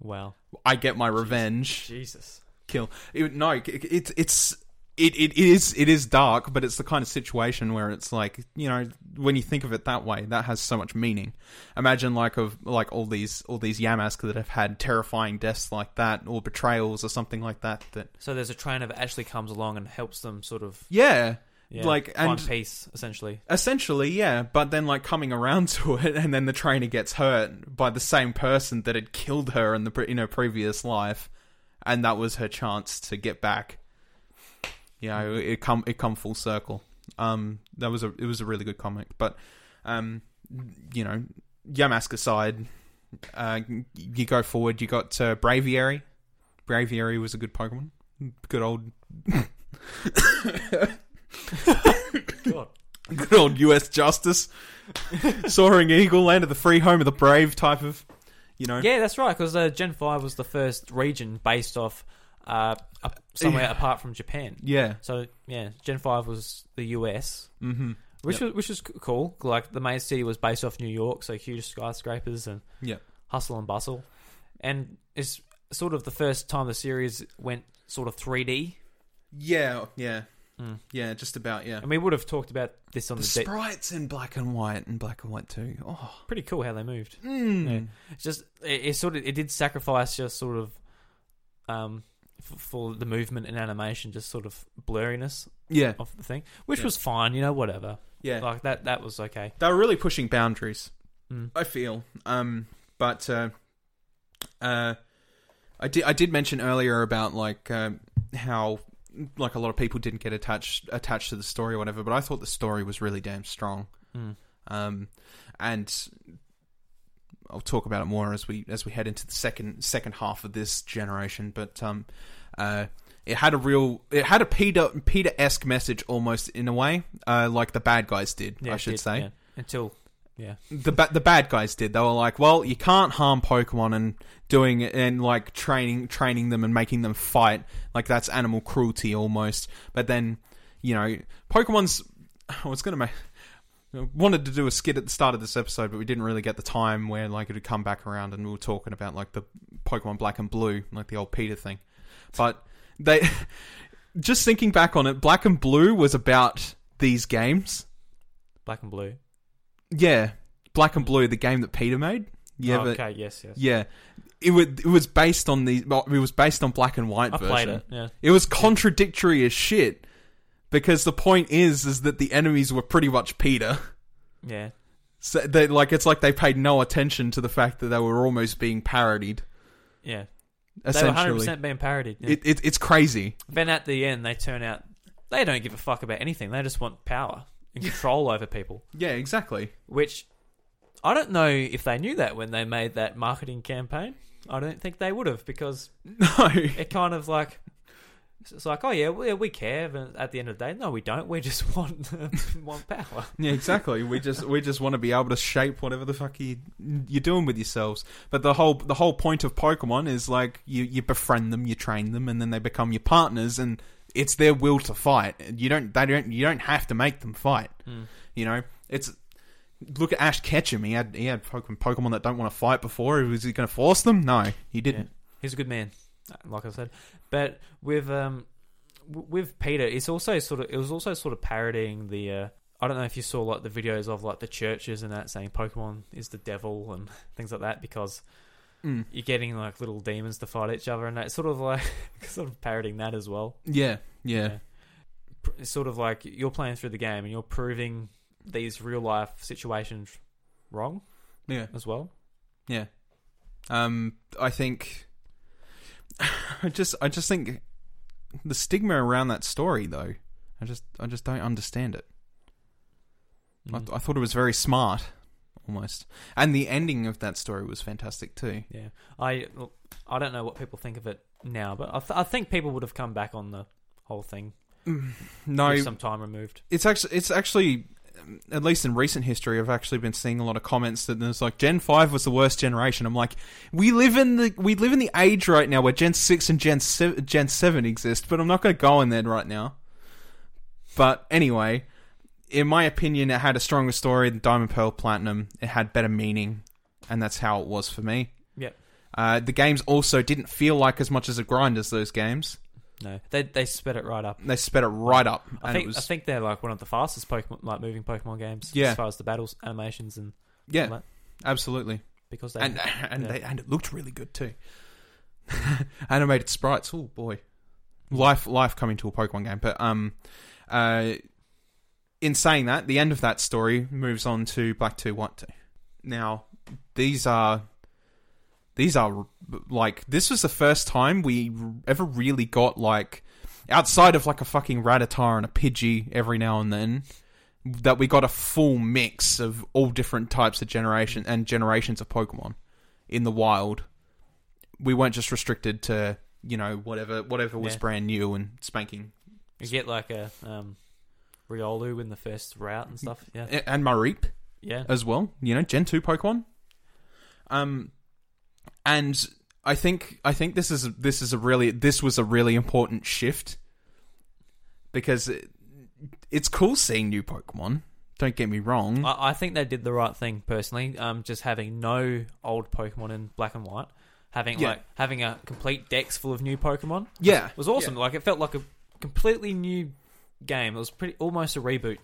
S1: Wow.
S2: I get my revenge.
S1: Jesus.
S2: Kill. It- no, it- it's it's. It, it is it is dark, but it's the kind of situation where it's like you know when you think of it that way, that has so much meaning. Imagine like of like all these all these Yamask that have had terrifying deaths like that, or betrayals or something like that. That
S1: So there's a trainer that actually comes along and helps them sort of
S2: yeah,
S1: yeah,
S2: Like,
S1: find
S2: and-
S1: peace essentially.
S2: Essentially, yeah, but then like coming around (laughs) to it, and then the trainer gets hurt by the same person that had killed her in the pre- in her previous life, and that was her chance to get back. You know, it come it come full circle. Um, that was a it was a really good comic, but um, you know, Yamask aside, uh, you go forward. You got uh, Braviary. Braviary was a good Pokemon. Good old
S1: God.
S2: good old U.S. justice, soaring eagle, land of the free, home of the brave, type of, you know.
S1: Yeah, that's right. Because uh, Gen Five was the first region based off uh, up somewhere apart from Japan.
S2: Yeah.
S1: So yeah, Gen Five was the US,
S2: Mm-hmm.
S1: which was which is c- cool. Like the main city was based off New York, so huge skyscrapers and
S2: Yep.
S1: hustle and bustle, and it's sort of the first time the series went sort of 3D.
S2: Yeah. Yeah.
S1: Mm.
S2: Yeah. Just about. Yeah.
S1: And we would have talked about this on
S2: The
S1: the, de-
S2: sprites in black and white and black and white too. Oh.
S1: pretty cool how they moved.
S2: Mm.
S1: It's just it, it sort of it did sacrifice just sort of um f- for the movement and animation, just sort of blurriness
S2: Yeah.
S1: of the thing, which
S2: Yeah.
S1: was fine. You know, whatever.
S2: Yeah.
S1: Like that that was okay.
S2: they were really pushing boundaries.
S1: Mm.
S2: I feel. Um, but uh, uh, I did I did mention earlier about like um, how like a lot of people didn't get attached attached to the story or whatever. But I thought the story was really damn strong.
S1: Mm.
S2: Um, and I'll talk about it more as we as we head into the second second half of this generation. But um, uh, it had a real it had a Peter Peter esque message almost in a way, uh, like the bad guys did.
S1: Yeah,
S2: I
S1: it
S2: should
S1: did,
S2: say
S1: yeah. until yeah.
S2: the ba- the bad guys did. They were like, well, you can't harm Pokemon and doing and like training training them and making them fight like that's animal cruelty almost. But then you know, Pokemon's. I was gonna make. I Wanted to do a skit at the start of this episode, but we didn't really get the time where like it would come back around, and we were talking about like the Pokemon Black and Blue, like the old Peter thing. But they, (laughs) just thinking back on it, Black and Blue was about these games.
S1: Black and blue.
S2: Yeah, Black and Blue, the game that Peter made. Yeah,
S1: Oh,
S2: but
S1: okay. Yes. Yes.
S2: yeah, it was it was based on the well, it was based on black and white
S1: I
S2: version.
S1: played it. Yeah.
S2: It was contradictory as shit because the point is is that the enemies were pretty much Peter. (laughs)
S1: Yeah.
S2: So they like it's like they paid no attention to the fact that they were almost being parodied.
S1: Yeah. They were hundred
S2: Essentially,
S1: percent being parodied. Yeah.
S2: it, it, it's crazy.
S1: then at the end, they turn out they don't give a fuck about anything. They just want power.
S2: (laughs)
S1: and control over people,
S2: Yeah, exactly. (laughs)
S1: which I don't know if they knew that when they made that marketing campaign. I don't think they would have because
S2: No.
S1: it kind of like it's like oh yeah we, we care but at the end of the day no we don't we just (laughs) want want power
S2: Yeah, exactly. We just we just want to be able to shape whatever the fuck you you're doing with yourselves. But the whole the whole point of Pokemon is like you you befriend them, you train them, and then they become your partners, and it's their will to fight. You don't they don't you don't have to make them fight. You know, it's look at Ash Ketchum. He had he had Pokemon Pokemon that don't want to fight before. Was he going to force them? No, he didn't.
S1: he's a good man like i said but with um w- with peter it's also sort of it was also sort of parodying the uh I don't know if you saw like the videos of like the churches and that saying Pokemon is the devil and (laughs) things like that because
S2: Mm.
S1: you're getting like little demons to fight each other and that sort of like (laughs) sort of parodying that as well.
S2: Yeah, yeah,
S1: Yeah. pr- it's sort of like you're playing through the game and you're proving these real life situations wrong
S2: yeah.
S1: as well.
S2: Yeah. Um, I think. (sighs) I just, I just think the stigma around that story, though. I just, I just don't understand it. I,
S1: Mm.
S2: th- I thought it was very smart, almost, and the ending of that story was fantastic too.
S1: yeah, I I don't know what people think of it now, but I, th- I think people would have come back on the whole thing
S2: No,
S1: with some time removed.
S2: it's actually, it's actually, um, at least in recent history, I've actually been seeing a lot of comments that there's like Gen Five was the worst generation. I'm like, we live in the, we live in the age right now where Gen Six and Gen Seven, Gen Seven exist, but I'm not going to go in there right now. But anyway, in my opinion, it had a stronger story than Diamond Pearl Platinum. It had better meaning, and that's how it was for me.
S1: Yep.
S2: Uh, the games also didn't feel like as much as a grind as those games.
S1: No, they they sped it right up.
S2: They sped it right up.
S1: I
S2: and
S1: think
S2: it was,
S1: I think they're like one of the fastest Pokemon like moving Pokemon games
S2: Yeah.
S1: as far as the battles animations and
S2: yeah,
S1: like-
S2: absolutely.
S1: because they
S2: and (laughs) and
S1: yeah.
S2: they, and it looked really good too. (laughs) Animated sprites, oh boy, life life coming to a Pokemon game. But um, uh, in saying that, the end of that story moves on to Black Two White Two. Now these are these are like this was the first time we ever really got like outside of like a fucking Rattata and a Pidgey every now and then that we got a full mix of all different types of generation and generations of Pokemon in the wild. We weren't just restricted to you know whatever whatever was
S1: Yeah.
S2: brand new and spanking
S1: you get like a um, Riolu in the first route and stuff. Yeah,
S2: A- and Mareep
S1: yeah,
S2: as well. You know, Gen two Pokemon. Um, and I think I think this is this is a really this was a really important shift because it, it's cool seeing new Pokemon. Don't get me wrong.
S1: I, I think they did the right thing personally. Um, just having no old Pokemon in black and white, having
S2: Yeah.
S1: like having a complete decks full of new Pokemon
S2: yeah,
S1: was awesome. Like it felt like a completely new game. It was pretty almost a reboot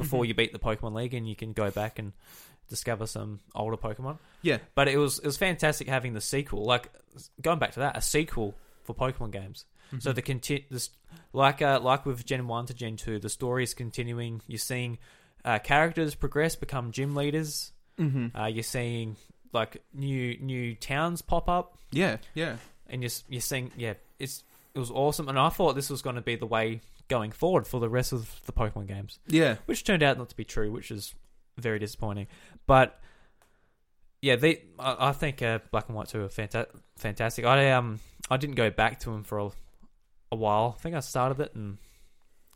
S2: Mm-hmm.
S1: before you beat the Pokemon League, and you can go back and discover some older Pokemon.
S2: Yeah.
S1: but it was it was fantastic having the sequel. Like going back to that, a sequel for Pokemon games.
S2: Mm-hmm.
S1: So the conti- this like uh, like with Gen One to Gen Two, the story is continuing. You're seeing uh, characters progress, become gym leaders.
S2: Mm-hmm.
S1: Uh, you're seeing like new new towns pop up,
S2: Yeah, yeah.
S1: and you're s- you're seeing yeah, it's it was awesome. And I thought this was going to be the way going forward for the rest of the Pokemon games,
S2: Yeah.
S1: which turned out not to be true, which is very disappointing. But yeah, they I, I think uh, Black and White Two are fanta- fantastic. I um I didn't go back to them for a, a while. I think I started it and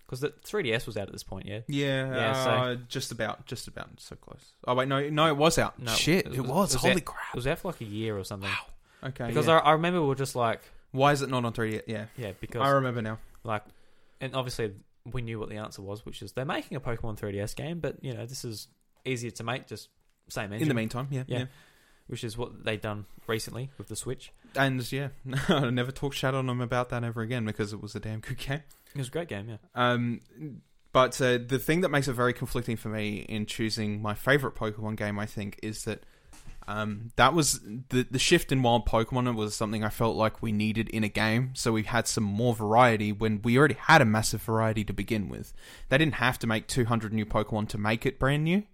S1: because the 3DS was out at this point, yeah.
S2: Yeah,
S1: Yeah, so-
S2: uh, just about, just about, so close. Oh wait, no, no, it was out.
S1: No,
S2: Shit,
S1: it
S2: it,
S1: was- it
S2: was.
S1: was
S2: Holy
S1: out. It
S2: crap!
S1: was out for like a year or something.
S2: Okay,
S1: Because
S2: yeah.
S1: I, I remember we were just like,
S2: why is it not on 3D yet? Yeah,
S1: yeah, because
S2: I remember now.
S1: like and obviously we knew what the answer was which is they're making a pokemon 3ds game but you know this is easier to make just same engine
S2: In the meantime, yeah,
S1: Yeah.
S2: yeah,
S1: which is what they've done recently with the switch
S2: and yeah, (laughs) I never talk shit on them about that ever again because it was a damn good game.
S1: it was a great game yeah
S2: Um, but uh, the thing that makes it very conflicting for me in choosing my favorite Pokemon game, I think, is that um, that was the the shift in wild Pokemon was something I felt like we needed in a game, so we had some more variety when we already had a massive variety to begin with. They didn't have to make 200 new Pokemon to make it brand new.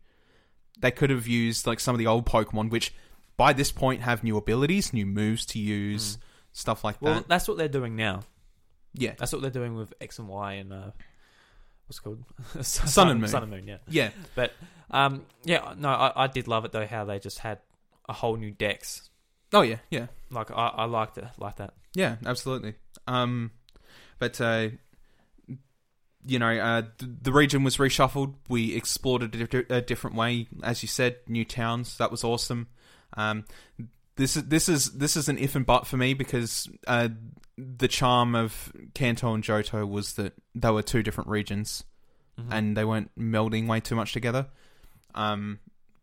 S2: They could have used like some of the old Pokemon, which by this point have new abilities, new moves to use, stuff like
S1: well
S2: that.
S1: that's what they're doing now
S2: Yeah,
S1: that's what they're doing with x and y and uh what's it called (laughs)
S2: Sun and Moon.
S1: Sun and Moon, yeah.
S2: Yeah,
S1: Um, yeah, no, I, I did love it though how they just had a whole new decks.
S2: oh yeah, yeah,
S1: Like I, I liked it like that.
S2: yeah, absolutely. Um, but uh, you know, uh, th- the region was reshuffled. We explored it a, di- a different way, as you said, new towns. That was awesome. Um, this is this is this is an if and but for me because uh, the charm of Kanto and Johto was that they were two different regions.
S1: Mhm.
S2: Mm-hmm. and they weren't melding way too much together. Um,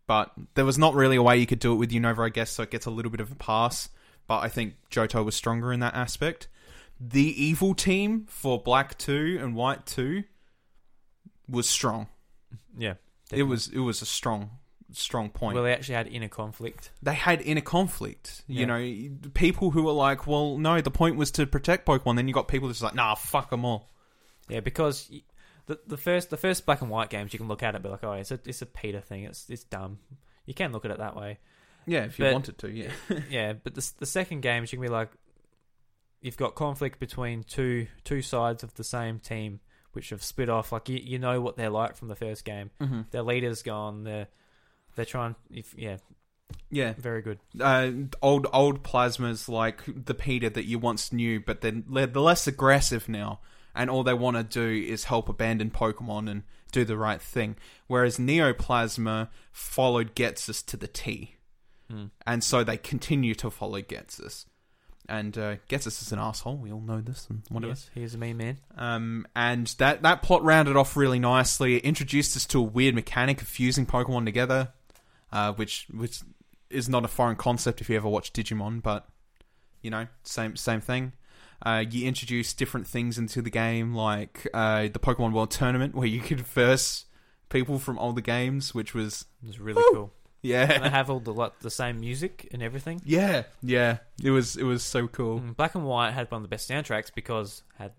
S2: but there was not really a way you could do it with Unova, I guess, so it gets a little bit of a pass. But I think Johto was stronger in that aspect. The evil team for Black 2 and White 2 was strong.
S1: yeah,
S2: It was it was a strong strong point.
S1: well, they actually had inner conflict.
S2: they had inner conflict,
S1: Yeah.
S2: you know, people who were like, "Well, no, the point was to protect Pokemon." Then you got people that's like, "Nah, fuck them all."
S1: Yeah, because y- the the first the first black and white games you can look at it and be like, oh, it's a it's a Peter thing. It's it's dumb. You can look at it that way.
S2: Yeah, if you
S1: But-
S2: wanted to, yeah.
S1: yeah, but the s- the second games you can be like, you've got conflict between two two sides of the same team which have split off. Like you, you know what they're like from the first game.
S2: Mm-hmm.
S1: Their leader's gone. They're they're trying. If, yeah,
S2: (laughs) Yeah.
S1: very good.
S2: uh, old old plasmas like the Peter that you once knew, but then they're, they're less aggressive now, and all they want to do is help abandon Pokemon and do the right thing. Whereas Neoplasma followed Getsus to the T,
S1: Hmm.
S2: and so they continue to follow Getsus. And uh, Getsus is an asshole. We all know this, and whatever.
S1: Yes, he's a mean man.
S2: Um, and that that plot rounded off really nicely. It introduced us to a weird mechanic of fusing Pokemon together, uh, which which is not a foreign concept if you ever watched Digimon, but you know, same same thing. Uh, you introduce different things into the game, like uh, the Pokemon World Tournament, where you (laughs) could verse people from older games, which was
S1: It was really
S2: Woo!
S1: cool. And they
S2: yeah,
S1: have all the like, the same music and everything.
S2: (laughs) yeah, yeah. It was it was so cool.
S1: Mm, Black and White had one of the best soundtracks because it had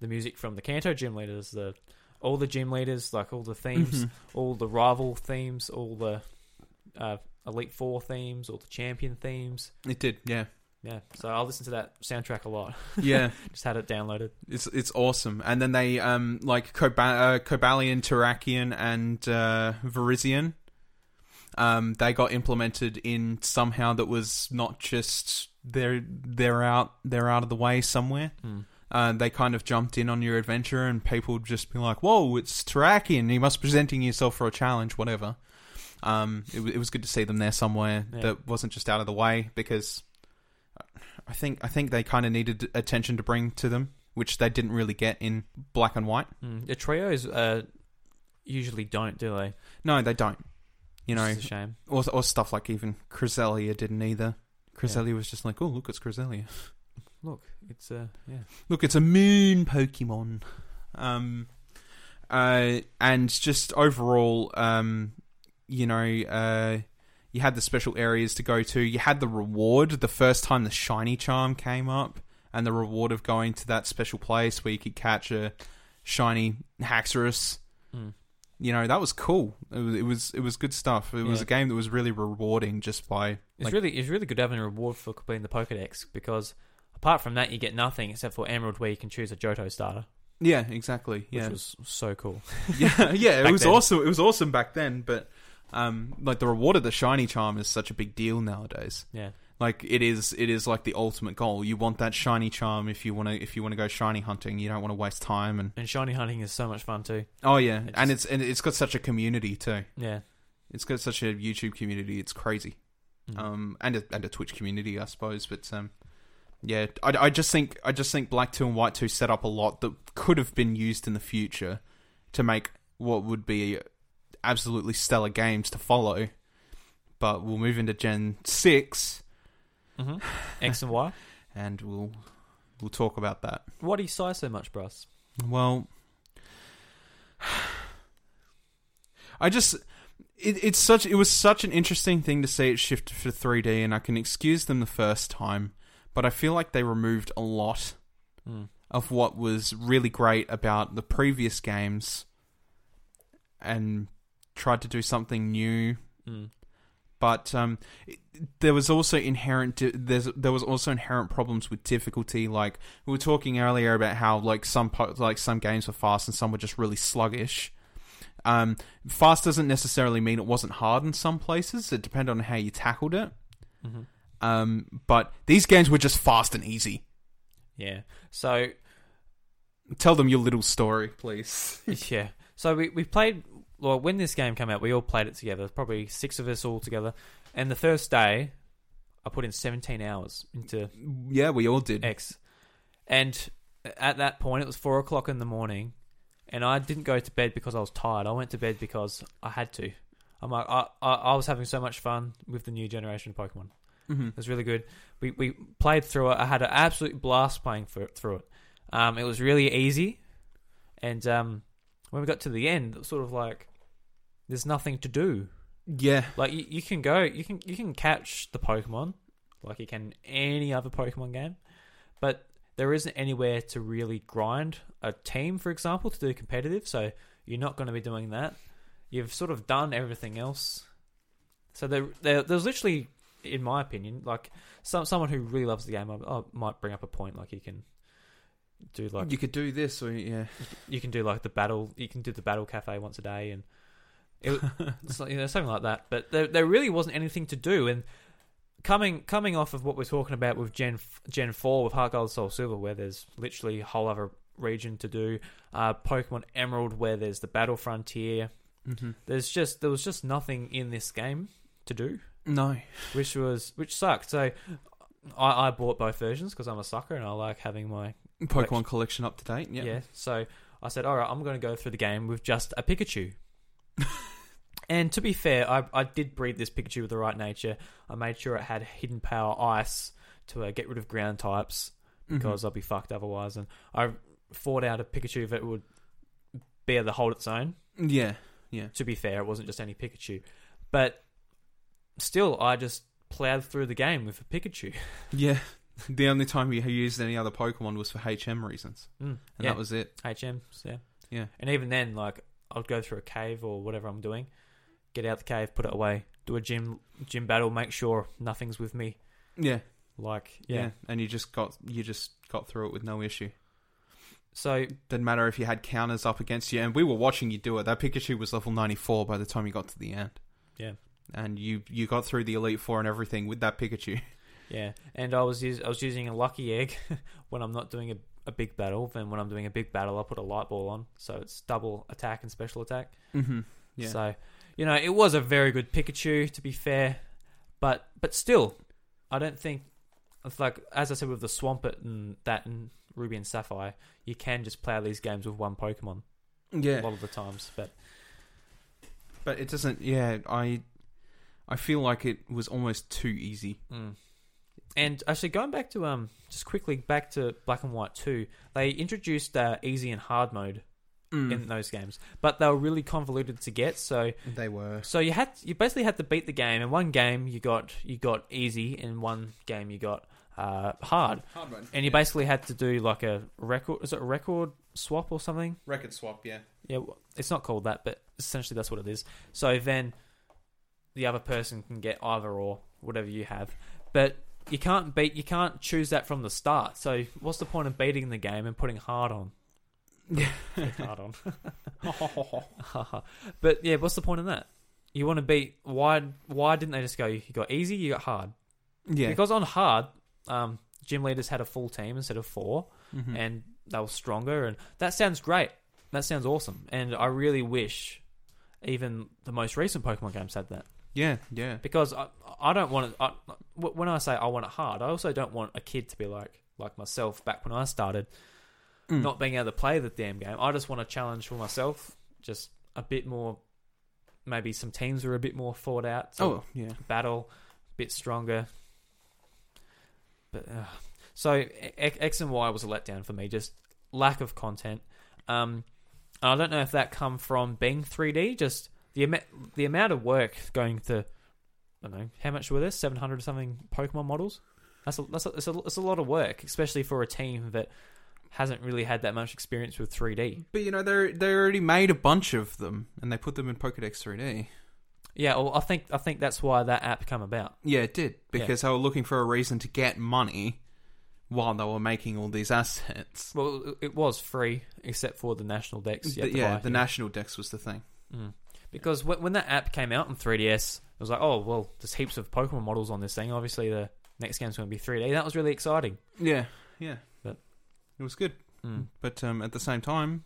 S1: the music from the Kanto gym leaders, the all the gym leaders, like all the themes,
S2: Mhm.
S1: all the rival themes, all the uh, Elite Four themes, all the champion themes.
S2: Mm-hmm. It did, yeah,
S1: Yeah, so I listen to that soundtrack a lot. (laughs)
S2: yeah.
S1: Just had it downloaded.
S2: It's it's awesome. And then they um like Cobal- uh, Cobalion, Terrakion, and uh, Verizion. Um, they got implemented in somehow that was not just they're they're out they're out of the way somewhere.
S1: Mm.
S2: Uh, they kind of jumped in on your adventure, and people would just be like, "Whoa, it's Terrakion! You must be presenting yourself for a challenge, whatever." Um, it, wa- it was good to see them there somewhere
S1: Yeah.
S2: that wasn't just out of the way because I think I think they kind of needed attention to bring to them, which they didn't really get in black and white.
S1: Mm. The trios uh, usually don't, do they?
S2: No, they don't. You know,
S1: Which is a shame.
S2: or, or stuff like even Cresselia didn't either. Cresselia was just like, "Oh, look, it's Cresselia.
S1: Look, it's uh, yeah,
S2: Look, it's a moon Pokemon." Um, uh, and just overall, um, you know, uh, you had the special areas to go to. You had the reward the first time the shiny charm came up, and the reward of going to that special place where you could catch a shiny Haxorus.
S1: Mm.
S2: You know, that was cool. It was it was, it was good stuff. It was
S1: Yeah.
S2: a game that was really rewarding just by
S1: it's
S2: Like-
S1: really it's really good having a reward for completing the Pokedex because apart from that, you get nothing except for Emerald, where you can choose a Johto starter,
S2: yeah, exactly.
S1: which
S2: Yeah,
S1: was so cool.
S2: (laughs) yeah, yeah. It
S1: Back
S2: was
S1: then.
S2: awesome. It was awesome back then, but um, like the reward of the shiny charm is such a big deal nowadays.
S1: Yeah.
S2: Like it is, it is like the ultimate goal. You want that shiny charm if you want to, if you want to go shiny hunting. You don't want to waste time and
S1: And shiny hunting is so much fun too.
S2: oh yeah,
S1: It
S2: and it's
S1: just-
S2: and it's got such a community too.
S1: Yeah.
S2: It's got such a YouTube community. It's crazy.
S1: Mm.
S2: Um, and a, and a Twitch community, I suppose. But um, yeah, I, I just think I just think Black Two and White Two set up a lot that could have been used in the future to make what would be absolutely stellar games to follow. But we'll move into Gen Six,
S1: Mhm. X and Y.
S2: and we'll we'll talk about that.
S1: Why do you sigh so much, Bruss?
S2: Well, I just it, it's such it was such an interesting thing to see it shift for 3D, and I can excuse them the first time, but I feel like they removed a lot
S1: Mm.
S2: of what was really great about the previous games, and tried to do something new
S1: Mm.
S2: But um, it- there was also inherent di- there's there was also inherent problems with difficulty. Like we were talking earlier about how like some po- like some games were fast and some were just really sluggish. Um, fast doesn't necessarily mean it wasn't hard in some places. It depended on how you tackled it.
S1: hmm
S2: Um, but these games were just fast and easy.
S1: Yeah. (laughs) So
S2: Tell them your little story, please.
S1: yeah. So we, we played, well, when this game came out, we all played it together. Probably six of us all together. And the first day, I put in 17 hours into
S2: yeah, we all did.
S1: X. And at that point, it was four o'clock in the morning. And I didn't go to bed because I was tired. I went to bed because I had to. I'm like, I, I, I was having so much fun with the new generation of Pokemon.
S2: Mm-hmm.
S1: It was really good. We we played through it. I had an absolute blast playing for, through it. Um, it was really easy, and um, when we got to the end, it was sort of like there's nothing to do.
S2: Yeah,
S1: Like you, you can go, you can you can catch the Pokemon, like you can any other Pokemon game, but there isn't anywhere to really grind a team, for example, to do competitive. So you're not going to be doing that. You've sort of done everything else. So there, there there's literally, in my opinion, like some someone who really loves the game, I, I might bring up a point like you can do like
S2: you could do this, or yeah,
S1: you can do like the battle you can do the battle cafe once a day and it, it's like, you know something like that but there, there really wasn't anything to do and coming coming off of what we're talking about with gen f- gen 4 with heart gold soul silver where there's literally a whole other region to do uh pokemon emerald where there's the battle frontier
S2: mm-hmm.
S1: there's just there was just nothing in this game to do
S2: no,
S1: which was which sucked so i i bought both versions because i'm a sucker and i like having my
S2: Pokemon collection up to date. Yeah,
S1: yeah. So I said, all right, I'm going to go through the game with just a Pikachu.
S2: (laughs)
S1: and to be fair, I, I did breed this Pikachu with the right nature. I made sure it had hidden power ice to uh, get rid of ground types
S2: Mhm.
S1: because I'll be fucked otherwise. And I fought out a Pikachu that would bear the hold its own.
S2: yeah,
S1: To be fair, it wasn't just any Pikachu. But still, I just plowed through the game with a Pikachu. (laughs)
S2: yeah. (laughs) The only time you used any other Pokemon was for HM reasons,
S1: Mm,
S2: and
S1: yeah.
S2: that was it.
S1: HMs, yeah.
S2: Yeah.
S1: And even then, like, I'd go through a cave or whatever I'm doing, get out the cave, put it away, do a gym gym battle, make sure nothing's with me.
S2: Yeah,
S1: Like,
S2: yeah,
S1: yeah.
S2: and you just got you just got through it with no issue.
S1: So,
S2: Didn't matter if you had counters up against you, and we were watching you do it. That Pikachu was level ninety four by the time you got to the end.
S1: Yeah.
S2: and you you got through the Elite Four and everything with that Pikachu. (laughs)
S1: yeah. And I was us- I was using a lucky egg (laughs) when I'm not doing a, a big battle. Then when I'm doing a big battle, I put a light ball on, so it's double attack and special attack.
S2: Mm-hmm. Yeah,
S1: So, you know, it was a very good Pikachu to be fair, but but still, I don't think it's like as I said with the Swampert and that and Ruby and Sapphire, you can just play these games with one Pokemon a
S2: yeah.
S1: lot of the times. But
S2: But it doesn't. Yeah, I I feel like it was almost too easy.
S1: mm. and actually going back to um just quickly back to Black and White two, they introduced uh, easy and hard mode
S2: Mm.
S1: in those games, but they were really convoluted to get. So
S2: they were.
S1: So you had you basically had to beat the game. In one game, you got you got easy. In one game, you got uh, hard.
S2: Hard mode.
S1: And you basically had to do like a record. Is it a record swap or something?
S2: record
S1: (laughs)
S2: swap, yeah.
S1: Yeah, w- it's not called that, but essentially that's what it is. So then the other person can get either or whatever you have, but you can't beat you can't choose that from the start. So what's the point of beating the game and putting hard on? Click hard on. (laughs) but yeah, what's the point of that? You want to beat why? Why didn't they just go? You got easy, you got hard.
S2: Yeah.
S1: Because on hard, um, gym leaders had a full team instead of four,
S2: Mhm.
S1: and they were stronger. And that sounds great. That sounds awesome. And I really wish even the most recent Pokemon games had that
S2: yeah, yeah.
S1: because I I don't want it. I, wh- when I say I want it hard, I also don't want a kid to be like like myself back when I started,
S2: Mm.
S1: not being able to play the damn game. I just want a challenge for myself, just a bit more. Maybe some teams were a bit more thought out. so
S2: oh, yeah.
S1: battle, a bit stronger. But uh, so E- E- X and Y was a letdown for me. Just lack of content. Um, and I don't know if that come from being 3D. Just the ama- the amount of work going to. I don't know how much were there. Seven hundred something Pokemon models. That's a, that's a, it's, a, it's a lot of work, especially for a team that hasn't really had that much experience with 3D.
S2: But you know, they they already made a bunch of them and they put them in Pokédex 3D.
S1: Yeah, well, I think I think that's why that app came about.
S2: Yeah, it did
S1: Yeah.
S2: because they were looking for a reason to get money while they were making all these assets.
S1: Well, it was free except for the national decks. (laughs) You had
S2: The-
S1: to
S2: yeah,
S1: buy.
S2: the national decks was the thing.
S1: Mm. Because when, when that app came out on 3DS, it was like, oh, well, there's heaps of Pokemon models on this thing. Obviously, the next game's going to be 3D. That was really exciting.
S2: Yeah, yeah,
S1: But-
S2: it was good.
S1: Mm.
S2: But um, at the same time,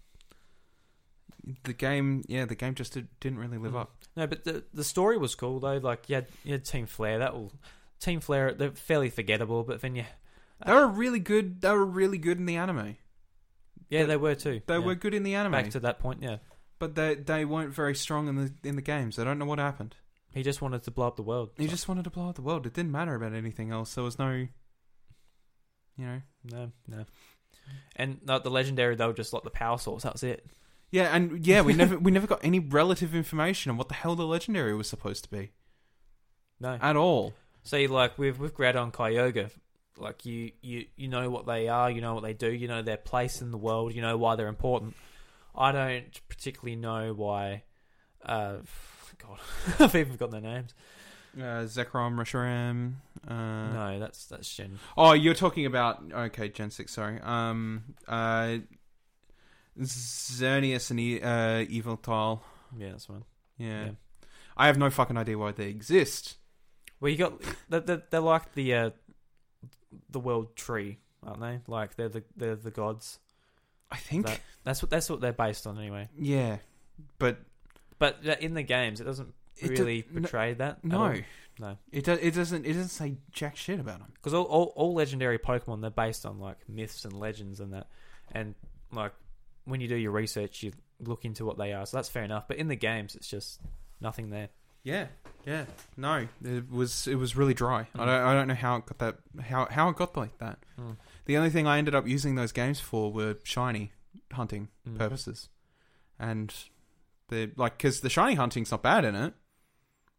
S2: the game, yeah, the game just did, didn't really live
S1: Mm.
S2: up.
S1: No, but the the story was cool though. Like, you had, you had Team Flare. That will Team Flare. They're fairly forgettable, but then yeah,
S2: They were really good. They were really good in the anime.
S1: yeah, they were too.
S2: They
S1: Yeah.
S2: were good in the anime,
S1: back to that point. Yeah,
S2: but they they weren't very strong in the in the games. I don't know what happened.
S1: he just wanted to blow up the world.
S2: He
S1: So,
S2: just wanted to blow up the world. It didn't matter about anything else. There was no, you know,
S1: no, no. And like, the legendary, they were just like the power source. That was it.
S2: yeah, and yeah, we never we never got any relative information on what the hell the legendary was supposed to be
S1: No.
S2: at all.
S1: See, like with with Groudon, Kyogre, like you you you know what they are, you know what they do, you know their place in the world, you know why they're important. I don't particularly know why. Uh, (laughs) God, I've even got their names.
S2: Uh, Zekrom, Reshiram. Uh,
S1: no, that's that's Shin.
S2: Oh, you're talking about okay, Gen six. Sorry. Um. Uh. Xerneas and e- uh, Evil Tile.
S1: Yeah, that's one.
S2: Yeah.
S1: Yeah.
S2: I have no fucking idea why they exist.
S1: Well, you got they're, they're, they're like the uh, the world tree, aren't they? Like they're the they're the gods.
S2: I think.
S1: That- That's what that's what they're based on anyway.
S2: Yeah. But
S1: But uh, in the games, it doesn't
S2: It do-
S1: really
S2: no-
S1: portray that.
S2: no.
S1: No.
S2: It do- it doesn't it doesn't say jack shit about them.
S1: because all, all, all legendary Pokemon they're based on like myths and legends and that, and like when you do your research, you look into what they are. So that's fair enough. But in the games, it's just nothing there.
S2: Yeah. Yeah. No. It was it was really dry. I
S1: Mm.
S2: don't I don't know how it got that how how it got like that.
S1: Mm.
S2: The only thing I ended up using those games for were shiny hunting.
S1: Mm.
S2: purposes. And the like because the shiny hunting's not bad in it.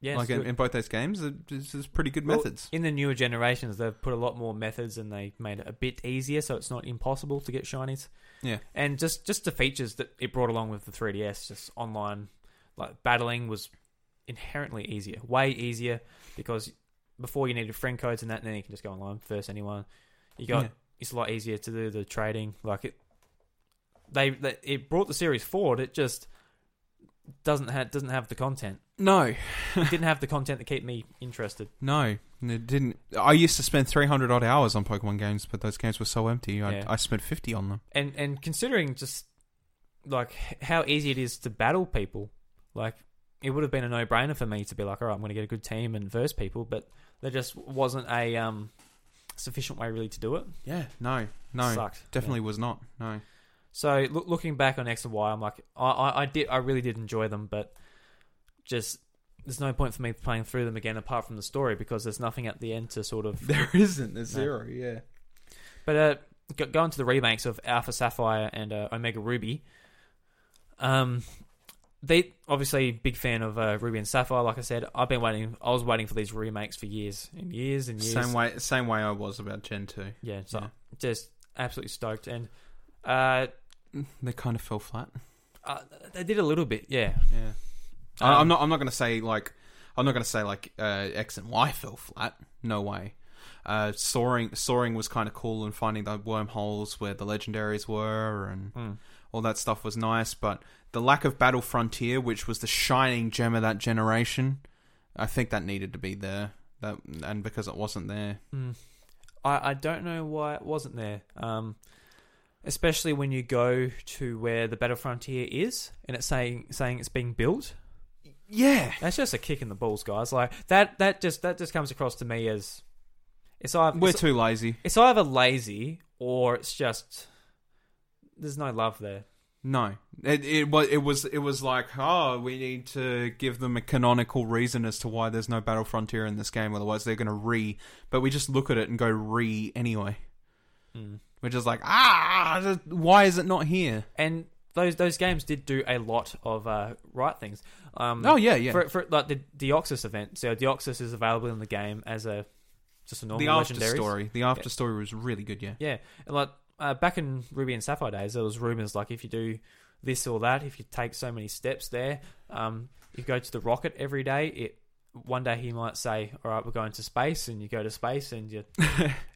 S1: Yeah, it's
S2: like in,
S1: good.
S2: in both those games, it- it's, it's pretty good
S1: Well,
S2: methods.
S1: in the newer generations, they've put a lot more methods and they made it a bit easier, so it's not impossible to get shinies.
S2: Yeah.
S1: and just just the features that it brought along with the 3DS, just online, like battling was inherently easier, way easier because before you needed friend codes and that, and then you can just go online first anyone. You got
S2: Yeah.
S1: it's a lot easier to do the trading. Like it, they, they it brought the series forward. It just doesn't have doesn't have the
S2: (laughs)
S1: content.
S2: No,
S1: It didn't have the content to keep me interested.
S2: no, it didn't. I used to spend three hundred odd hours on Pokemon games, but those games were so empty. I,
S1: Yeah.
S2: I spent fifty on them.
S1: and and considering just like h- how easy it is to battle people, like it would have been a no brainer for me to be like, all right, I'm going to get a good team and verse people, but there just wasn't a um, sufficient way really to do it.
S2: Yeah, no, no,
S1: Sucked.
S2: definitely was not. No,
S1: So look, looking back on X and Y, I'm like, I, I, I did, I really did enjoy them, but just there's no point for me playing through them again apart from the story because there's nothing at the end to sort of
S2: (laughs) (laughs) there isn't. There's
S1: No.
S2: zero. Yeah.
S1: But uh, go- going to the remakes of Alpha Sapphire and uh, Omega Ruby, um, they obviously big fan of uh, Ruby and Sapphire. Like I said, I've been waiting. I was waiting for these remakes for years and years and years.
S2: Same way. Same way I was about Gen two.
S1: yeah. So
S2: Yeah.
S1: just absolutely stoked, and uh,
S2: Mm, They kind of fell flat.
S1: uh, they did a little bit. Yeah.
S2: Yeah. I, I'm
S1: Um,
S2: not. I'm not going to say like. I'm not going to say like uh, X and Y fell flat. No way. Uh, soaring, soaring was kind of cool, and finding the wormholes where the legendaries were, and
S1: Mm.
S2: all that stuff was nice. But the lack of Battle Frontier, which was the shining gem of that generation, I think that needed to be there. That and because it wasn't there,
S1: Mm. I, I don't know why it wasn't there. Um, especially when you go to where the Battle Frontier is, and it's saying saying it's being built.
S2: yeah,
S1: That's just a kick in the balls, guys. Like that that just that just comes across to me as it's either
S2: we're
S1: it's,
S2: too lazy.
S1: it's either lazy or it's just there's no love there.
S2: No, it it was it was it was like oh we need to give them a canonical reason as to why there's no battle frontier in this game, otherwise they're going to re. But we just look at it and go re anyway.
S1: Mm.
S2: We're just like ah, th- why is it not here?
S1: And those those games did do a lot of uh, right things. Um,
S2: Oh yeah, yeah.
S1: for, for like the Deoxys event. So Deoxys is available in the game as a just a normal
S2: the after
S1: legendary.
S2: story, the after story was really good. Yeah,
S1: Yeah, and like uh, back in Ruby and Sapphire days, there was rumors like if you do this or that, if you take so many steps there, um, you go to the rocket every day, it one day he might say, "All right, we're going to space," and you go to space and you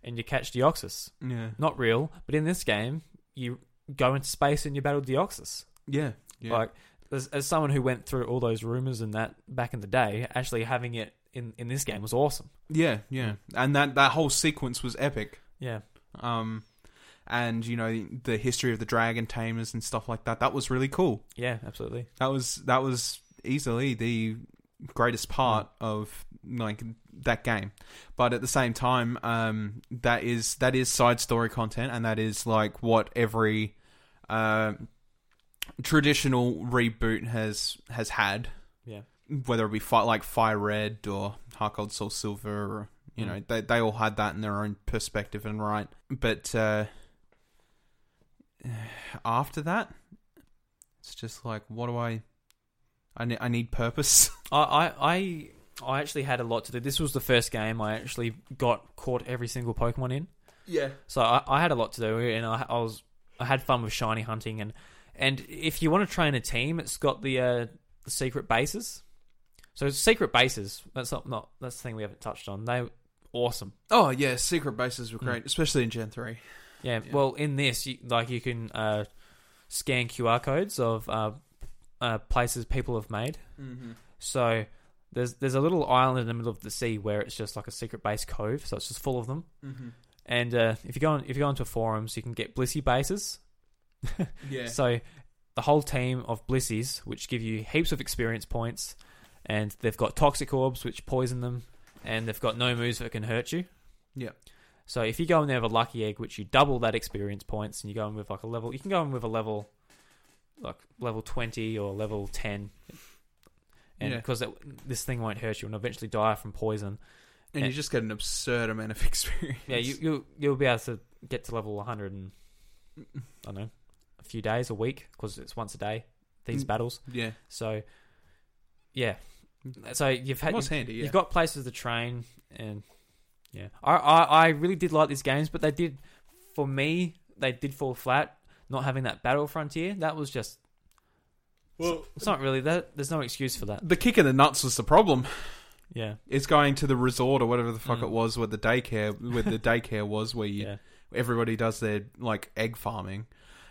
S1: and you catch Deoxys.
S2: yeah,
S1: Not real, but in this game, you go into space and you battle Deoxys.
S2: yeah, yeah.
S1: Like as, as someone who went through all those rumors and that back in the day, actually having it in in this game was awesome.
S2: yeah, yeah. And that that whole sequence was epic.
S1: Yeah,
S2: Um, and you know the history of the dragon tamers and stuff like that. That was really cool.
S1: yeah, absolutely.
S2: That was that was easily the greatest part of like that game. But at the same time, um, that is that is side story content, and that is like what every uh, traditional reboot has has had.
S1: Yeah.
S2: Whether it be fi- like Fire Red or Heart Gold Soul Silver, or you know, they they all had that in their own perspective and right. But uh, (sighs) after that, it's just like, what do I? I need, I need purpose. (laughs)
S1: I I. I I actually had a lot to do. This was the first game I actually got caught every single Pokemon in.
S2: Yeah.
S1: So I, I had a lot to do, and I, I was I had fun with shiny hunting, and and if you want to train a team, it's got the uh, the secret bases. So it's secret bases. That's not, not that's the thing we haven't touched on. They were awesome.
S2: Oh yeah, secret bases were great, especially in Gen three.
S1: Yeah,
S2: Yeah.
S1: Well, in this, you, like you can uh, scan QR codes of uh, uh, places people have made.
S2: Mm-hmm.
S1: So there's there's a little island in the middle of the sea where it's just like a secret base cove. So it's just full of them.
S2: Mm-hmm.
S1: And uh, if you go on if you go into forums, you can get Blissey bases. (laughs)
S2: Yeah.
S1: So the whole team of Blissies, which give you heaps of experience points, and they've got toxic orbs which poison them, and they've got no moves that can hurt you.
S2: Yeah.
S1: So if you go in there with a lucky egg, which you double that experience points, and you go in with like a level, you can go in with a level, like level twenty or level ten, and
S2: Yeah.
S1: because this thing won't hurt you, and eventually die from poison.
S2: and you just get an absurd amount of (laughs) experience.
S1: eh. Yeah, you you you'll be able to get to level one hundred and I don't know a few days, a week, because it's once a day. These
S2: Mm.
S1: battles.
S2: Yeah.
S1: So, yeah. So you've had
S2: It was
S1: you've,
S2: handy. Yeah.
S1: you've got places to train, and yeah, I, I I really did like these games, but they did for me they did fall flat. Not having that battle frontier, that was just
S2: well,
S1: it's not really that. There's no excuse for that.
S2: the kick in the nuts was the problem.
S1: Yeah,
S2: It's going to the resort or whatever the fuck
S1: Mm.
S2: it was, where the daycare,
S1: (laughs)
S2: where the daycare was, where you,
S1: yeah,
S2: everybody does their like egg farming,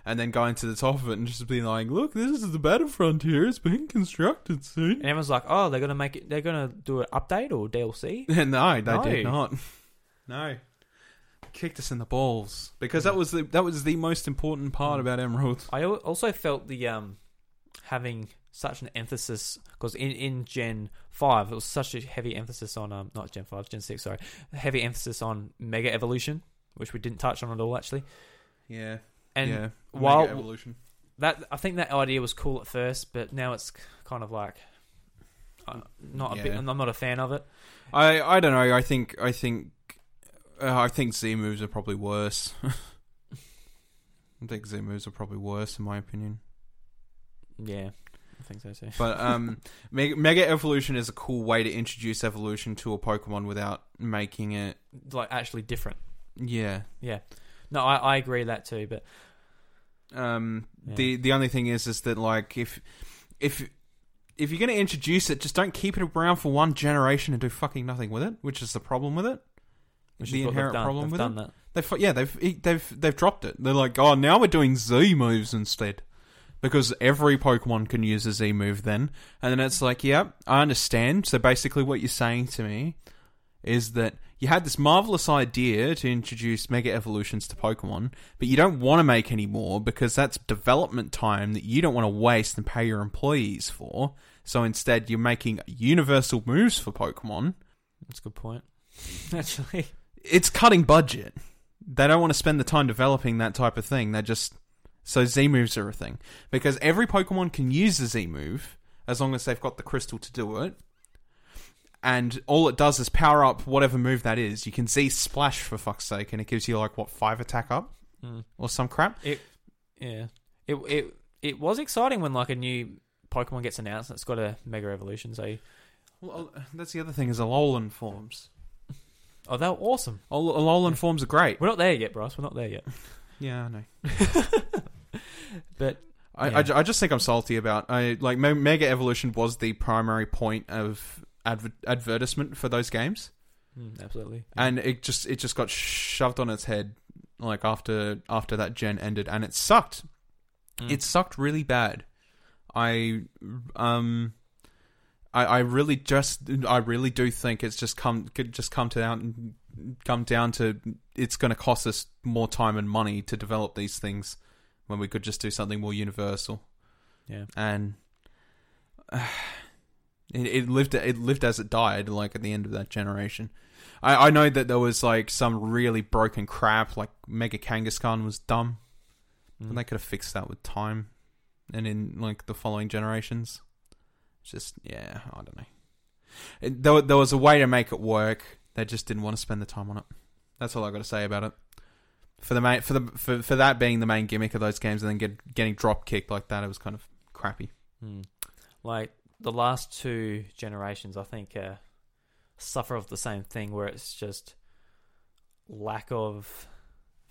S2: and then going to the top of it and just being like, "Look, this is the battle frontier. It's being constructed soon."
S1: and everyone's like, oh, they're gonna make it. They're gonna do an update or DLC.
S2: (laughs) no, they did
S1: No.
S2: not. No. Kicked us in the balls because that was the that was the most important part
S1: Mm.
S2: about Emerald.
S1: I al- also felt the um having such an emphasis because in in Gen five it was such a heavy emphasis on um not Gen five Gen six sorry heavy emphasis on Mega Evolution which we didn't touch on at all actually
S2: Yeah,
S1: and
S2: yeah.
S1: while-
S2: Mega evolution,
S1: that I think that idea was cool at first but now it's kind of like uh, not a bit,
S2: Yeah.
S1: I'm not a fan of it
S2: I I don't know. I think I think uh, I think Z moves are probably worse. (laughs) I think Z moves are probably worse in my opinion.
S1: yeah I think so too
S2: But um, (laughs) Mega, Mega Evolution is a cool way to introduce evolution to a Pokemon without making it.
S1: like actually different
S2: Yeah.
S1: no I, I agree with that too but
S2: Um.
S1: Yeah.
S2: The the only thing is is that like if if if you're going to introduce it, just don't keep it around for one generation and do fucking nothing with it, which is the problem with it.
S1: which
S2: the
S1: is what they've
S2: inherent
S1: done.
S2: problem
S1: They've
S2: with it.
S1: done that
S2: They've fu- yeah, they've e, they've they've dropped it. They're like, oh, now we're doing Z moves instead, because every Pokemon can use a Z move then. And then it's like, yeah, I understand. So basically, what you're saying to me is that you had this marvelous idea to introduce Mega Evolutions to Pokemon, but you don't want to make any more because that's development time that you don't want to waste and pay your employees for. So instead, you're making universal moves for Pokemon
S1: that's a good point (laughs) actually
S2: it's cutting budget. They don't want to spend the time developing that type of thing. They just so Z moves are a thing because every Pokemon can use the Z move as long as they've got the crystal to do it. And all it does is power up whatever move that is. You can Z splash for fuck's sake, and it gives you like what five attack up
S1: Mm.
S2: or some crap.
S1: Yeah. It it it was exciting when like a new Pokemon gets announced and it's got a mega evolution. So
S2: Well, that's the other thing is Alolan forms.
S1: oh, they were awesome.
S2: Al- Alolan forms are great.
S1: We're not there yet, Bryce. We're not there yet.
S2: Yeah, I know.
S1: (laughs) But
S2: I,
S1: Yeah.
S2: I ju- I just think I'm salty about. I like Me- Mega Evolution was the primary point of adver- advertisement for those games,
S1: Mm, absolutely.
S2: and it just it just got shoved on its head like after after that gen ended, and it sucked.
S1: Mm.
S2: It sucked really bad. I um. I, I really just I really do think it's just come could just come to down come down to it's going to cost us more time and money to develop these things when we could just do something more universal
S1: yeah.
S2: and (sighs) uh, it, it lived it lived as it died like at the end of that generation I, I know that there was like some really broken crap like mega kangaskhan was dumb
S1: Mm.
S2: and they could have fixed that with time and in like the following generations It's just yeah i don't know it, there, wa- there was a way to make it work they just didn't want to spend the time on it that's all i got to say about it for the main for the for, for that being the main gimmick of those games and then get, getting drop kicked like that it was kind of crappy
S1: Mm. Like the last two generations, I think, uh, suffer of the same thing where it's just lack of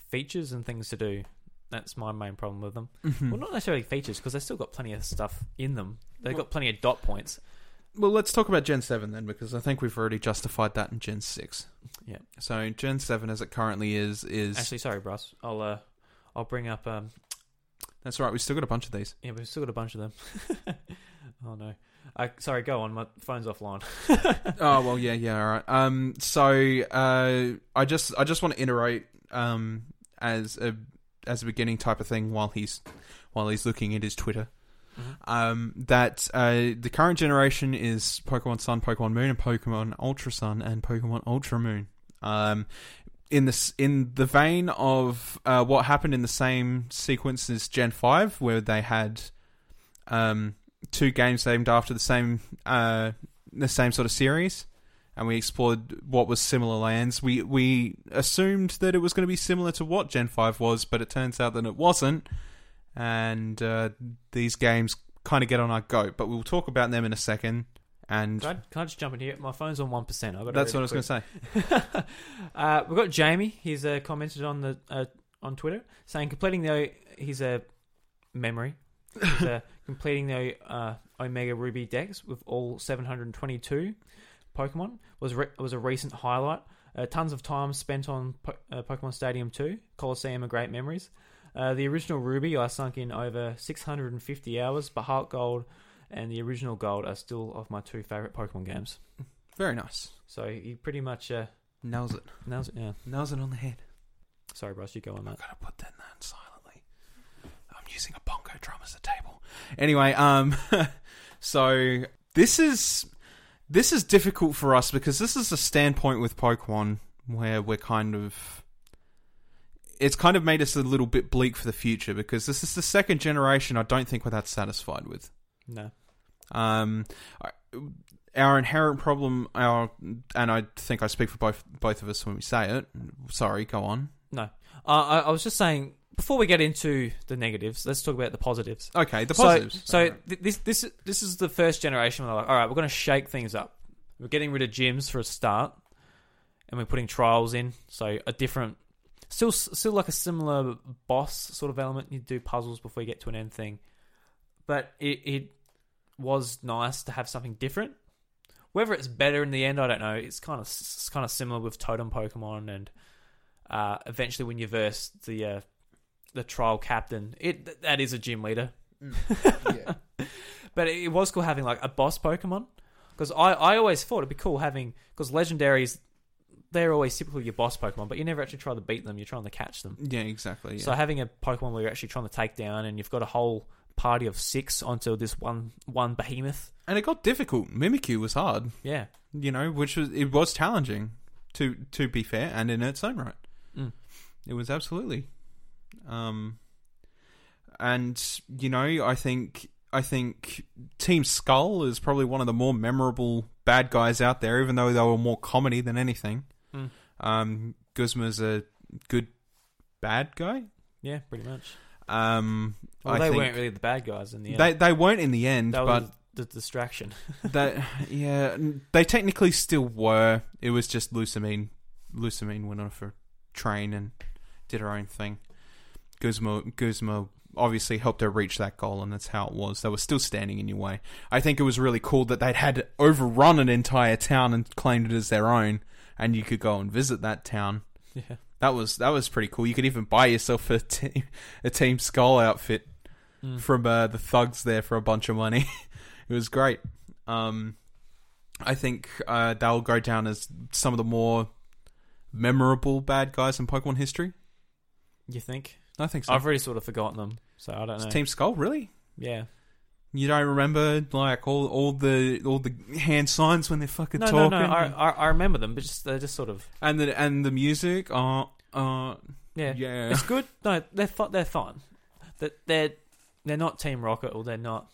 S1: features and things to do. That's my main problem with them.
S2: Hmm.
S1: Well, not necessarily features because they've still got plenty of stuff in them. They've got plenty of dot points.
S2: Well, let's talk about Gen 7 then, because I think we've already justified that in Gen 6.
S1: Yeah.
S2: So Gen 7, as it currently is, is.
S1: Actually, sorry, Bruss. I'll uh, I'll bring up. Um,
S2: that's all right, we've still got a bunch of these.
S1: yeah, we've still got a bunch of them. (laughs) oh no. I, sorry, go on. My phone's offline.
S2: (laughs) oh, well, yeah, yeah, all right. Um, so uh, I just I just want to iterate um, as a as a beginning type of thing while he's while he's looking at his Twitter.
S1: Mhm.
S2: Um, that uh, the current generation is Pokemon Sun, Pokemon Moon, and Pokemon Ultra Sun and Pokemon Ultra Moon. Um, in this in the vein of uh, what happened in the same sequence as Gen Five, where they had um, two games named after the same uh, the same sort of series, and we explored what was similar lands. We we assumed that it was going to be similar to what Gen Five was, but it turns out that it wasn't. And uh, these games kind of get on our goat, but we'll talk about them in a second. And
S1: can, I, can I just jump in here? My phone's on one percent. I got.
S2: that's what I was going to say.
S1: (laughs) uh, we've got Jamie. He's uh, commented on the uh, on Twitter saying completing the he's a memory. He's, uh, completing the uh, Omega Ruby decks with all 722 Pokemon was re- was a recent highlight. Uh, tons of time spent on po- uh, Pokemon Stadium 2, Coliseum are great memories. Uh, the original Ruby I sunk in over 650 hours, but Heart Gold and the original Gold are still of my two favorite Pokemon games.
S2: Very nice.
S1: So he pretty much uh,
S2: Nails it.
S1: nails it. Yeah.
S2: Nails it on the head.
S1: Sorry, Bryce, you go on that.
S2: gotta put that down silently. I'm using a bongo drum as a table. Anyway, um, (laughs) so this is this is difficult for us because this is a standpoint with Pokemon where we're kind of it's kind of made us a little bit bleak for the future because this is the second generation. I don't think we're that satisfied with.
S1: No.
S2: Um, I- our inherent problem, our and I think I speak for both both of us when we say it. Sorry, go on.
S1: Uh, I, I was just saying, before we get into the negatives, let's talk about the positives.
S2: Okay, the
S1: So-
S2: positives.
S1: So,
S2: Alright.
S1: th- this this this is the first generation where they're like, all right, we're going to shake things up. We're getting rid of gyms for a start, and we're putting trials in. So a different, still s- still like a similar boss sort of element. You do puzzles before you get to an end thing, but it it was nice to have something different. Whether it's better in the end, I don't know. It's kind of s- it's kind of similar with Totem Pokemon, and uh, eventually when you verse the uh, the trial captain, it th- that is a gym leader.
S2: Mm.
S1: (laughs)
S2: yeah.
S1: But it was cool having like a boss Pokemon because I, I always thought it'd be cool having because legendaries they're always typically your boss Pokemon, but you never actually try to beat them. You're trying to catch them.
S2: Yeah, exactly. Yeah.
S1: So having a Pokemon where you're actually trying to take down and you've got a whole party of six onto this one one behemoth,
S2: and it got difficult. Mimikyu was hard,
S1: yeah,
S2: you know, which was it was challenging to to be fair and in its own right.
S1: Mm.
S2: It was absolutely. Um and you know, I think I think Team Skull is probably one of the more memorable bad guys out there, even though they were more comedy than anything.
S1: Mm.
S2: Um Guzma's a good bad guy.
S1: yeah, pretty much.
S2: Um
S1: Well,
S2: I
S1: they
S2: think
S1: weren't really the bad guys in the end.
S2: they they weren't in the end,
S1: that
S2: but
S1: was the distraction. (laughs)
S2: that yeah, n- they technically still were. It was just Lucamine. Lucamine went off a train and did her own thing. Guzmo Guzmo obviously helped her reach that goal, and that's how it was. They were still standing in your way. I think it was really cool that they'd had overrun an entire town and claimed it as their own, and you could go and visit that town.
S1: Yeah.
S2: That was that was pretty cool. You could even buy yourself a team (laughs) a team skull outfit
S1: Mm.
S2: from uh, the thugs there for a bunch of money. (laughs) it was great. Um, I think uh, they'll go down as some of the more memorable bad guys in Pokemon history.
S1: You think?
S2: I think so.
S1: I've already sort of forgotten them, so I don't know.
S2: It's Team Skull, really?
S1: yeah.
S2: You don't remember like all, all the all the hand signs when they're fucking
S1: No, no,
S2: talking,
S1: no. I, I I remember them, but just they're just sort of
S2: and the and the music. Uh, uh,
S1: yeah.
S2: yeah.
S1: It's good. No, they're fi- they're fine. That they're they're not Team Rocket or they're not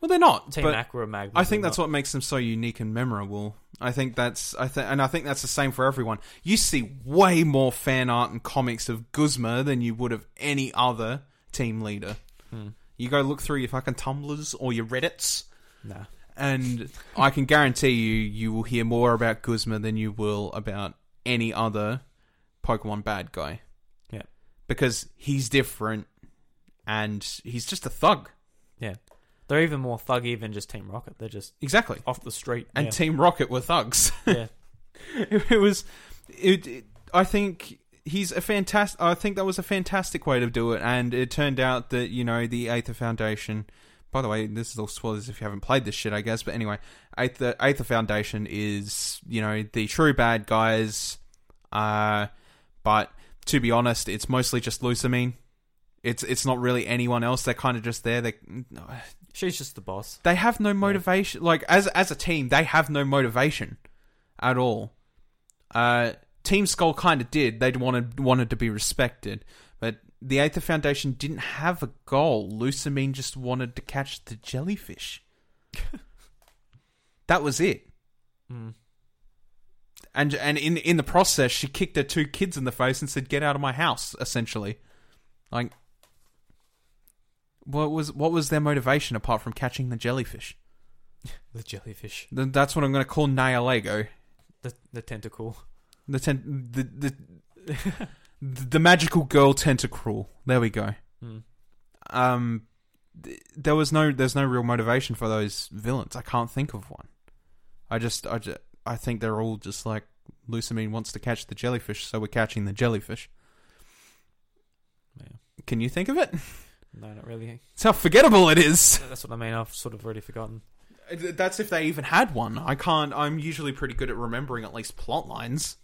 S2: Well, they're not.
S1: Team
S2: but
S1: Aqua or Magma.
S2: I think that's what makes them so unique and memorable. I think that's I think, and I think that's the same for everyone. You see way more fan art and comics of Guzma than you would of any other team leader.
S1: Hmm.
S2: You go look through your fucking Tumblrs or your Reddits,
S1: what. Nah.
S2: and I can guarantee you, you will hear more about Guzma than you will about any other Pokemon bad guy.
S1: Yeah.
S2: because he's different, and he's just a thug.
S1: They're even more thuggy than just Team Rocket. They're just
S2: Exactly.
S1: off the street.
S2: And
S1: yeah.
S2: Team Rocket were thugs. (laughs)
S1: yeah.
S2: it, it was it, it i think he's a fantastic i think that was a fantastic way to do it and it turned out that you know the aether foundation by the way this is all spoilers if you haven't played this shit i guess but anyway aether aether foundation is you know the true bad guys uh but to be honest it's mostly just lucamine it's it's not really anyone else they're kind of just there they
S1: She's just the boss.
S2: they have no motivation like as as a team they have no motivation at all uh team skull kind of did they wanted wanted to be respected but the Aether Foundation didn't have a goal. Lucamine just wanted to catch the jellyfish. that was it.
S1: Mm.
S2: And and in in the process, she kicked her two kids in the face and said, "Get out of my house." Essentially, like, what was what was their motivation apart from catching the jellyfish?
S1: The jellyfish.
S2: Th- That's what I'm going to call Nihilego.
S1: The the
S2: (laughs)
S1: tentacle. Hmm.
S2: The ten- the the the magical girl tentacruel. There we go.
S1: Mm.
S2: Um, th- there was no there's no real motivation for those villains. I can't think of one. I just I just, I think they're all just like Lucamine wants to catch the jellyfish, so we're catching the jellyfish.
S1: Yeah.
S2: Can you think of it? (laughs)
S1: No, not really.
S2: It's how forgettable it is.
S1: That's what I mean. I've sort of already forgotten.
S2: That's if they even had one. I can't. I'm usually pretty good at remembering at least plot lines,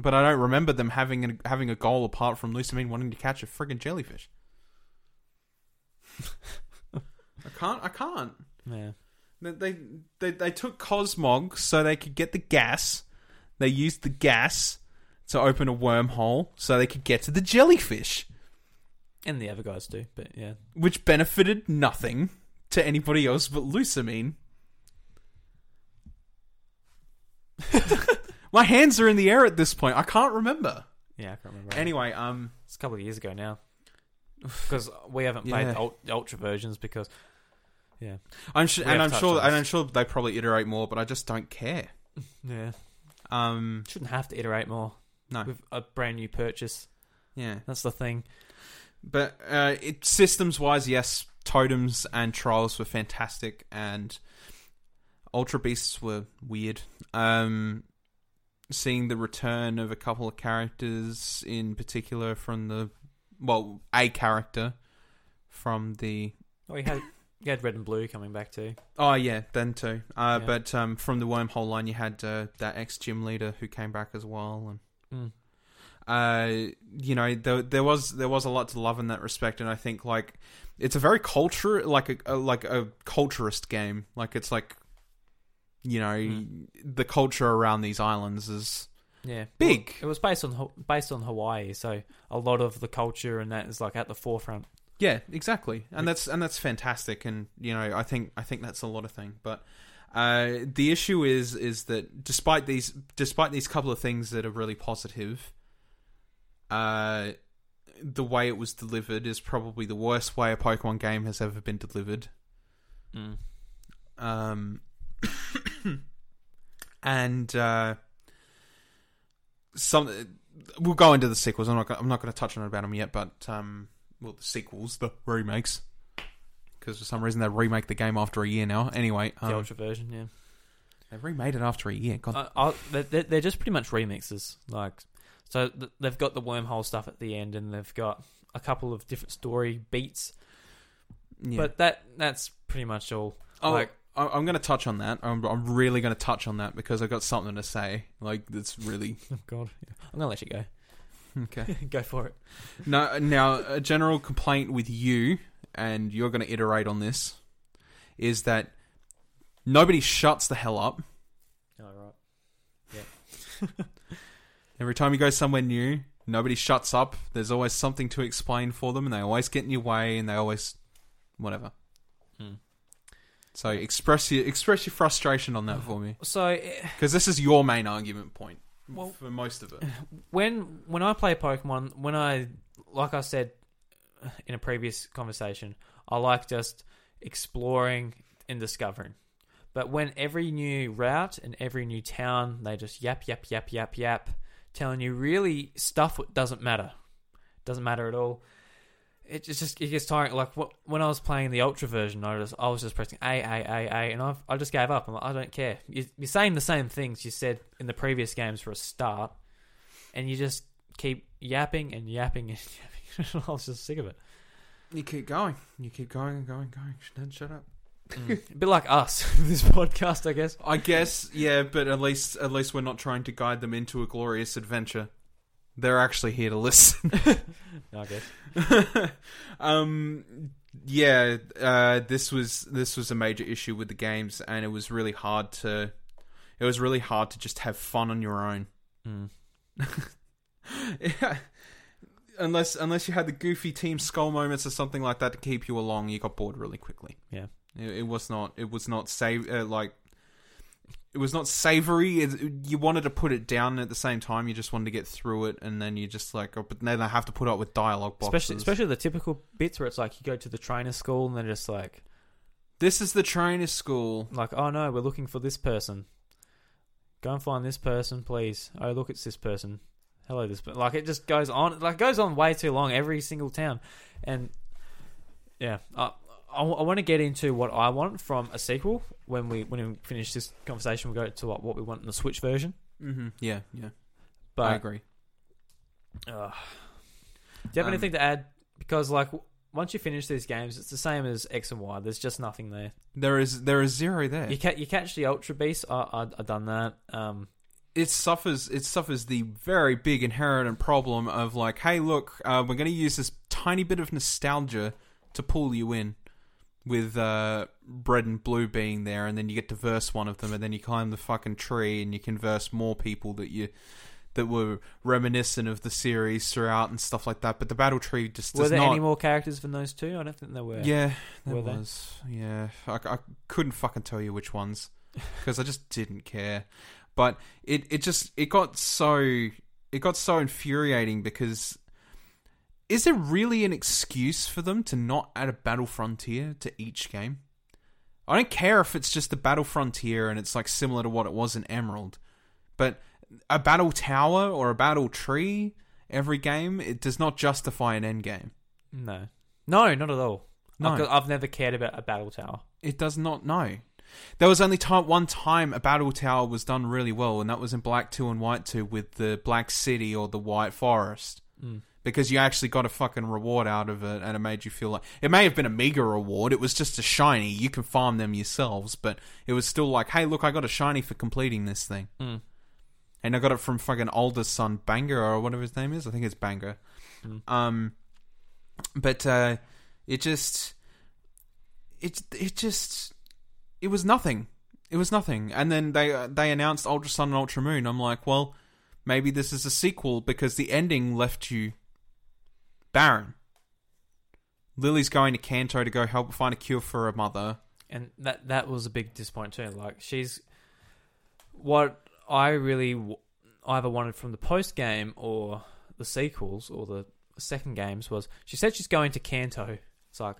S2: but I don't remember them having a, having a goal apart from Lucamine wanting to catch a friggin' jellyfish. (laughs) I can't. I can't.
S1: Yeah.
S2: They- They, they they took Cosmog so they could get the gas. They used the gas to open a wormhole so they could get to the jellyfish,
S1: And the other guys do, but yeah.
S2: which benefited nothing to anybody else but Lucamine. (laughs) My hands are in the air at this point. I can't remember.
S1: Yeah, I can't remember.
S2: Anyway, um,
S1: It's a couple of years ago (sighs) now. Because we haven't played
S2: Yeah.
S1: the ult- the ultra versions because yeah.
S2: I'm sure,
S1: We
S2: and I'm
S1: have touched
S2: sure,
S1: on
S2: and
S1: this.
S2: I'm sure they probably iterate more, but I just don't care.
S1: Yeah.
S2: Um,
S1: Shouldn't have to iterate more.
S2: No.
S1: With a brand new purchase.
S2: yeah.
S1: That's the thing.
S2: but uh, it systems wise, yes, totems and trials were fantastic, and ultra beasts were weird. Um, seeing the return of a couple of characters in particular from the well, a character from the
S1: Oh, you had you had red and blue coming back too.
S2: oh yeah, then too. Uh,
S1: Yeah.
S2: but um, from the wormhole line, you had uh, that ex gym leader who came back as well, and.
S1: Mm.
S2: uh, you know, there, there was there was a lot to love in that respect, and I think like it's a very culture like a, a like a culturist game. Like it's like you know
S1: Hmm.
S2: the culture around these islands is
S1: Yeah.
S2: big.
S1: It was based on Ho- based on Hawaii, so a lot of the culture and that is like at the forefront.
S2: Yeah, exactly, and that's and that's fantastic, and you know, I think I think that's a lot of thing. But uh, the issue is is that despite these despite these couple of things that are really positive, uh, the way it was delivered is probably the worst way a Pokemon game has ever been delivered.
S1: Mm.
S2: Um, (coughs) and uh, some we'll go into the sequels. I'm not gonna, I'm not going to touch on it about them yet, but um, well, the sequels, the remakes. Because for some reason they remake the game after a year now. Anyway,
S1: the
S2: um,
S1: Ultra version, yeah.
S2: they remade it after a year. God,
S1: I, I, they're- they're, they're just pretty much remixes. Like, so th- they've got the wormhole stuff at the end, and they've got a couple of different story beats.
S2: yeah.
S1: But that that's pretty much all.
S2: Oh,
S1: Like-
S2: I, I'm going to touch on that. I'm, I'm really going to touch on that because I've got something to say. Like, that's really (laughs)
S1: Oh (laughs) God, I'm gonna let you go.
S2: okay.
S1: (laughs) go for it.
S2: No, now a general complaint with you, and you're going to iterate on this, is that nobody shuts the hell up.
S1: All right.
S2: Every time you go somewhere new, nobody shuts up. There's always something to explain for them, and they always get in your way, and they always whatever.
S1: Hmm.
S2: So express your express your frustration on that for me,
S1: So eh,
S2: because this is your main argument point
S1: Well-
S2: for most of it.
S1: when when I play Pokemon, when I like I said in a previous conversation, I like just exploring and discovering. But when every new route and every new town, they just yap yap yap yap yap, telling you really stuff that doesn't matter, doesn't matter at all. It just just- it gets tiring. Like wh- when I was playing the Ultra version, I was I was just pressing A A A A, and I I just gave up. I'm like, I don't care. You- You're saying the same things you said in the previous games for a start and you just keep yapping and yapping and (laughs) yapping. I was just sick of it.
S2: You keep going. You keep going and going and going. Don't shut up.
S1: (laughs) A bit like us with this podcast, I guess.
S2: I guess, yeah, but at least at least we're not trying to guide them into a glorious adventure. They're actually here to listen.
S1: I guess.
S2: um, yeah, uh, this was this was a major issue with the games, and it was really hard to it was really hard to just have fun on your own.
S1: Mm.
S2: yeah. Unless unless you had the goofy team skull moments or something like that to keep you along, you got bored really quickly.
S1: Yeah.
S2: it, it was not it was not save uh, like it was not savory. It, you wanted to put it down and at the same time. You just wanted to get through it, and then you just like, oh, but then I have to put up with dialogue boxes.
S1: Especially, especially the typical bits where it's like you go to the trainer school and they're just like,
S2: this is the trainer school.
S1: like, oh no, we're looking for this person. Go and find this person, please. Oh, look, it's this person. Hello, this. Per-. Like it just goes on. Like it goes on way too long. Every single town, and yeah, I I, want to get into what I want from a sequel when we when we finish this conversation. We will go to what, what we want in the Switch version.
S2: Mm-hmm. Yeah, yeah, I
S1: But
S2: agree.
S1: Ugh. do you have
S2: Um,
S1: anything to add? Because like w- once you finish these games, it's the same as X and Y. There's just nothing there.
S2: There is there is zero there.
S1: You ca- you catch the Ultra Beast. I I, I done that. Um,
S2: it suffers it suffers the very big inherent problem of like, hey, look, uh, we're going to use this tiny bit of nostalgia to pull you in, with uh, red and blue being there, and then you get to verse one of them, and then you climb the fucking tree and you can verse more people that you that were reminiscent of the series throughout and stuff like that. But the battle tree just
S1: Were
S2: does
S1: there
S2: not.
S1: any more characters than those two? I don't think there were.
S2: yeah, there
S1: Were there?
S2: was. Yeah, I, I couldn't fucking tell you which ones because I just didn't care. But it it just it got so it got so infuriating because is there really an excuse for them to not add a battle frontier to each game? I don't care if it's just the battle frontier and it's like similar to what it was in Emerald, but a battle tower or a battle tree every game it does not justify an end game.
S1: No. No, not at all.
S2: No.
S1: I've, got- I've never cared about a battle tower.
S2: It does not know. There was only time, one time a battle tower was done really well, and that was in Black 2 and White 2 with the Black City or the White Forest.
S1: Mm.
S2: Because you actually got a fucking reward out of it, and it made you feel like it may have been a meager reward. It was just a shiny. You can farm them yourselves, but it was still like, hey, look, I got a shiny for completing this thing,
S1: Mm.
S2: and I got it from fucking oldest son Banger or whatever his name is. I think it's Banger.
S1: Mm.
S2: Um, but uh, it just it it just it was nothing. It was nothing. And then they uh, they announced Ultra Sun and Ultra Moon. I'm like, well, maybe this is a sequel because the ending left you barren. Lily's going to Kanto to go help find a cure for her mother.
S1: And that that was a big disappointment too. Like she's what I really w- either wanted from the post game or the sequels or the second games was she said she's going to Kanto. It's like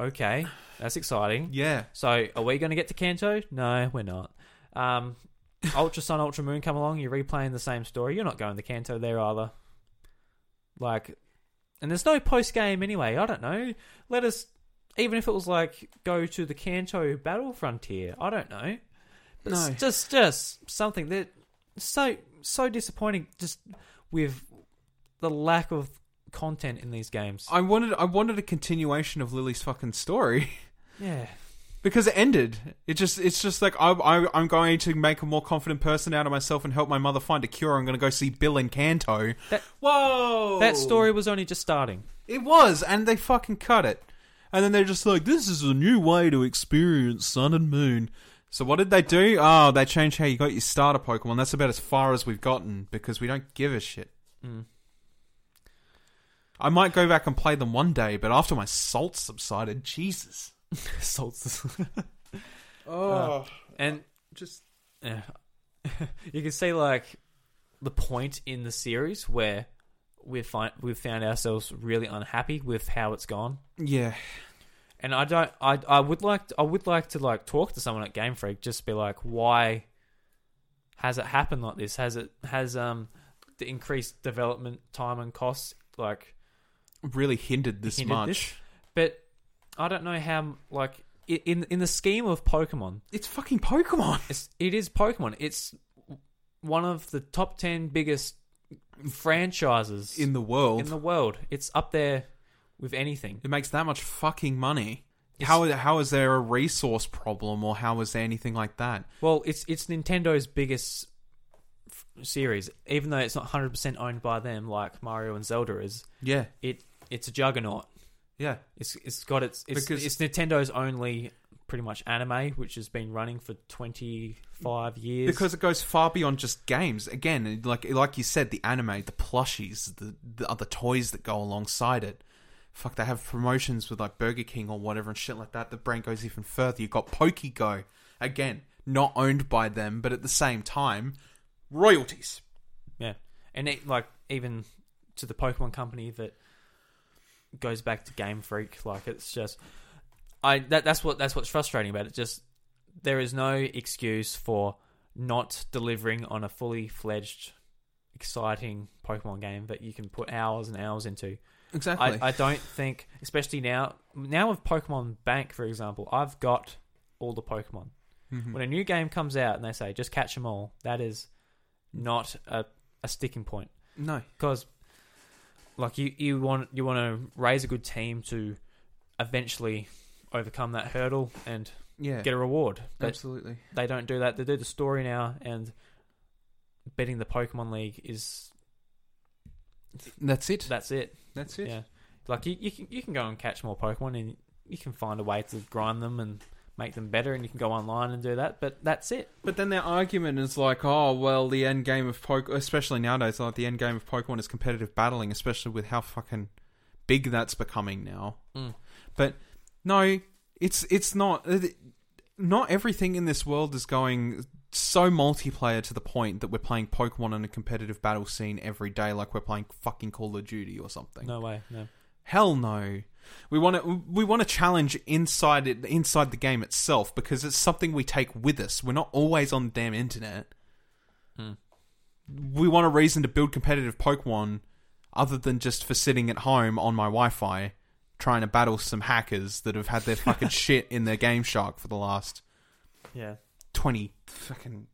S1: okay, that's exciting.
S2: Yeah.
S1: So are we going to get to Kanto? No, we're not.
S2: (laughs)
S1: Um, Ultra Sun, Ultra Moon come along. You're replaying the same story. You're not going to Kanto there either. Like And there's no post game anyway. I don't know. Let us, even if it was like go to the Kanto battle frontier. I don't know. But
S2: No.
S1: it's just just something that so so disappointing. Just with the lack of content in these games.
S2: I wanted I wanted a continuation of Lily's fucking story (laughs)
S1: yeah.
S2: because it ended. It just it's just like I, I I'm going to make a more confident person out of myself and help my mother find a cure. I'm going to go see Bill in Kanto.
S1: That-
S2: Whoa,
S1: That story was only just
S2: (laughs)
S1: starting.
S2: It was, and they fucking cut it. And then they're just like, this is a new way to experience Sun and Moon. So what did they do? Oh, they changed how you got your starter Pokemon. That's about as far as we've gotten because we don't give a shit.
S1: Mm.
S2: I might go back and play them one day, but after my salt subsided, Jesus.
S1: Salts.
S2: Oh,
S1: and
S2: just
S1: Yeah. (laughs) you can see like the point in the series where we've find we've found ourselves really unhappy with how it's gone.
S2: yeah,
S1: And I don't I I would like to, I would like to like talk to someone at Game Freak just be like why has it happened like this? Has it has um the increased development time and costs like
S2: really hindered this
S1: Hindered
S2: much.
S1: this? but I don't know how like i- in in the scheme of Pokemon
S2: It's
S1: (laughs)
S2: fucking Pokemon.
S1: It's, it is Pokemon. It's one of the top ten biggest franchises
S2: In the world,
S1: in the world. It's up there with anything.
S2: it makes that much fucking money.
S1: It's-
S2: How how is there a resource problem, or how is there anything like that?
S1: Well, it's it's Nintendo's biggest f- series, even though it's not hundred percent owned by them, like Mario and Zelda is.
S2: Yeah,
S1: It it's a juggernaut.
S2: yeah.
S1: It's it's got its it's,
S2: Because-
S1: it's Nintendo's only pretty much anime, which has been running for twenty five years.
S2: because it goes far beyond just games. Again, like like you said, the anime, the plushies, the, the other toys that go alongside it. Fuck, they have promotions with like Burger King or whatever and shit like that. The brand goes even further. You've got Pokego, again, not owned by them, but at the same time, royalties.
S1: Yeah, and it, like even to the Pokemon company that goes back to Game Freak, like it's just I that that's what that's what's frustrating about it. Just there is no excuse for not delivering on a fully fledged, exciting Pokemon game that you can put hours and hours into.
S2: Exactly.
S1: I, I don't think, especially now, now with Pokemon Bank, for example, I've got all the Pokemon
S2: Mhm.
S1: when a new game comes out and they say just catch them all, that is not a, a sticking point
S2: no.
S1: because like you, you want you want to raise a good team to eventually overcome that hurdle and
S2: Yeah.
S1: get a reward. But
S2: absolutely.
S1: they don't do that. They do the story now and betting the Pokemon League is
S2: That's it.
S1: that's it.
S2: That's it.
S1: Yeah. Like you, you can you can go and catch more Pokemon and you can find a way to grind them and make them better and you can go online and do that, but that's it.
S2: But then their argument is like, oh, well, the end game of Pokemon, especially nowadays, like the end game of Pokemon is competitive battling, especially with how fucking big that's becoming now.
S1: Mm.
S2: But no, it's it's not. Not everything in this world is going so multiplayer to the point that we're playing Pokemon in a competitive battle scene every day, like we're playing fucking Call of Duty or something.
S1: No way, no.
S2: Hell no. We want to we want to challenge inside it inside the game itself because it's something we take with us. We're not always on the damn internet.
S1: Hmm.
S2: We want a reason to build competitive Pokemon other than just for sitting at home on my Wi-Fi trying to battle some hackers that have had their fucking shit in their game shark for the last
S1: Yeah.
S2: 20 fucking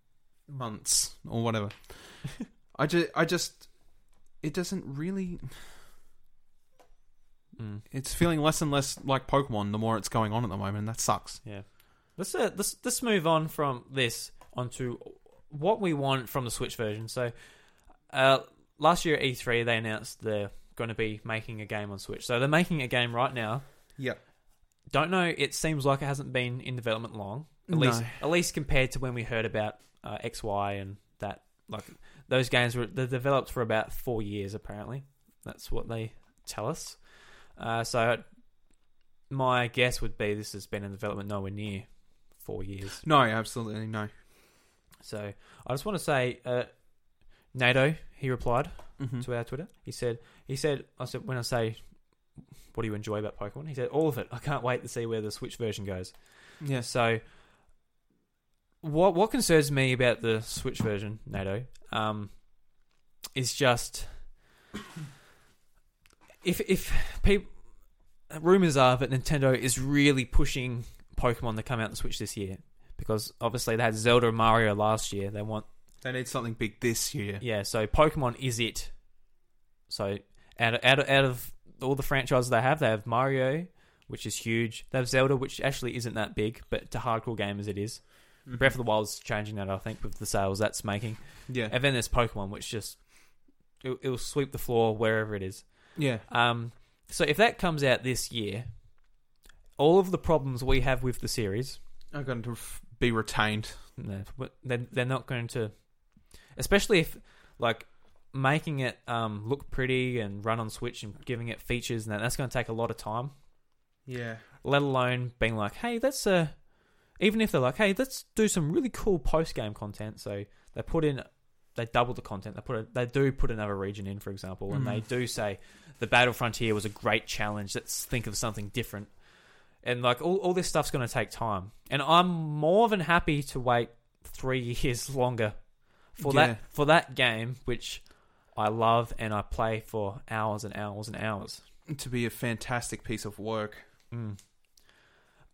S2: months or whatever. I just I just it doesn't really
S1: Mm.
S2: it's feeling less and less like Pokemon the more it's going on at the moment, and that sucks.
S1: Yeah. Let's uh, let's let's move on from this onto what we want from the Switch version. So, uh, last year at E3 they announced they're going to be making a game on Switch. So they're making a game right now.
S2: Yep.
S1: Don't know. It seems like it hasn't been in development long. At least
S2: No.
S1: at least compared to when we heard about uh, XY and that like those games were they developed for about four years apparently. That's what they tell us. Uh, so my guess would be this has been in development nowhere near four years.
S2: No, absolutely no.
S1: So I just want to say, uh, NATO, he replied
S2: Mm-hmm.
S1: to our Twitter. He said, he said, I said, when I say, what do you enjoy about Pokemon? He said, all of it. I can't wait to see where the Switch version goes. Yeah,
S2: Yes.
S1: so what what concerns me about the Switch version, NATO, um, is just if if people rumors are that Nintendo is really pushing Pokemon to come out and Switch this year because obviously they had Zelda and Mario last year. They want
S2: They need something big this year.
S1: yeah, so Pokemon is it. So out of, out of, out of all the franchises they have, they have Mario, which is huge. They have Zelda, which actually isn't that big, but to hardcore gamers it is. Breath of the Wild's changing that, I think, with the sales that's making.
S2: Yeah.
S1: And then there's Pokemon, which just it, it'll sweep the floor wherever it is.
S2: yeah.
S1: Um, so if that comes out this year, all of the problems we have with the series,
S2: I'm going to f- be retained.
S1: no, what- they're, they're not going to, especially if like making it um, look pretty and run on Switch and giving it features and that, that's going to take a lot of time.
S2: Yeah.
S1: Let alone being like, hey, that's a. Even if they're like, hey, let's do some really cool post game content. So they put in, they double the content. They put a, they do put another region in, for example, and
S2: Mm.
S1: they do say the Battle Frontier was a great challenge. Let's think of something different. And like all, all this stuff's going to take time. And I'm more than happy to wait three (laughs) years longer for
S2: Yeah.
S1: that for that game, which I love and I play for hours and hours and hours.
S2: To be a fantastic piece of work.
S1: Mm.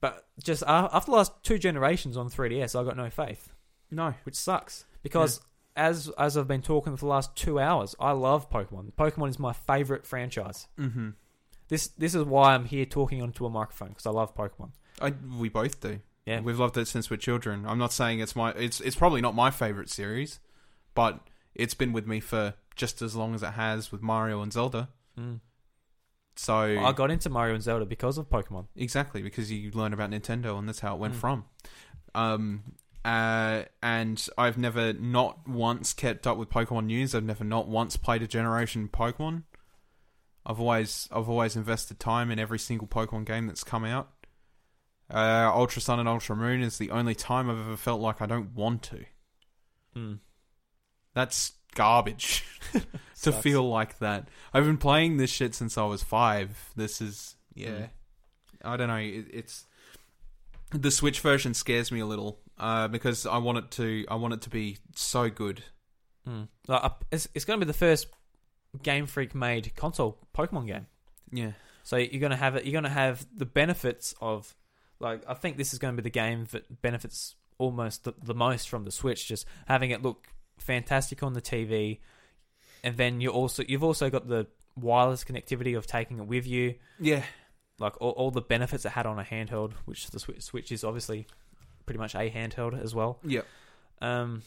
S1: But just uh, after the last two generations on 3DS, I got no faith,
S2: No.
S1: which sucks because as as I've been talking for the last two hours, I love Pokemon. Pokemon is my favorite franchise.
S2: Mm-hmm.
S1: This this is why I'm here talking onto a microphone because I love Pokemon.
S2: I, we both do.
S1: Yeah.
S2: We've loved it since we're children. I'm not saying it's my. It's it's probably not my favorite series, but it's been with me for just as long as it has with Mario and Zelda.
S1: Mm.
S2: So
S1: I got into Mario and Zelda because of Pokemon.
S2: Exactly, because you learn about Nintendo and that's how it went
S1: Mm.
S2: from. Um, uh, and I've never not once kept up with Pokemon news. I've never not once played a generation Pokemon. I've always I've always invested time in every single Pokemon game that's come out. Uh, Ultra Sun and Ultra Moon is the only time I've ever felt like I don't want to.
S1: Mm.
S2: That's garbage (laughs) to
S1: Sucks.
S2: feel like that. I've been playing this shit since I was five. This is yeah.
S1: Mm.
S2: I don't know. It, it's the Switch version scares me a little uh, because I want it to. I want it to be so good.
S1: Mm. Like, I- it's it's going to be the first Game Freak made console Pokemon game.
S2: Yeah.
S1: So you're gonna have it. You're gonna have the benefits of, like, I think this is going to be the game that benefits almost the, the most from the Switch. Just having it look fantastic on the TV, and then you also you've also got the wireless connectivity of taking it with you.
S2: Yeah.
S1: Like all, all the benefits it had on a handheld, which the Switch, Switch is obviously pretty much a handheld as well.
S2: Yep.
S1: Um,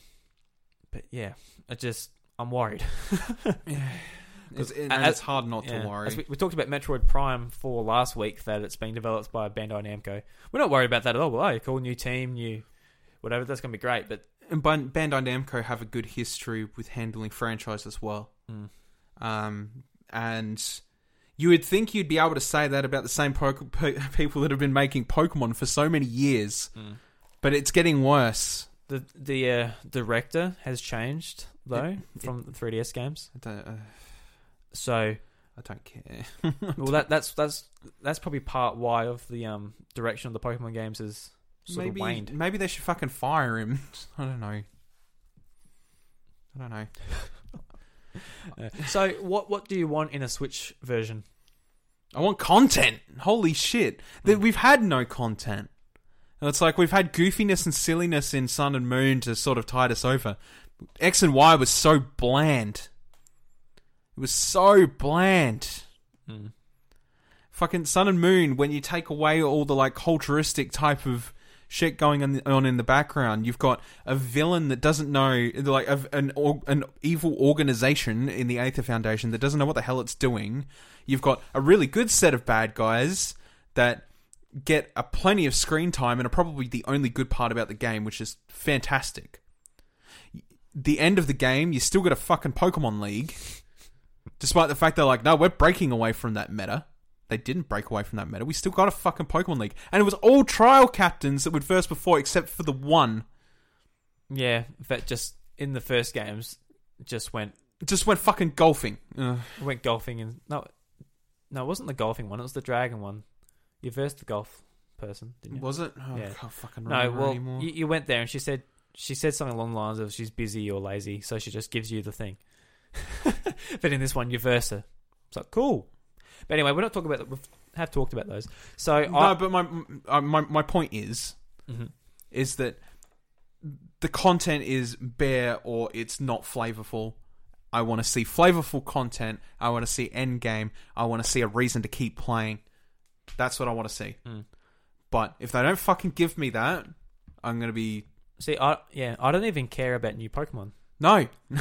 S1: but yeah, I just I'm worried. (laughs)
S2: It's,
S1: 'Cause
S2: and
S1: as-
S2: it's hard not
S1: Yeah.
S2: to worry.
S1: As we, we talked about Metroid Prime 4 last week, that it's been developed by Bandai Namco. We're not worried about that at all. Well, oh, cool, new team, new whatever, that's going to be great. But
S2: and Ban- Bandai Namco have a good history with handling franchise as well.
S1: Mm.
S2: Um, and you would think you'd be able to say that about the same poke- po- (laughs) people that have been making Pokemon for so many years, but it's getting worse.
S1: the the uh, director has changed, though, from the 3DS games.
S2: I don't, uh,
S1: So,
S2: I don't care. (laughs)
S1: well, that, that's that's that's probably part why of the um, direction of the Pokemon games has sort
S2: maybe,
S1: of
S2: (laughs)
S1: waned.
S2: maybe they should fucking fire him. (laughs) I don't know. I don't know.
S1: Yeah. so, what what do you want in a Switch version?
S2: I want content. Holy shit. That we've had no content. And it's like we've had goofiness and silliness in Sun and Moon to sort of tide us over. X and Y was so bland. It was so bland.
S1: Mm.
S2: Fucking Sun and Moon, when you take away all the like culturistic type of shit going on, on in the background, you've got a villain that doesn't know, like a, an, org- an evil organization in the Aether Foundation that doesn't know what the hell it's doing. You've got a really good set of bad guys that get a plenty of screen time and are probably the only good part about the game, which is fantastic. The end of the game, you still got a fucking Pokemon League, despite the fact they're like, no, we're breaking away from that meta. They didn't break away from that meta. We still got a fucking Pokemon League, and it was all trial captains that would verse before, except for the one
S1: Yeah, that just in the first games just went
S2: just went fucking golfing. Ugh.
S1: I went golfing and no, no, it wasn't the golfing one. It was the dragon one. You versed the golf person, didn't you?
S2: Was it? Oh,
S1: Yeah.
S2: I can't fucking
S1: no,
S2: remember
S1: well,
S2: anymore.
S1: you, you went there and she said she said something along the lines of she's busy or lazy, (laughs) so she just gives you the thing. but in this one, you verse her. It's like cool. But anyway, we're not talking about that. We have talked about those. So
S2: no,
S1: I,
S2: but my, uh, my my point is
S1: Mhm.
S2: is that the content is bare or it's not flavorful. I want to see flavorful content. I want to see end game. I want to see a reason to keep playing. That's what I want to see.
S1: Mm.
S2: But if they don't fucking give me that, I'm gonna be
S1: see, I yeah, I don't even care about new Pokemon.
S2: no. (laughs)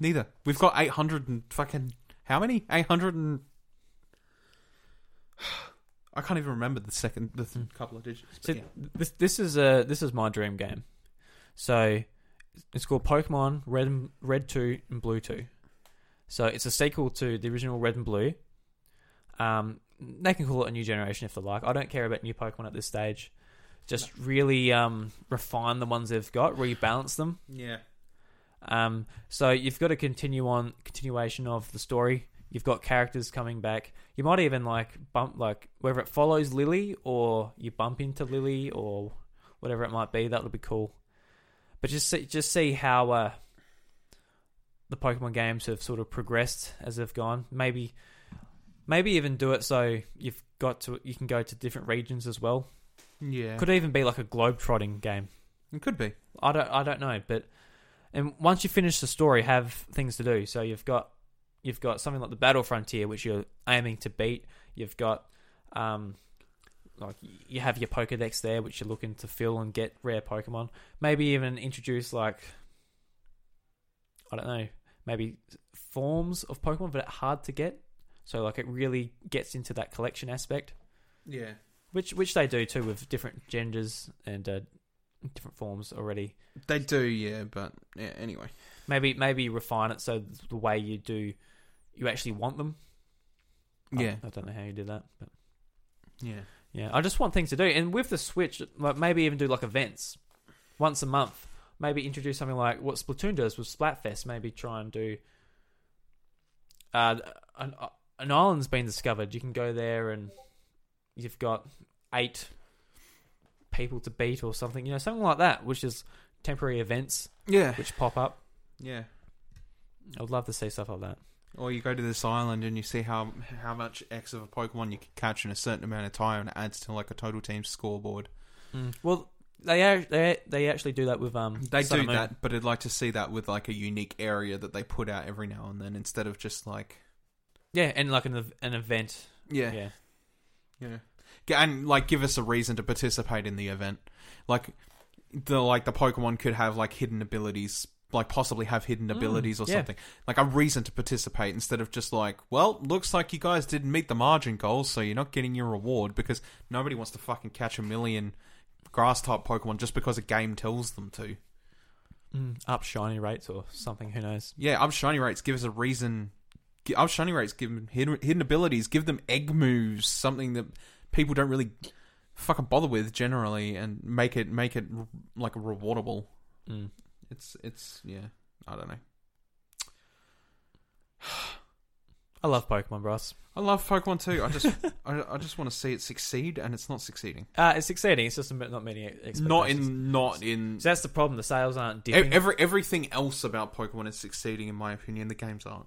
S2: Neither. We've got 800 and fucking how many? 800 and (sighs) I can't even remember the second the th- couple of digits. but
S1: So
S2: yeah.
S1: this this is a this is my dream game. So it's called Pokemon Red and- Red Two and Blue Two. So it's a sequel to the original Red and Blue. Um, they can call it a new generation if they like. I don't care about new Pokemon at this stage. Just really um, refine the ones they've got, rebalance them.
S2: Yeah.
S1: Um, so you've got a continue on continuation of the story. You've got characters coming back. You might even like bump like whether it follows Lily or you bump into Lily or whatever it might be. That would be cool. But just see, just see how uh, the Pokemon games have sort of progressed as they've gone. Maybe maybe even do it so you've got to you can go to different regions as well.
S2: Yeah.
S1: Could even be like a globe trotting game.
S2: it could be.
S1: I don't I don't know, but and once you finish the story, have things to do. So you've got you've got something like the Battle Frontier, which you're aiming to beat. You've got um like you have your Pokedex there, which you're looking to fill and get rare Pokemon. Maybe even introduce like I don't know, maybe forms of Pokemon that are hard to get. So like it really gets into that collection aspect
S2: Yeah.
S1: which which they do too with different genders and uh, different forms already.
S2: They do, yeah, but yeah, anyway.
S1: Maybe maybe refine it so the way you do, you actually want them. I-
S2: Yeah.
S1: I, don't know how you do that, but
S2: Um, Yeah.
S1: yeah, I just want things to do. And with the Switch, like maybe even do like events once a month. Maybe introduce something like what Splatoon does with Splatfest. Maybe try and do. Uh, an, an island's been discovered. You can go there and you've got eight people to beat or something. You know, something like that, which is temporary events
S2: Yeah.
S1: which pop up.
S2: Yeah.
S1: I would love to see stuff like that.
S2: Or you go to this island and you see how how much X of a Pokemon you can catch in a certain amount of time and it adds to like a total team scoreboard.
S1: Well, they are, they they actually do that with um.
S2: Mm. They
S1: Sun
S2: do
S1: and Moon.
S2: that, but I'd like to see that with like a unique area that they put out every now and then instead of just like
S1: Yeah, and like an ev- an event.
S2: Yeah.
S1: Yeah.
S2: Yeah. G- And like give us a reason to participate in the event. Like the like the Pokemon could have like hidden abilities, like possibly have hidden
S1: Mm,
S2: abilities or
S1: yeah.
S2: something. Like a reason to participate instead of just like, well, looks like you guys didn't meet the margin goals, so you're not getting your reward because nobody wants to fucking catch a million grass type Pokemon just because a game tells them to.
S1: Mm, up shiny rates or something. Who knows?
S2: Yeah, up shiny rates give us a reason. gi- Up shiny rates give them hidden, hidden abilities, give them egg moves, something that people don't really fucking bother with generally, and make it make it r- like rewardable.
S1: Mm.
S2: It's it's yeah, I don't know.
S1: I love Pokemon Bros.
S2: I love Pokemon
S1: (laughs)
S2: too. I just I, I just want to see it succeed, and it's not succeeding.
S1: Uh, it's succeeding. It's just not many e, expectations.
S2: Not in not in.
S1: So that's the problem. The sales aren't
S2: e-
S1: dipping.
S2: Every everything else about Pokemon is succeeding, in my opinion. The games aren't.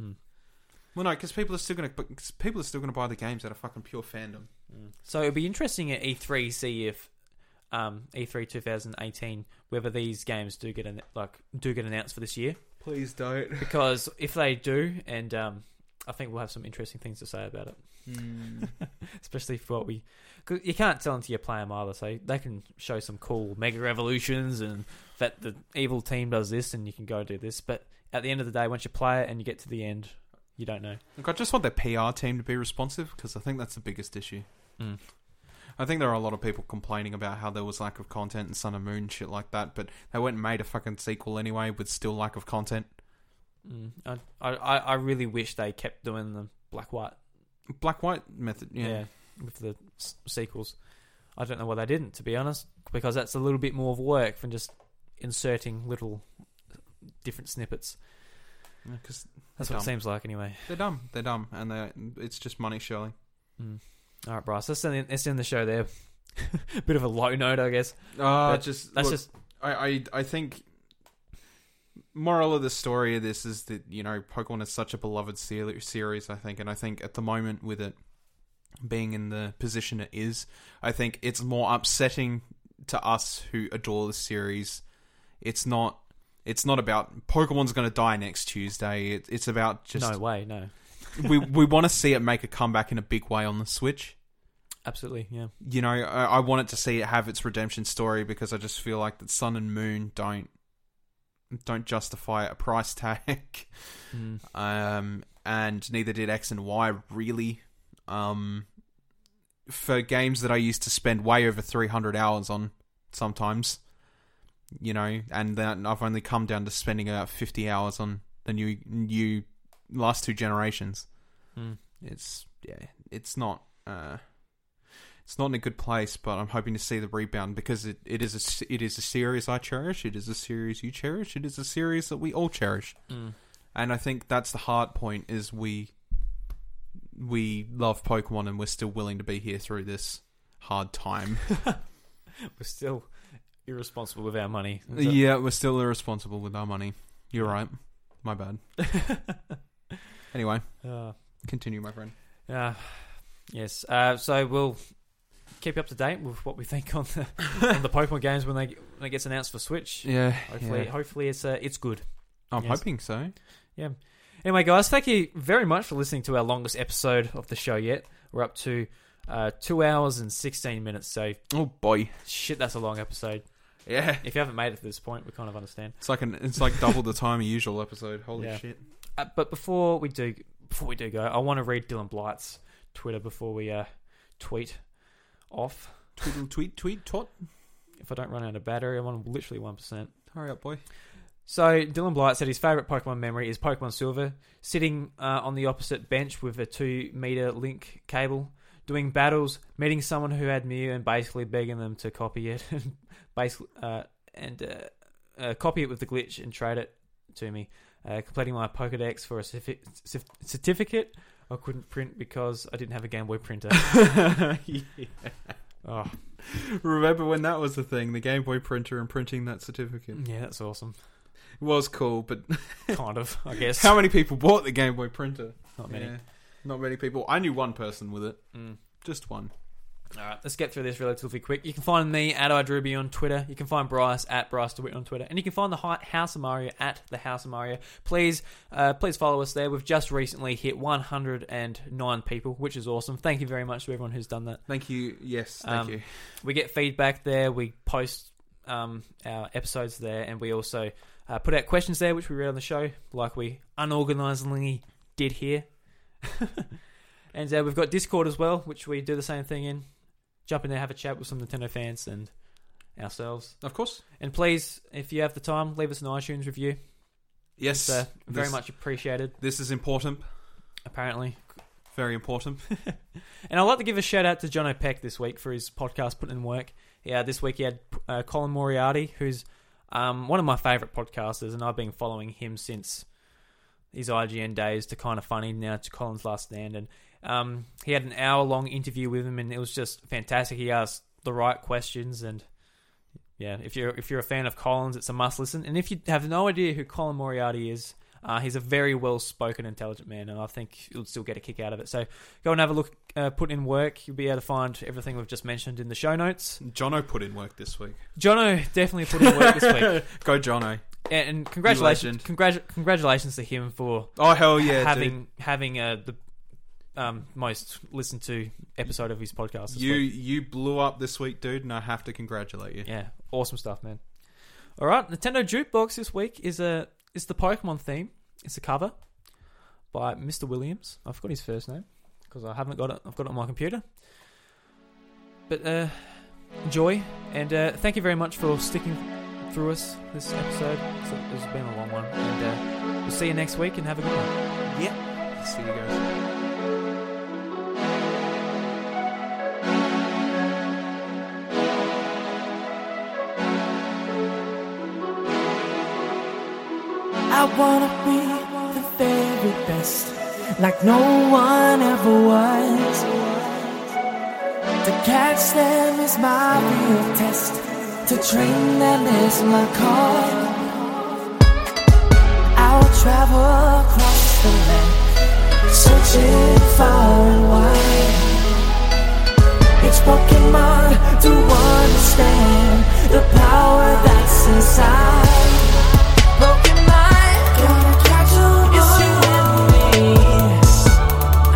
S1: Mm.
S2: Well, no, because people are still gonna because people are still gonna buy the games out of fucking pure fandom.
S1: Mm. So it'd be interesting at E3 see if um, E3 2018 whether these games do get an, like do get announced for this year.
S2: Please don't.
S1: Because if they do, and um, I think we'll have some interesting things to say about it. (laughs) especially for what we. Cause you can't tell until you play them either, so they can show some cool mega revolutions and that the evil team does this and you can go do this. But at the end of the day, once you play it and you get to the end, you don't know.
S2: Look, I just want their PR team to be responsive because I think that's the biggest issue.
S1: Mm.
S2: I think there are a lot of people complaining about how there was lack of content in Sun and Moon, shit like that, but they went and made a fucking sequel anyway with still lack of content.
S1: Mm. I, I I really wish they kept doing the black white,
S2: Black White method, yeah.
S1: with the s- sequels. I don't know why they didn't, to be honest, because that's a little bit more of work than just inserting little different snippets.
S2: Because
S1: That's
S2: Dumb.
S1: what it seems like, anyway.
S2: they're dumb. They're dumb, and they it's just money, surely.
S1: All right, Bryce. Let's end, let's end the show there. (laughs) Bit of a low note, I guess.
S2: Uh,
S1: But
S2: just
S1: That's
S2: look,
S1: just
S2: I, I I think moral of the story of this is that you know Pokemon is such a beloved se- series, I think, and I think at the moment with it being in the position it is, I think it's more upsetting to us who adore the series. It's not. It's not about Pokemon's going to die next Tuesday. It, it's about just
S1: no way, no.
S2: (laughs) we we want to see it make a comeback in a big way on the Switch.
S1: Absolutely, yeah.
S2: You know, I, I want it to see it have its redemption story because I just feel like that Sun and Moon don't don't justify a price tag, (laughs)
S1: Mm.
S2: um, and neither did X and Y really. Um, for games that I used to spend way over three hundred hours on, sometimes, you know, and then I've only come down to spending about fifty hours on the new new last two generations
S1: Mm.
S2: it's yeah, it's not uh, it's not in a good place. But I'm hoping to see the rebound because it, it is a s- it is a series I cherish. It is a series you cherish. It is a series that we all cherish.
S1: Mm.
S2: And I think that's the hard point is we we love Pokemon and we're still willing to be here through this hard time.
S1: (laughs) We're still irresponsible with our money. Is (laughs) that-
S2: yeah, we're still irresponsible with our money. You're right. My bad. Anyway,
S1: uh,
S2: continue, my friend.
S1: uh, yes. Uh, so we'll keep you up to date with what we think on the on the Pokemon games when they when it gets announced for Switch.
S2: Yeah.
S1: Hopefully,
S2: yeah.
S1: hopefully it's uh, it's good.
S2: I'm
S1: Yes.
S2: hoping so.
S1: Anyway, guys, thank you very much for listening to our longest episode of the show yet. We're up to uh, two hours and sixteen minutes. So
S2: Oh boy.
S1: shit, that's a long episode.
S2: Yeah.
S1: If you haven't made it to this point, we kind of understand.
S2: It's like an it's like double the time a usual episode. Holy
S1: Yeah.
S2: shit!
S1: Uh, but before we do, before we do go, I want to read Dylan Blight's Twitter before we uh, tweet off.
S2: Tweedle tweet tweet tot.
S1: If I don't run out of battery, I'm on literally one percent.
S2: Hurry
S1: (laughs)
S2: up, boy. (laughs)
S1: So Dylan Blight said his favorite Pokemon memory is Pokemon Silver, sitting uh, on the opposite bench with a two meter link cable, doing battles, meeting someone who had Mew, and basically begging them to copy it, (laughs) and basically uh, and uh, uh, copy it with the glitch and trade it to me. Uh, completing my Pokedex for a certi- certi- certificate I couldn't print because I didn't have a Game Boy
S2: (laughs)
S1: printer. oh,
S2: Remember when that was the thing? The Game Boy printer and printing that certificate
S1: yeah, that's awesome.
S2: it was
S1: (laughs)
S2: cool, but
S1: Kind of,
S2: (laughs)
S1: I guess.
S2: how many people bought the Game Boy printer?
S1: Not many.
S2: Yeah. not many people. I knew one person with it,
S1: Mm.
S2: just one.
S1: All right, let's get through this relatively quick. You can find me at iDruby on Twitter. You can find Bryce at Bryce DeWitt on Twitter, and you can find the Hi- House of Mario at the House of Mario. Please, uh, please follow us there. We've just recently hit 109 people, which is awesome. Thank you very much to everyone who's done that.
S2: Thank you. Yes, thank
S1: Um,
S2: you.
S1: We get feedback there. We post um, our episodes there, and we also uh, put out questions there, which we read on the show, like we unorganizingly did here. (laughs) and uh, we've got Discord as well, which we do the same thing in. Jump in there, have a chat with some Nintendo fans and ourselves.
S2: Of course.
S1: And please, if you have the time, leave us an iTunes review.
S2: Yes,
S1: It's uh, very
S2: this-
S1: much appreciated,
S2: This is important.
S1: apparently.
S2: Very important.
S1: And I'd like to give a shout out to John O'Peck this week for his podcast, Putting in Work. Yeah, this week he had uh, Colin Moriarty, who's um, one of my favourite podcasters, and I've been following him since his IGN days to kind of funny now to Colin's Last Stand. And um, he had an hour long interview with him, and it was just fantastic. He asked the right questions, and yeah, if you're if you're a fan of Colin's, it's a must listen. And if you have no idea who Colin Moriarty is, uh, he's a very well spoken, intelligent man, and I think you'll still get a kick out of it. So go and have a look. Uh, put in work. You'll be able to find everything we've just mentioned in the show notes.
S2: Jono put in work this week.
S1: Jono definitely put in work this week,
S2: (laughs) Go, Jono.
S1: and, and congratulations,
S2: legend.
S1: congratu- congratulations to him for
S2: Oh hell yeah!
S1: having
S2: dude.
S1: having uh, the um, most listened to episode of his podcast. This
S2: you
S1: week.
S2: you blew up this week, dude, and I have to congratulate you.
S1: yeah, awesome stuff, man. All right, Nintendo Jukebox this week is a is the Pokemon theme. It's a cover by Mr. Williams. I forgot his first name because I haven't got it. I've got it on my computer. But uh, enjoy, and uh, thank you very much for sticking through us this episode. It's, it's been a long one, and uh, we'll see you next week. And have a good one.
S2: Yeah. See you guys.
S3: I wanna be the very best, like no one ever was. To catch them is my real test, to train them is my call. travel across the land, searching far and wide. Each Pokemon to understand the power that's inside. Pokemon, gonna catch 'em all. It's you and me.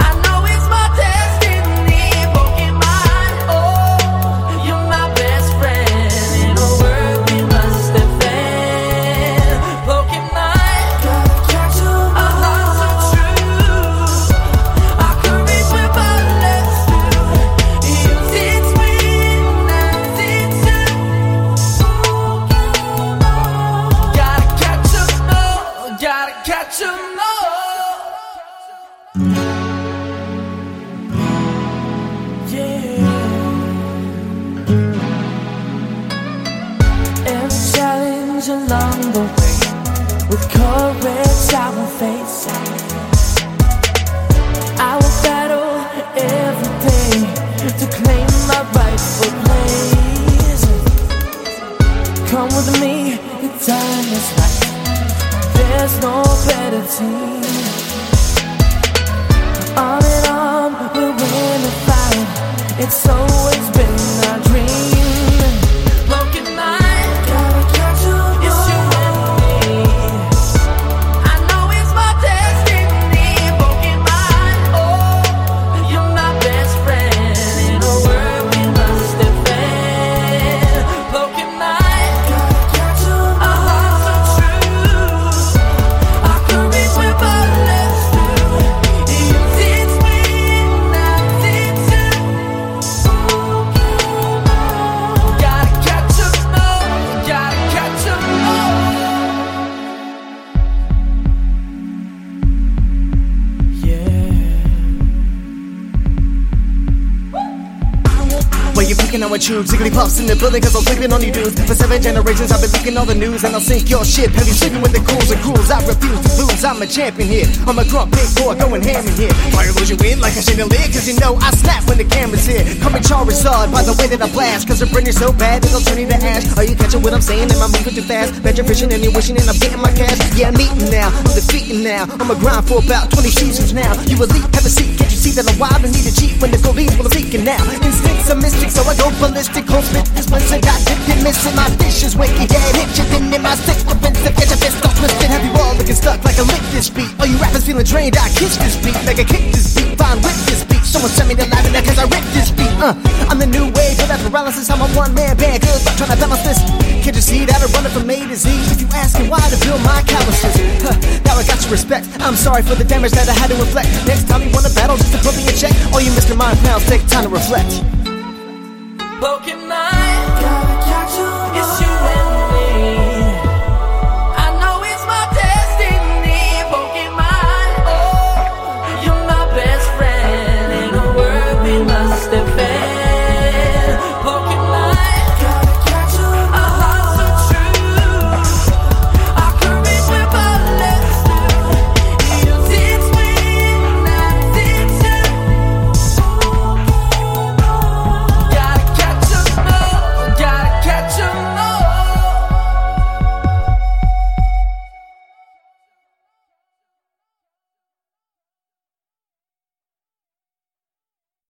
S3: I know it's my destiny, Pokemon. Oh, you're my best friend. In a world we must defend, Pokemon. Gotta catch 'em all. Our hearts are true. Our courage will burn us through. Use its weakness, its Pokemon. Gotta catch 'em all. Gotta catch 'em all. Yeah. Every challenge along the way, with courage I will face. I will battle every day to claim my rightful place. Come with me, the time is right. There's no better team. Arm in arm, we'll win the fight. It's always been our dream. Broken mind, gotta catch 'em It's you and me. I know it's my destiny. Broken mind, oh, you're my best friend. In a world we must defend. Broken mind, gotta catch 'em Our hearts are true. Our courage will burn us through. Use its weakness, its Pokemon. Gotta catch 'em all. Gotta catch 'em all. Yeah.
S4: Well, you're picking on what you Jigglypuffs in the building cause I'm sleeping on you dudes For seven generations I've been leaking all the news And I'll sink your ship Have you sleeping with the ghouls and ghouls I refuse to lose, I'm a champion here I'm a grunt big boy going ham in here Fire lose you in like a chandelier Cause you know I snap when the camera's here Call me Charizard by the way that I blast Cause I'm burning so bad that I'll turn you to ash Are you catching what I'm saying? Am I moving too fast? Bet you're fishing and you're wishing and I'm getting my cash Yeah, I'm eating now, I'm defeating now I'm a grind for about 20 seasons now You elite, have a seat, can't you see that I'm wild and need a cheat When the goalies will seek it now Instincts are mystic, so I go ballistic Cold spit this once I got dipped in missing My fish is wicked, dead hit you then in my six defensive Get your fist all twisted, have you all looking stuck like a lick this beat All you rappers feeling drained, I kiss this beat Make a kick this beat, fine with this beat Someone send me the live in there cause I ripped this beat uh, I'm the new wave, but that paralysis I'm a one man band, good luck trying to balance this Can't you see that I'm running from A to Z If you asking why to build my calluses huh, Now I got your respect, I'm sorry for the damage that I had to inflict Next time you want to battle just to put me in check All you Mr. Mind Pals take time to reflect
S3: Pokemon. Oh,